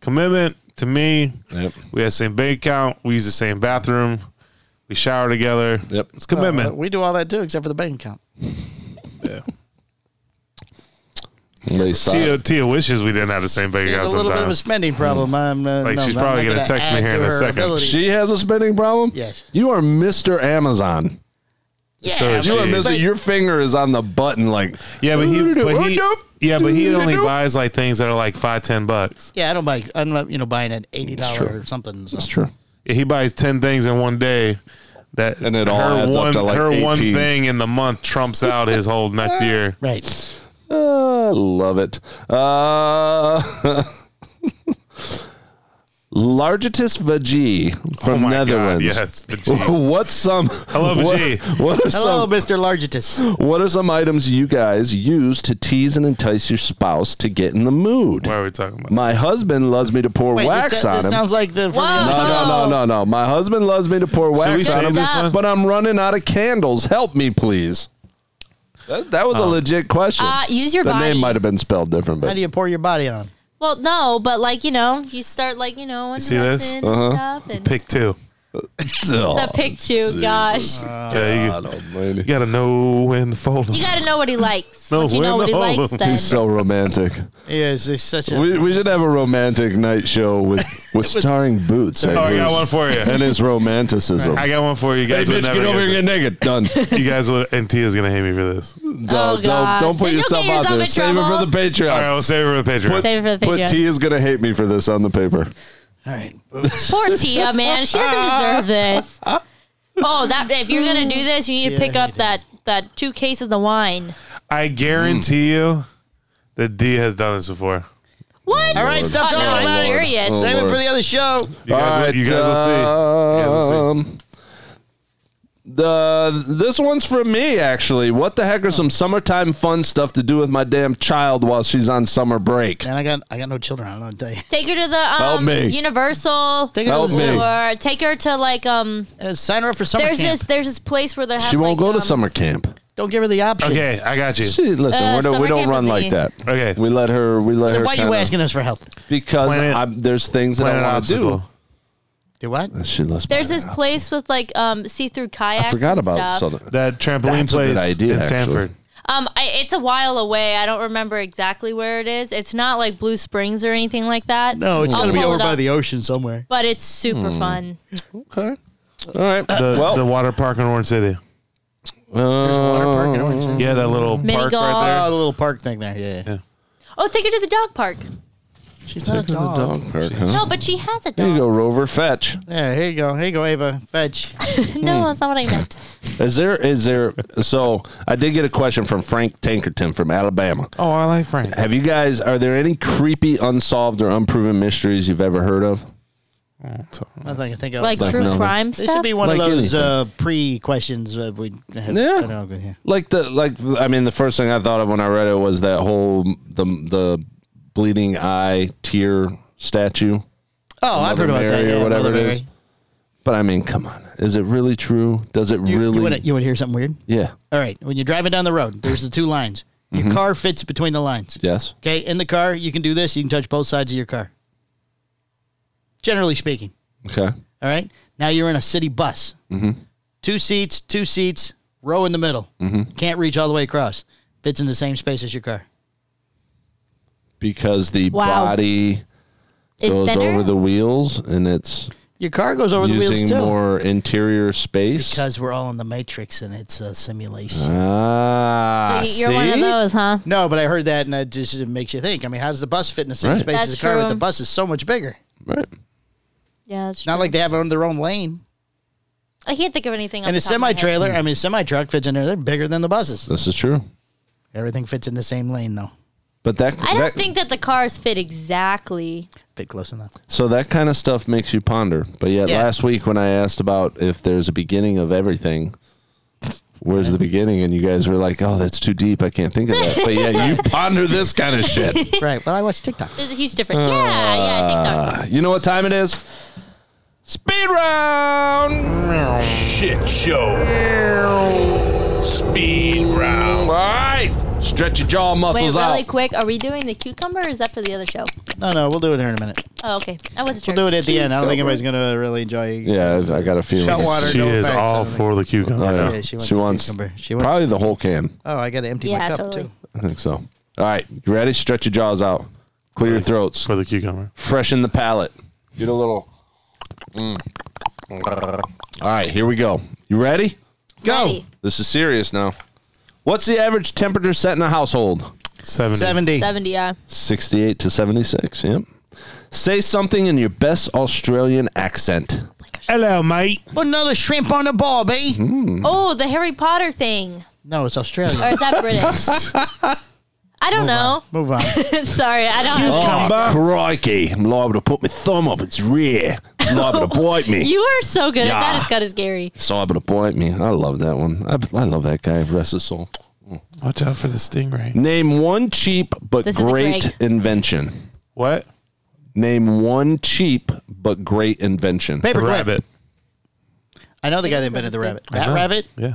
Speaker 5: commitment to me.
Speaker 1: Yep.
Speaker 5: We had the same bank account. We use the same bathroom. We shower together.
Speaker 1: Yep. Oh,
Speaker 5: It's
Speaker 8: Uh,
Speaker 5: commitment.
Speaker 8: we do all that too, except for the bank account.
Speaker 1: They suck.
Speaker 5: Tia, Tia wishes we didn't have the same bank
Speaker 8: There's
Speaker 5: account
Speaker 8: a little bit of a
Speaker 5: sometimes.
Speaker 8: spending problem. I'm uh,
Speaker 5: Like,
Speaker 8: no,
Speaker 5: she's
Speaker 8: I'm
Speaker 5: probably
Speaker 8: not
Speaker 5: gonna
Speaker 8: gonna
Speaker 5: text me
Speaker 8: add
Speaker 5: here
Speaker 8: to
Speaker 5: in a
Speaker 8: her
Speaker 5: second.
Speaker 8: abilities.
Speaker 1: She has a spending problem.
Speaker 8: Yes.
Speaker 1: You are Mister Amazon.
Speaker 8: yeah,
Speaker 5: So is
Speaker 8: but-
Speaker 1: You are
Speaker 5: Jeez.
Speaker 1: Mister.
Speaker 8: but-
Speaker 1: Your finger is on the button, like
Speaker 5: Yeah, but he, but he,
Speaker 1: Nope.
Speaker 5: yeah, but he only
Speaker 1: Nope.
Speaker 5: buys like things that are like five, ten bucks.
Speaker 8: Yeah, I don't buy. I'm not, you know, buying an eighty
Speaker 1: true.
Speaker 8: dollar or something. So.
Speaker 1: That's true.
Speaker 5: He buys ten things in one day. That
Speaker 1: And it all
Speaker 5: her
Speaker 1: adds up
Speaker 5: one,
Speaker 1: to, like,
Speaker 5: her one
Speaker 1: 18.
Speaker 5: thing in the month trumps out his whole next year.
Speaker 8: Right.
Speaker 1: Uh, love it. Uh, Largitus Vajee
Speaker 5: Oh
Speaker 1: from
Speaker 5: my God,
Speaker 1: Netherlands.
Speaker 5: yes, Vajee.
Speaker 1: What some?
Speaker 5: Hello,
Speaker 1: what,
Speaker 5: Vajee.
Speaker 1: what are
Speaker 8: Hello,
Speaker 1: some?
Speaker 8: Mr. Largitus.
Speaker 1: What are some items you guys use to tease and entice your spouse to get in the mood?
Speaker 5: What are we talking about?
Speaker 1: My husband loves me to pour
Speaker 8: Wait,
Speaker 1: wax
Speaker 8: this,
Speaker 1: on
Speaker 8: this
Speaker 1: him.
Speaker 8: sounds like the. from the
Speaker 3: Wow.
Speaker 8: other
Speaker 1: no,
Speaker 8: show.
Speaker 1: no, no, no, no. My husband loves me to pour
Speaker 5: Should we
Speaker 1: wax on
Speaker 5: save
Speaker 1: him,
Speaker 5: this
Speaker 3: Stop.
Speaker 5: one?
Speaker 1: but I'm running out of candles. Help me, please. That, that
Speaker 5: Oh.
Speaker 1: was a legit question.
Speaker 3: Uh, use your
Speaker 1: the
Speaker 3: body.
Speaker 1: name might have been spelled different,
Speaker 8: How
Speaker 1: but
Speaker 8: do you pour your body on?
Speaker 3: Well, no, but like you know, you start like you know,
Speaker 5: see this?
Speaker 3: undressing and stuff, and
Speaker 5: Pick two.
Speaker 1: Oh,
Speaker 3: The pick two, gosh.
Speaker 5: Okay, you,
Speaker 1: God almighty.
Speaker 5: you gotta know when to fold 'em.
Speaker 3: You gotta know what he likes.
Speaker 5: No,
Speaker 3: Once you
Speaker 5: we're
Speaker 3: know what he
Speaker 5: not.
Speaker 3: likes, then.
Speaker 1: He's so romantic.
Speaker 8: Yeah, it's, it's such a.
Speaker 1: We, we should have a romantic night show with, with starring Boots and,
Speaker 5: Oh, I
Speaker 1: his,
Speaker 5: got one for you.
Speaker 1: and his romanticism.
Speaker 5: I got one for you. You guys. would never
Speaker 1: and get naked. Done.
Speaker 5: it. You guys would, and Tia's gonna hate me for this.
Speaker 1: don't, don't,
Speaker 3: Oh, God.
Speaker 1: don't put
Speaker 3: Then you'll
Speaker 1: yourself
Speaker 3: get
Speaker 1: out
Speaker 3: yourself
Speaker 1: there.
Speaker 3: in
Speaker 1: Save it for
Speaker 3: trouble.
Speaker 1: the Patreon.
Speaker 5: All right, we'll save it for the Patreon.
Speaker 3: Save it for the
Speaker 1: But
Speaker 3: Patreon.
Speaker 1: T is going to hate me for this on the paper.
Speaker 8: All right.
Speaker 3: Poor Tia, man. She doesn't deserve this. Oh, that if you're gonna do this, you need to
Speaker 8: Tia,
Speaker 3: pick
Speaker 8: I
Speaker 3: up
Speaker 8: hate
Speaker 3: that that two cases of wine.
Speaker 5: I
Speaker 1: Mm.
Speaker 5: guarantee you that D has done this before.
Speaker 3: What?
Speaker 8: All right, stop
Speaker 3: Oh,
Speaker 8: talking
Speaker 3: now
Speaker 8: about
Speaker 3: I'm
Speaker 8: it.
Speaker 3: curious.
Speaker 1: Oh,
Speaker 8: Save it
Speaker 1: Lord.
Speaker 8: for the other show.
Speaker 5: You guys, will, you guys will see.
Speaker 1: will see. Um, The this one's from me actually. What the heck are some summertime fun stuff to do with my damn child while she's on summer break?
Speaker 8: And I got I got no children. I don't know what to tell you.
Speaker 3: Take her to the
Speaker 1: Help
Speaker 3: um,
Speaker 1: me.
Speaker 3: Universal.
Speaker 8: Take her to
Speaker 1: Help
Speaker 8: the
Speaker 1: me.
Speaker 8: zoo.
Speaker 3: or take her to like um.
Speaker 8: Uh, sign her up for summer
Speaker 3: There's
Speaker 8: camp.
Speaker 3: this there's this place where they have.
Speaker 1: She won't
Speaker 3: like,
Speaker 1: go to
Speaker 3: um,
Speaker 1: summer camp.
Speaker 8: Don't give her the option.
Speaker 5: Okay, I got you.
Speaker 1: She, listen,
Speaker 3: Uh,
Speaker 1: we're no, we
Speaker 3: summer
Speaker 1: don't
Speaker 3: camp
Speaker 1: run
Speaker 3: is
Speaker 1: like
Speaker 3: easy.
Speaker 1: that.
Speaker 5: Okay.
Speaker 1: we let her. We let
Speaker 8: Then
Speaker 1: her.
Speaker 8: why are you
Speaker 1: kinda-
Speaker 8: asking us for help?
Speaker 1: Because
Speaker 5: Planet-
Speaker 1: I'm, there's things that
Speaker 5: Planet
Speaker 1: I want to do.
Speaker 5: obstacle.
Speaker 8: Do what?
Speaker 1: She loves
Speaker 3: There's
Speaker 1: Planet
Speaker 3: this place with like um see-through kayaks.
Speaker 1: Obstacle. I forgot
Speaker 3: and
Speaker 1: about
Speaker 3: stuff.
Speaker 1: something.
Speaker 5: That trampoline
Speaker 1: That's a
Speaker 5: place
Speaker 1: good idea,
Speaker 5: in
Speaker 1: actually.
Speaker 5: Sanford.
Speaker 3: Um, I, it's a while away. I don't remember exactly where it is. It's not like Blue Springs or anything like that.
Speaker 8: No, it's
Speaker 3: I'll
Speaker 8: got to be
Speaker 3: pull
Speaker 8: over
Speaker 3: it
Speaker 8: by
Speaker 3: up.
Speaker 8: the ocean somewhere.
Speaker 3: But it's super
Speaker 1: Hmm.
Speaker 3: fun.
Speaker 1: Okay. All right.
Speaker 5: The,
Speaker 1: well,
Speaker 5: the water park in Orange City.
Speaker 8: There's a water park in
Speaker 1: uh,
Speaker 8: Orange.
Speaker 5: Yeah, that little
Speaker 3: Mini
Speaker 5: park
Speaker 3: golf.
Speaker 5: right
Speaker 8: Oh,
Speaker 5: there.
Speaker 8: the little park thing there. Yeah. yeah.
Speaker 3: Oh, take her to the dog park.
Speaker 8: She's not a
Speaker 1: the
Speaker 8: dog.
Speaker 1: dog park, huh?
Speaker 3: No, but she has a
Speaker 1: Here you
Speaker 3: dog.
Speaker 1: go, Rover. Fetch.
Speaker 8: Yeah, here you go. Here you go, Ava. Fetch.
Speaker 1: Hmm.
Speaker 3: no, that's not what I meant.
Speaker 1: Is there is there so I did get a question from Frank Tankerton from Alabama.
Speaker 5: Oh, I like Frank.
Speaker 1: Have you guys are there any creepy unsolved or unproven mysteries you've ever heard of?
Speaker 8: I think I think.
Speaker 3: Like
Speaker 1: Like
Speaker 3: true
Speaker 1: no.
Speaker 3: crime
Speaker 8: This should
Speaker 3: stuff.
Speaker 8: be one of
Speaker 1: Like
Speaker 8: those
Speaker 1: anything.
Speaker 8: uh, pre questions that we have.
Speaker 1: Yeah.
Speaker 8: I don't know, yeah.
Speaker 1: Like the like I mean the first thing I thought of when I read it was that whole the the bleeding eye tear statue.
Speaker 8: Oh, I've heard about
Speaker 1: Mary
Speaker 8: that.
Speaker 1: or
Speaker 8: yeah,
Speaker 1: whatever
Speaker 8: Mother
Speaker 1: it
Speaker 8: Mary.
Speaker 1: is. But I mean, come on. Is it really true? Does it
Speaker 8: You,
Speaker 1: really
Speaker 8: you want to hear something weird?
Speaker 1: Yeah.
Speaker 8: All right. When you're driving down the road, there's the two lines.
Speaker 1: Mm-hmm.
Speaker 8: Your car fits between the lines.
Speaker 1: Yes.
Speaker 8: Okay. In the car, you can do this. You can touch both sides of your car. Generally speaking.
Speaker 1: Okay.
Speaker 8: All right. Now you're in a city bus.
Speaker 1: Mm-hmm.
Speaker 8: Two seats, two seats, row in the middle.
Speaker 1: Mm-hmm.
Speaker 8: Can't reach all the way across. Fits in the same space as your car.
Speaker 1: Because the
Speaker 3: Wow.
Speaker 1: body
Speaker 3: It's
Speaker 1: goes
Speaker 3: thinner.
Speaker 1: over the wheels and it's
Speaker 8: Your car goes over the wheels
Speaker 1: using
Speaker 8: too.
Speaker 1: more interior space.
Speaker 8: because we're all in the matrix and it's a simulation.
Speaker 1: Ah,
Speaker 3: So You're one of
Speaker 1: see?
Speaker 3: those, huh?
Speaker 8: No, but I heard that, and it just it makes you think. I mean, how does the bus fit in the same
Speaker 1: Right.
Speaker 8: space as
Speaker 3: That's
Speaker 8: the car? But
Speaker 3: true.
Speaker 8: the bus is so much bigger.
Speaker 1: Right.
Speaker 3: Yeah, that's true.
Speaker 8: Not like they have on their own lane.
Speaker 3: I can't think of anything. off
Speaker 8: and
Speaker 3: the
Speaker 8: a
Speaker 3: top of my
Speaker 8: semi
Speaker 3: head.
Speaker 8: trailer, I mean, a semi truck fits in there. They're bigger than the buses.
Speaker 1: This is true.
Speaker 8: Everything fits in the same lane, though.
Speaker 1: But that,
Speaker 3: I don't
Speaker 1: that
Speaker 3: think that the cars fit exactly.
Speaker 8: Fit close enough.
Speaker 1: so that kind of stuff makes you ponder. But yet,
Speaker 8: Yeah.
Speaker 1: last week when I asked about if there's a beginning of everything, where's the beginning? And you guys were like, "Oh, that's too deep. I can't think of that." But yet, you ponder this kind of shit.
Speaker 8: right. Well, I watch TikTok.
Speaker 3: There's a huge difference. yeah, yeah, TikTok.
Speaker 1: Uh, you know what time it is? Speed round.
Speaker 10: Shit show. Speed round.
Speaker 1: All right, stretch your jaw
Speaker 3: Wait,
Speaker 1: muscles
Speaker 3: really
Speaker 1: out.
Speaker 3: quick, are we doing the cucumber or is that for the other show?
Speaker 8: No, no, we'll do it here in a minute.
Speaker 3: Oh, okay. I wasn't sure.
Speaker 8: We'll do it at the end. I don't think anybody's going to really enjoy
Speaker 1: Yeah, I I got a feeling.
Speaker 8: Shot water.
Speaker 5: She
Speaker 8: no
Speaker 5: is
Speaker 8: offense, I
Speaker 5: all
Speaker 8: don't
Speaker 5: for the
Speaker 1: Oh,
Speaker 5: cucumber.
Speaker 1: yeah.
Speaker 8: Yeah, she wants
Speaker 1: she
Speaker 8: a
Speaker 1: wants
Speaker 8: cucumber. She wants-
Speaker 1: probably the whole can.
Speaker 8: Oh, I got to empty my
Speaker 3: Yeah,
Speaker 8: cup,
Speaker 3: totally.
Speaker 8: too.
Speaker 1: I think so. All right, you ready? Stretch your jaws out. Clear your throats.
Speaker 5: For the cucumber.
Speaker 1: Freshen the palate. Get a little. Mm. All right, here we go. You ready?
Speaker 8: Go.
Speaker 3: Ready.
Speaker 1: This is serious now. What's the average temperature set in a household?
Speaker 5: 70.
Speaker 8: 70.
Speaker 3: 70, yeah.
Speaker 1: 68 to 76. Yep. Say something in your best Australian accent.
Speaker 5: Hello, mate.
Speaker 8: Put another shrimp on the ball, babe.
Speaker 3: Oh, the Harry Potter thing.
Speaker 8: No, it's
Speaker 3: Or
Speaker 8: Australia.
Speaker 3: is that British? I don't know.
Speaker 8: Move on.
Speaker 3: Sorry, I don't have
Speaker 1: Oh, crikey. I'm liable to put my thumb up. It's rare. It's liable to bite me.
Speaker 3: You are so good at that.
Speaker 1: Yeah.
Speaker 3: It's got as Gary.
Speaker 1: it's liable to bite me. I love that one. I, I love that guy. Rest his soul.
Speaker 5: Watch out for the stingray.
Speaker 1: Name one cheap but
Speaker 3: This is a
Speaker 1: great
Speaker 3: Greg.
Speaker 1: invention.
Speaker 5: What?
Speaker 1: Name one cheap but great invention.
Speaker 8: Paper clip.
Speaker 5: Rabbit.
Speaker 8: I know the guy that invented the rabbit. That
Speaker 5: No.
Speaker 8: rabbit?
Speaker 5: Yeah.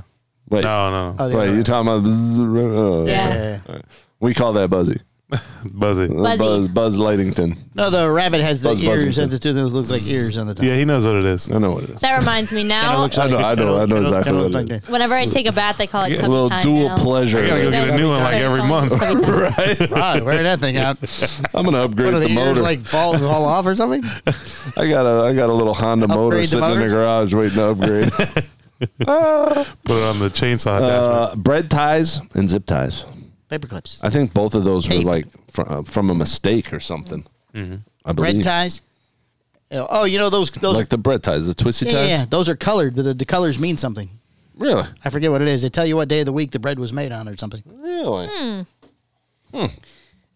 Speaker 1: Wait,
Speaker 5: No, no.
Speaker 8: Oh, the
Speaker 1: wait,
Speaker 8: other
Speaker 1: you
Speaker 8: one.
Speaker 1: talking about? bzz, uh,
Speaker 3: Yeah.
Speaker 8: Yeah.
Speaker 1: We call that Buzzy. Uh,
Speaker 5: Buzzy.
Speaker 3: Buzzy.
Speaker 1: Buzz, Buzz Lightington.
Speaker 8: No, the rabbit has the
Speaker 1: Buzz
Speaker 8: ears
Speaker 1: Buzzington.
Speaker 8: at the two those look like ears on the top. Oh.
Speaker 5: Yeah, he knows what it is.
Speaker 1: I know what it is.
Speaker 3: That reminds me now.
Speaker 1: I know, I know, I know exactly what it is.
Speaker 3: Whenever I take a bath, they call it
Speaker 1: A
Speaker 3: touch
Speaker 1: little
Speaker 3: time
Speaker 1: dual
Speaker 3: now.
Speaker 1: pleasure.
Speaker 5: I gotta go get a new one like every month.
Speaker 1: right?
Speaker 8: Wow, wear that thing out.
Speaker 1: I'm gonna
Speaker 8: What
Speaker 1: upgrade
Speaker 8: are the,
Speaker 1: the,
Speaker 8: ears
Speaker 1: motor.
Speaker 8: like fall, fall off or something?
Speaker 1: I got a I got a little Honda motor
Speaker 8: the
Speaker 1: sitting in
Speaker 8: motor?
Speaker 1: the garage waiting to upgrade.
Speaker 5: Put it on the chainsaw attachment.
Speaker 1: uh, bread ties and zip ties.
Speaker 8: Paper clips.
Speaker 1: I think both of those
Speaker 8: Tape.
Speaker 1: were like fr- uh, from a mistake or something. I believe.
Speaker 8: Red Mm-hmm. ties. Oh, you know those those
Speaker 1: Like the bread ties, the twisty
Speaker 8: are, yeah,
Speaker 1: tie.
Speaker 8: yeah, those are colored, but the, the colors mean something.
Speaker 1: Really?
Speaker 8: I forget what it is. They tell you what day of the week the bread was made on or something.
Speaker 1: Really?
Speaker 3: Hmm.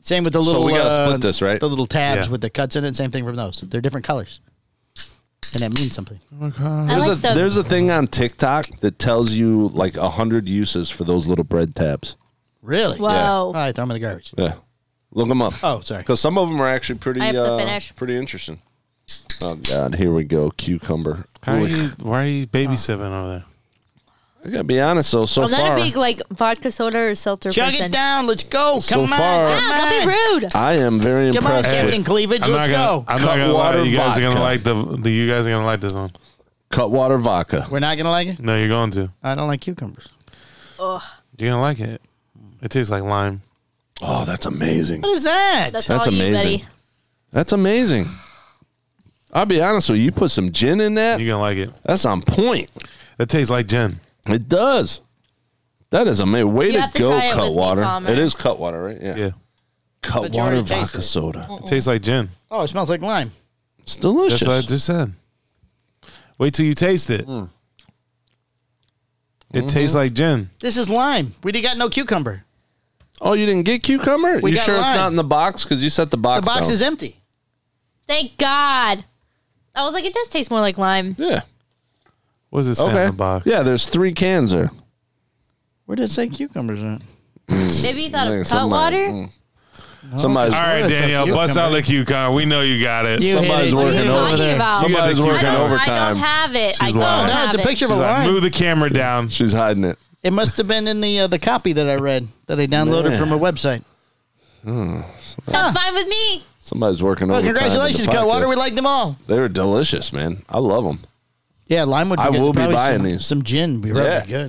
Speaker 8: Same with the
Speaker 1: So
Speaker 8: little.
Speaker 1: we gotta
Speaker 8: uh,
Speaker 1: split this, right?
Speaker 8: The little tabs
Speaker 5: Yeah.
Speaker 8: with the cuts in it. Same thing from those. They're different colors, and that means something.
Speaker 3: I
Speaker 1: There's,
Speaker 3: like
Speaker 1: a,
Speaker 3: the,
Speaker 1: there's a thing on TikTok that tells you like a hundred uses for those little bread tabs.
Speaker 8: Really?
Speaker 3: whoa.
Speaker 8: All right, throw them in the garbage.
Speaker 1: Yeah, look them up.
Speaker 8: Oh, sorry.
Speaker 1: because some of them are actually pretty
Speaker 3: I have to
Speaker 1: uh,
Speaker 3: finish.
Speaker 1: pretty interesting. Oh God, here we go, cucumber.
Speaker 5: How are
Speaker 1: Ooh,
Speaker 5: you, why are you babysitting over there?
Speaker 1: I gotta be honest though. So
Speaker 3: I'm not
Speaker 1: far,
Speaker 3: a big like vodka soda or seltzer
Speaker 8: Chug
Speaker 3: person.
Speaker 8: it down. Let's go. Come
Speaker 1: So
Speaker 8: on.
Speaker 1: far-
Speaker 8: come
Speaker 3: Ah, don't be
Speaker 8: on.
Speaker 3: rude.
Speaker 1: I am very
Speaker 8: Come on,
Speaker 1: impressed with
Speaker 8: Captain Cleavage.
Speaker 5: I'm
Speaker 8: Let's
Speaker 5: not gonna.
Speaker 8: go.
Speaker 5: I'm not gonna lie.
Speaker 1: Cutwater
Speaker 5: You guys are
Speaker 1: vodka.
Speaker 5: gonna like the, the. You guys are gonna like this one.
Speaker 1: Cutwater vodka.
Speaker 8: We're not gonna like it.
Speaker 5: No, you're going to.
Speaker 8: I don't like cucumbers.
Speaker 5: You're gonna like it. It tastes like lime.
Speaker 1: Oh, that's amazing.
Speaker 8: What is that?
Speaker 3: That's,
Speaker 1: That's
Speaker 3: all you,
Speaker 1: amazing.
Speaker 3: buddy.
Speaker 1: That's amazing. I'll be honest with you. You put some gin in that.
Speaker 5: You're gonna like it.
Speaker 1: That's on point.
Speaker 5: It tastes like gin.
Speaker 1: It does. That is amazing. Way
Speaker 3: You
Speaker 1: to
Speaker 3: have to
Speaker 1: go,
Speaker 3: try it with me,
Speaker 1: Cutwater.
Speaker 3: Palmer.
Speaker 1: It is Cutwater, right? Yeah.
Speaker 5: Yeah,
Speaker 8: you already
Speaker 1: Cutwater
Speaker 8: tasted
Speaker 1: vodka
Speaker 8: it.
Speaker 1: soda.
Speaker 5: it tastes like gin.
Speaker 8: oh, it smells like lime.
Speaker 1: It's delicious.
Speaker 5: That's what I just said. Wait till you taste it.
Speaker 1: Mm.
Speaker 5: It tastes like gin.
Speaker 8: This is lime. We got no cucumber.
Speaker 1: oh, you didn't get cucumber?
Speaker 8: We
Speaker 1: you
Speaker 8: got
Speaker 1: sure it's
Speaker 8: lime.
Speaker 1: not in the box? Because you set the
Speaker 8: The
Speaker 1: box.
Speaker 8: box
Speaker 1: down.
Speaker 8: is empty.
Speaker 3: Thank God. I was like, it does taste more like lime.
Speaker 1: Yeah.
Speaker 5: What does it say on the
Speaker 1: Okay.
Speaker 5: box?
Speaker 1: Yeah, there's three cans there.
Speaker 8: Where did it say cucumbers in it?
Speaker 3: Maybe you thought
Speaker 1: I
Speaker 3: of
Speaker 1: think
Speaker 3: cut
Speaker 1: somebody-
Speaker 3: water.
Speaker 1: mm.
Speaker 8: Oh.
Speaker 1: Somebody's
Speaker 5: All right,
Speaker 8: What is a
Speaker 5: Danielle, bust out
Speaker 8: cucumber?
Speaker 5: the cucumber. We know you got it.
Speaker 8: You-
Speaker 1: somebody's
Speaker 8: hit it.
Speaker 3: What are
Speaker 1: working
Speaker 3: you
Speaker 8: over
Speaker 3: talking
Speaker 8: there.
Speaker 3: about?
Speaker 5: You got
Speaker 1: Somebody's
Speaker 5: a
Speaker 1: working
Speaker 5: cucumber.
Speaker 3: I
Speaker 1: overtime.
Speaker 3: don't have it. I
Speaker 5: She's
Speaker 3: don't
Speaker 5: lying.
Speaker 8: No,
Speaker 3: have
Speaker 8: it's a
Speaker 3: it.
Speaker 8: picture of a
Speaker 5: She's like,
Speaker 8: lime.
Speaker 5: move the camera down.
Speaker 1: She's hiding it.
Speaker 8: It must have been in the uh, the copy that I read that I downloaded
Speaker 1: Man.
Speaker 8: from a website. Ah.
Speaker 3: That's fine with me.
Speaker 1: Somebody's working
Speaker 8: Well,
Speaker 1: overtime. in the
Speaker 8: congratulations,
Speaker 1: podcast.
Speaker 8: Cutwater. We like them all.
Speaker 1: They were delicious, man. I love them.
Speaker 8: Yeah, lime would. Be
Speaker 1: I
Speaker 8: good.
Speaker 1: will be
Speaker 8: Probably
Speaker 1: buying
Speaker 8: some,
Speaker 1: these.
Speaker 8: Some gin would be really
Speaker 1: Yeah.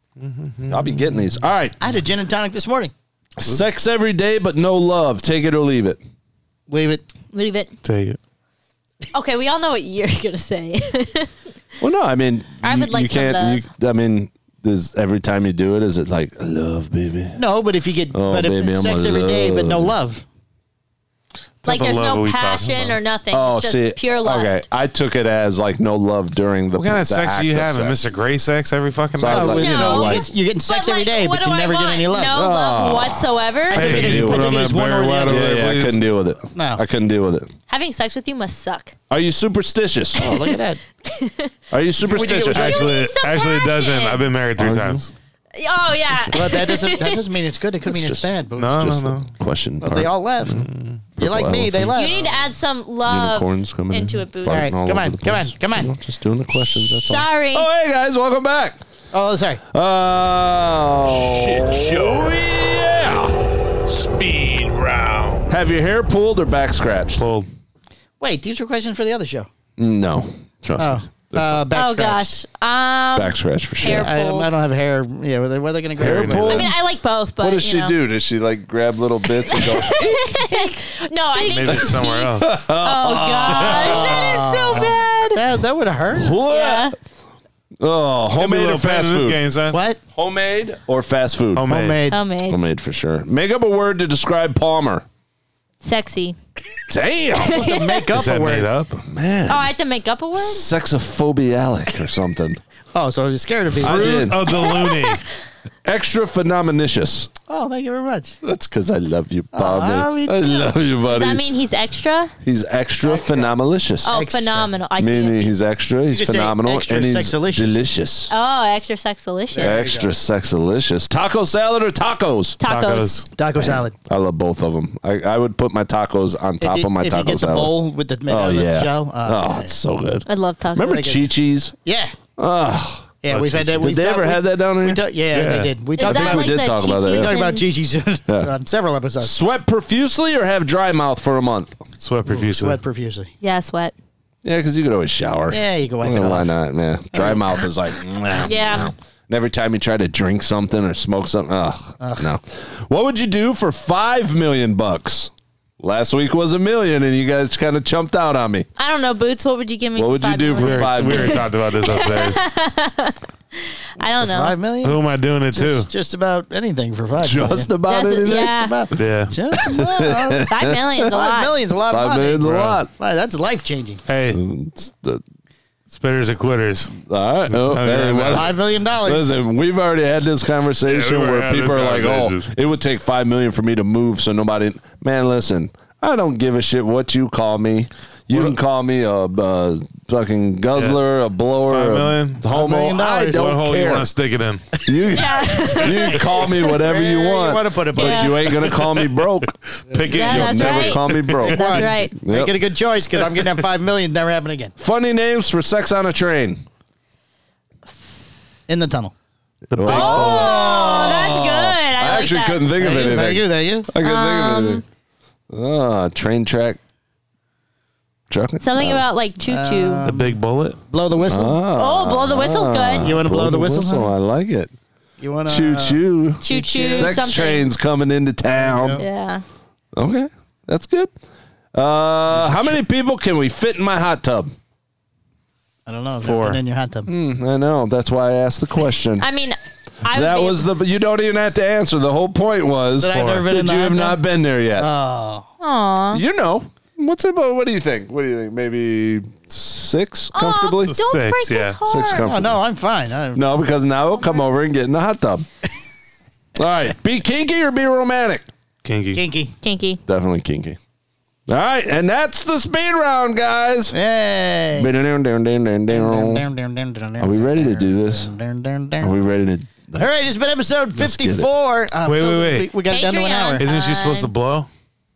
Speaker 8: good.
Speaker 1: I'll be getting these. All right.
Speaker 8: I had a gin and tonic this morning.
Speaker 1: Sex every day, but no love. Take it or leave it.
Speaker 8: Leave it.
Speaker 3: Leave it.
Speaker 5: Take it.
Speaker 3: Okay, we all know what you're gonna say.
Speaker 1: Well, no, I mean,
Speaker 3: I
Speaker 1: you,
Speaker 3: would like
Speaker 1: you
Speaker 3: some
Speaker 1: can't. You, I mean, is every time you do it, is it like love, baby?
Speaker 8: No, but if you get,
Speaker 1: Oh,
Speaker 8: but if
Speaker 1: baby,
Speaker 8: it's
Speaker 1: I'm
Speaker 8: sex
Speaker 1: a
Speaker 8: every day, but no
Speaker 1: love.
Speaker 8: love.
Speaker 3: like
Speaker 5: of
Speaker 3: there's
Speaker 5: love are
Speaker 3: no
Speaker 5: we talking
Speaker 3: passion
Speaker 5: about?
Speaker 3: or nothing.
Speaker 1: Oh,
Speaker 3: it's just
Speaker 1: see,
Speaker 3: pure lust.
Speaker 1: Okay, I took it as like no love during the.
Speaker 5: What kind
Speaker 1: the
Speaker 5: of sex
Speaker 1: act
Speaker 5: are you having,
Speaker 1: sex.
Speaker 5: Mr. Gray sex every fucking
Speaker 1: So I
Speaker 5: night?
Speaker 1: was like,
Speaker 3: No.
Speaker 1: you know, like
Speaker 8: You're getting sex every day,
Speaker 3: what
Speaker 8: but you
Speaker 3: do I
Speaker 8: never get any
Speaker 3: want?
Speaker 8: love.
Speaker 3: No
Speaker 1: Oh.
Speaker 3: love whatsoever.
Speaker 8: I think it is-
Speaker 1: you put
Speaker 8: I think
Speaker 5: on
Speaker 8: it
Speaker 5: that
Speaker 8: is one or the
Speaker 5: Barry
Speaker 8: other.
Speaker 5: White
Speaker 1: yeah, yeah, I
Speaker 5: please.
Speaker 1: couldn't deal with it.
Speaker 8: No.
Speaker 1: I couldn't deal with it.
Speaker 3: Having sex with you must suck.
Speaker 1: Are you superstitious?
Speaker 8: Oh, look at that.
Speaker 1: Are you superstitious?
Speaker 5: Actually,
Speaker 3: need some
Speaker 5: actually, it doesn't.
Speaker 3: passion.
Speaker 5: I've been married three
Speaker 1: Are you?
Speaker 5: times.
Speaker 3: Oh yeah.
Speaker 8: But that doesn't that doesn't mean it's good. It could mean it's
Speaker 1: just- Mm.
Speaker 8: bad. But
Speaker 5: No, no,
Speaker 1: Just
Speaker 5: no.
Speaker 1: the question.
Speaker 8: Well,
Speaker 1: part.
Speaker 8: they all left. You're like me. They
Speaker 1: elephant.
Speaker 8: left.
Speaker 3: You need to add some love
Speaker 1: unicorns coming in,
Speaker 3: into it, Boots.
Speaker 1: farting
Speaker 8: All right,
Speaker 1: all
Speaker 8: come
Speaker 1: over
Speaker 8: on,
Speaker 1: the
Speaker 8: come
Speaker 1: place.
Speaker 8: on, come on.
Speaker 1: You know, just doing the questions. That's all.
Speaker 3: Sorry.
Speaker 1: Oh, hey guys, welcome back.
Speaker 8: oh, sorry.
Speaker 1: Oh,
Speaker 10: Shit show, yeah! Speed round.
Speaker 1: Have your hair pulled or back scratched?
Speaker 5: Pulled.
Speaker 8: Wait, these were questions for the other show.
Speaker 1: No, trust
Speaker 8: Oh,
Speaker 1: me.
Speaker 8: uh, back
Speaker 3: oh
Speaker 8: scratch.
Speaker 3: gosh. Um.
Speaker 1: Back scratch for sure.
Speaker 3: Hair
Speaker 8: I, don't- I don't have hair. Yeah, what are they, what are they going to
Speaker 1: Hair
Speaker 8: grab?
Speaker 1: pulled?
Speaker 3: I mean, I like both, but
Speaker 1: what does
Speaker 3: you
Speaker 1: she
Speaker 3: know.
Speaker 1: do? Does she like grab little bits and go?
Speaker 3: No, I think.
Speaker 5: Maybe it's somewhere else.
Speaker 3: Oh
Speaker 1: Ah.
Speaker 3: gosh, that is so bad.
Speaker 8: That, that would hurt.
Speaker 3: Yeah.
Speaker 1: Oh,
Speaker 5: Gonna be a
Speaker 1: homemade or
Speaker 5: little fan
Speaker 1: fast
Speaker 5: of this
Speaker 1: food?
Speaker 5: game, son. Oh,
Speaker 8: What?
Speaker 1: Homemade or fast food?
Speaker 5: Homemade.
Speaker 8: Homemade.
Speaker 3: Homemade.
Speaker 1: Homemade for sure. Make up a word to describe Palmer.
Speaker 3: Sexy.
Speaker 1: Damn,
Speaker 8: To make up
Speaker 5: Is that
Speaker 8: a
Speaker 5: made
Speaker 8: word.
Speaker 5: up?
Speaker 1: man,
Speaker 3: Oh, I have to make up a word?
Speaker 1: sexophobic or something.
Speaker 8: Oh, so you're scared of me.
Speaker 1: I did
Speaker 5: Of Oh, the loony.
Speaker 1: extra phenomenicious.
Speaker 8: Oh, thank you very much.
Speaker 1: That's because I love you, Palmer.
Speaker 8: me
Speaker 1: I
Speaker 8: too.
Speaker 1: love you, buddy.
Speaker 3: Does that mean he's extra?
Speaker 1: he's extra phenomenalicious.
Speaker 3: Oh,
Speaker 8: Extra.
Speaker 3: phenomenal. I
Speaker 1: Meaning
Speaker 3: see. it.
Speaker 1: he's extra, he's
Speaker 8: could say
Speaker 1: phenomenal,
Speaker 8: extra
Speaker 1: and he's
Speaker 8: sexalicious.
Speaker 1: delicious.
Speaker 3: Oh, extra sexalicious.
Speaker 1: Extra sexalicious. Taco salad or tacos?
Speaker 3: Tacos.
Speaker 5: Tacos.
Speaker 8: Taco salad.
Speaker 1: I love both of them. I, I would put my tacos on top
Speaker 8: if you,
Speaker 1: of my
Speaker 8: if
Speaker 1: taco
Speaker 8: you get
Speaker 1: salad.
Speaker 8: the bowl with the, made
Speaker 1: oh
Speaker 8: out of the
Speaker 1: yeah.
Speaker 8: shell. Uh,
Speaker 1: oh, it's so good.
Speaker 3: I love tacos.
Speaker 1: Remember
Speaker 8: Like a-
Speaker 1: Chi Chi's?
Speaker 8: yeah.
Speaker 1: Oh,
Speaker 8: Yeah, we've had that.
Speaker 1: Did
Speaker 8: we
Speaker 1: they
Speaker 8: thought
Speaker 1: ever
Speaker 8: we-
Speaker 1: have that down
Speaker 8: We
Speaker 1: here?
Speaker 8: ta- yeah,
Speaker 5: Yeah.
Speaker 8: they did. We
Speaker 3: Is
Speaker 8: talked
Speaker 3: that
Speaker 8: about
Speaker 1: we
Speaker 3: like
Speaker 1: did
Speaker 3: the
Speaker 1: talk about that, yeah.
Speaker 3: Chi-Chi's
Speaker 8: we talked about
Speaker 3: and-
Speaker 8: Gigi's on several episodes.
Speaker 1: Sweat profusely or have dry mouth for a month?
Speaker 5: Sweat profusely.
Speaker 8: Sweat profusely.
Speaker 3: Yeah, sweat.
Speaker 1: Yeah, because you could always shower.
Speaker 8: Yeah, you can wipe
Speaker 1: Yeah,
Speaker 8: it
Speaker 1: Why
Speaker 8: off.
Speaker 1: not, man? Dry mouth is like, mwah,
Speaker 3: Yeah.
Speaker 1: mwah. And every time you try to drink something or smoke something, ugh, no. What would you do for five million bucks? Last week was a million, and you guys kind of chumped out on me.
Speaker 3: I don't know, Boots. What would you give me?
Speaker 1: What
Speaker 3: for
Speaker 1: would you
Speaker 3: five
Speaker 1: do for
Speaker 3: million?
Speaker 1: five
Speaker 5: we already
Speaker 1: million?
Speaker 5: talked about this upstairs.
Speaker 3: I don't know.
Speaker 8: Five million.
Speaker 5: Who am I doing it to?
Speaker 8: Just, just about anything for five.
Speaker 1: Just about
Speaker 3: That's-
Speaker 1: anything.
Speaker 3: yeah.
Speaker 8: about.
Speaker 5: Yeah.
Speaker 8: Just about.
Speaker 3: Five million's a
Speaker 8: Five
Speaker 3: lot.
Speaker 8: million's a lot of
Speaker 1: Five
Speaker 8: money.
Speaker 1: million's a
Speaker 5: Bro.
Speaker 1: lot.
Speaker 8: Wow, that's life changing.
Speaker 5: Hey,
Speaker 1: It's the-
Speaker 5: spitters are quitters.
Speaker 1: all right. Oh,
Speaker 5: I mean,
Speaker 1: hey,
Speaker 5: right
Speaker 1: what-
Speaker 5: now-
Speaker 8: Five million dollars.
Speaker 1: Listen, we've already had this conversation
Speaker 5: Yeah, we already
Speaker 1: where
Speaker 5: had
Speaker 1: people
Speaker 5: this
Speaker 1: are like, "Oh,
Speaker 5: conversation.
Speaker 1: it would take five million for me to move, so nobody." Man, listen, I don't give a shit what you call me. You can call me a, uh fucking guzzler, a blower,
Speaker 5: Five
Speaker 1: a
Speaker 5: million?
Speaker 1: homo.
Speaker 8: Five million
Speaker 1: I
Speaker 8: dollars.
Speaker 5: What
Speaker 1: don't
Speaker 5: hole you want
Speaker 1: care.
Speaker 5: to stick it in?
Speaker 1: You,
Speaker 3: Yeah.
Speaker 1: you can call me whatever you
Speaker 8: Where you
Speaker 1: want,
Speaker 8: wanna put it,
Speaker 1: but
Speaker 3: buddy.
Speaker 1: you ain't gonna call me broke.
Speaker 5: Pick
Speaker 3: Yeah,
Speaker 5: it.
Speaker 1: You'll
Speaker 3: that's
Speaker 1: never
Speaker 3: right.
Speaker 1: call me broke.
Speaker 3: That's right.
Speaker 1: Yep.
Speaker 8: Making a good choice because I'm getting that five million. Never happen again.
Speaker 1: Funny names for sex on a train.
Speaker 8: In the tunnel.
Speaker 5: The big
Speaker 3: Oh, that's good. I,
Speaker 1: I
Speaker 3: like
Speaker 1: actually
Speaker 3: that.
Speaker 1: couldn't think of
Speaker 8: There you- there
Speaker 1: anything.
Speaker 8: you. There you.
Speaker 1: I couldn't
Speaker 3: Um,
Speaker 1: think of anything. Ah, train track. Truck.
Speaker 3: Something about like choo choo.
Speaker 1: Uh,
Speaker 5: the big bullet.
Speaker 8: Blow the whistle.
Speaker 1: Ah,
Speaker 3: oh, blow the whistle's
Speaker 8: you
Speaker 1: uh,
Speaker 3: good.
Speaker 8: want to blow, the whistle? huh? Uh,
Speaker 1: I like it.
Speaker 8: You want to
Speaker 1: Choo choo.
Speaker 3: Choo choo.
Speaker 1: Sex
Speaker 3: Something.
Speaker 1: trains coming into town.
Speaker 3: Yeah.
Speaker 1: Okay, that's good. Uh, how many people can we fit in my hot tub?
Speaker 8: I don't know. I've
Speaker 5: Four.
Speaker 8: been in your hot tub.
Speaker 1: I know. That's why I asked the question.
Speaker 3: I mean, I
Speaker 1: that
Speaker 3: would be-
Speaker 1: was the. You don't even have to answer. The whole point was
Speaker 8: That I've never been in
Speaker 1: that
Speaker 8: the
Speaker 1: you have
Speaker 8: hot
Speaker 1: not
Speaker 8: tub?
Speaker 1: been there yet.
Speaker 3: Oh. Aw.
Speaker 1: you know. What's about? What do you think? What do you think? Maybe six comfortably.
Speaker 3: Aw, Oh, don't
Speaker 5: Six,
Speaker 3: break his
Speaker 5: yeah.
Speaker 3: heart.
Speaker 1: Six comfortably.
Speaker 8: Oh no, I'm fine. I,
Speaker 1: No, because now he'll come over and get in the hot tub. All right, be kinky or be romantic.
Speaker 5: Kinky.
Speaker 8: Kinky.
Speaker 3: Kinky.
Speaker 1: Definitely kinky. All right, and that's the speed round, guys.
Speaker 8: Hey.
Speaker 1: Are
Speaker 8: Are
Speaker 1: we ready to do this? we
Speaker 8: All
Speaker 1: ready to?
Speaker 8: right, it's been episode
Speaker 1: get it.
Speaker 8: 54. Uh,
Speaker 5: Wait,
Speaker 8: so
Speaker 5: wait, wait.
Speaker 8: We, we got it down to an hour.
Speaker 3: Patreon.
Speaker 5: Isn't she supposed to blow?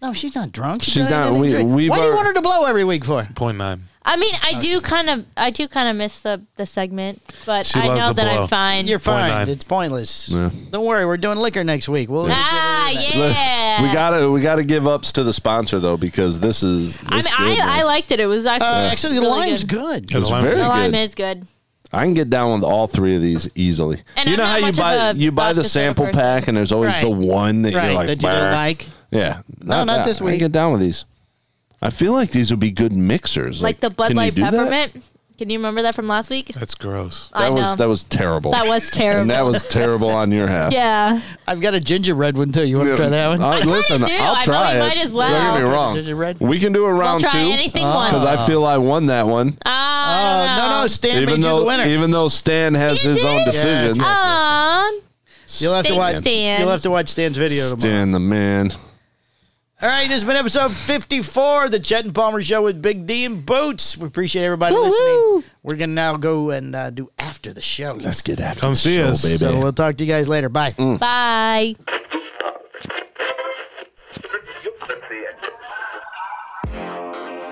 Speaker 8: No, she's not drunk. She
Speaker 1: She's
Speaker 8: doesn't
Speaker 1: not-
Speaker 8: have anything
Speaker 1: we-
Speaker 8: to drink.
Speaker 1: we've
Speaker 8: Why do you
Speaker 1: al-
Speaker 8: want her to blow every week for?
Speaker 5: Point nine.
Speaker 3: I mean, I do kind of, I do kind of miss the the segment, but
Speaker 5: She
Speaker 3: I
Speaker 5: loves
Speaker 3: know
Speaker 5: the
Speaker 3: that
Speaker 5: blow.
Speaker 3: I'm fine.
Speaker 8: You're fine.
Speaker 5: nine.
Speaker 8: It's pointless.
Speaker 1: Yeah.
Speaker 8: Don't worry, we're doing liquor next week. We'll
Speaker 3: ah, yeah.
Speaker 1: We gotta we gotta give ups to the sponsor though because this is. This
Speaker 3: I mean,
Speaker 1: good, man.
Speaker 3: I, I liked it. It was actually
Speaker 8: Uh, Actually, the
Speaker 3: really
Speaker 8: lime's
Speaker 3: good.
Speaker 8: good.
Speaker 1: It's
Speaker 5: The lime-
Speaker 1: very
Speaker 3: The lime
Speaker 1: good.
Speaker 3: is good.
Speaker 1: I can get down with all three of these easily.
Speaker 3: And
Speaker 1: you
Speaker 3: I'm
Speaker 1: know
Speaker 3: not
Speaker 1: how you
Speaker 3: much of
Speaker 1: buy
Speaker 3: a
Speaker 1: you buy the
Speaker 3: vodka soda
Speaker 1: sample
Speaker 3: person.
Speaker 1: pack and there's always
Speaker 8: Right.
Speaker 1: the one that
Speaker 8: Right,
Speaker 1: you're like,
Speaker 8: that you don't
Speaker 1: "Brr."
Speaker 8: like.
Speaker 1: Yeah.
Speaker 8: No, not this
Speaker 1: I can
Speaker 8: week.
Speaker 1: get down with these. I feel like these would be good mixers.
Speaker 3: Like the Bud
Speaker 1: can you
Speaker 3: Light
Speaker 1: do that?
Speaker 3: peppermint. Can you remember that from last week?
Speaker 5: That's gross.
Speaker 1: That
Speaker 3: I know.
Speaker 1: was that was terrible.
Speaker 3: That was terrible.
Speaker 1: and that was terrible on your half.
Speaker 3: yeah.
Speaker 8: I've got a gingerbread one too. You want to try that one?
Speaker 1: I- listen,
Speaker 3: do. I
Speaker 1: I'll
Speaker 3: thought
Speaker 1: try
Speaker 3: we
Speaker 1: it.
Speaker 3: might as well.
Speaker 1: Don't get me
Speaker 8: Did you
Speaker 1: wrong.
Speaker 8: read-
Speaker 1: We can do a
Speaker 3: I'll
Speaker 1: round
Speaker 3: try
Speaker 1: two
Speaker 3: anything once.
Speaker 1: because I feel I won that one.
Speaker 3: Ah,
Speaker 8: Oh, no, no, Stan
Speaker 1: even
Speaker 8: made you the
Speaker 1: though
Speaker 8: winner.
Speaker 1: even though Stan has
Speaker 3: He
Speaker 1: his
Speaker 3: did?
Speaker 1: own
Speaker 3: Yes,
Speaker 1: decision.
Speaker 8: yes.
Speaker 3: Aw.
Speaker 8: you'll have to
Speaker 3: Stan,
Speaker 8: watch.
Speaker 3: Stan.
Speaker 8: You'll have to watch Stan's video tomorrow.
Speaker 1: Stan the man.
Speaker 8: All right, this has been episode 54 of the Chet and Palmer Show with Big D and Boots. We appreciate everybody
Speaker 3: Woo-hoo.
Speaker 8: listening. We're going to now go and uh, do after the show.
Speaker 1: Let's get after
Speaker 5: Come
Speaker 1: the
Speaker 5: see
Speaker 1: show,
Speaker 5: us.
Speaker 1: baby.
Speaker 8: So we'll talk to you guys later. Bye.
Speaker 3: Mm. Bye.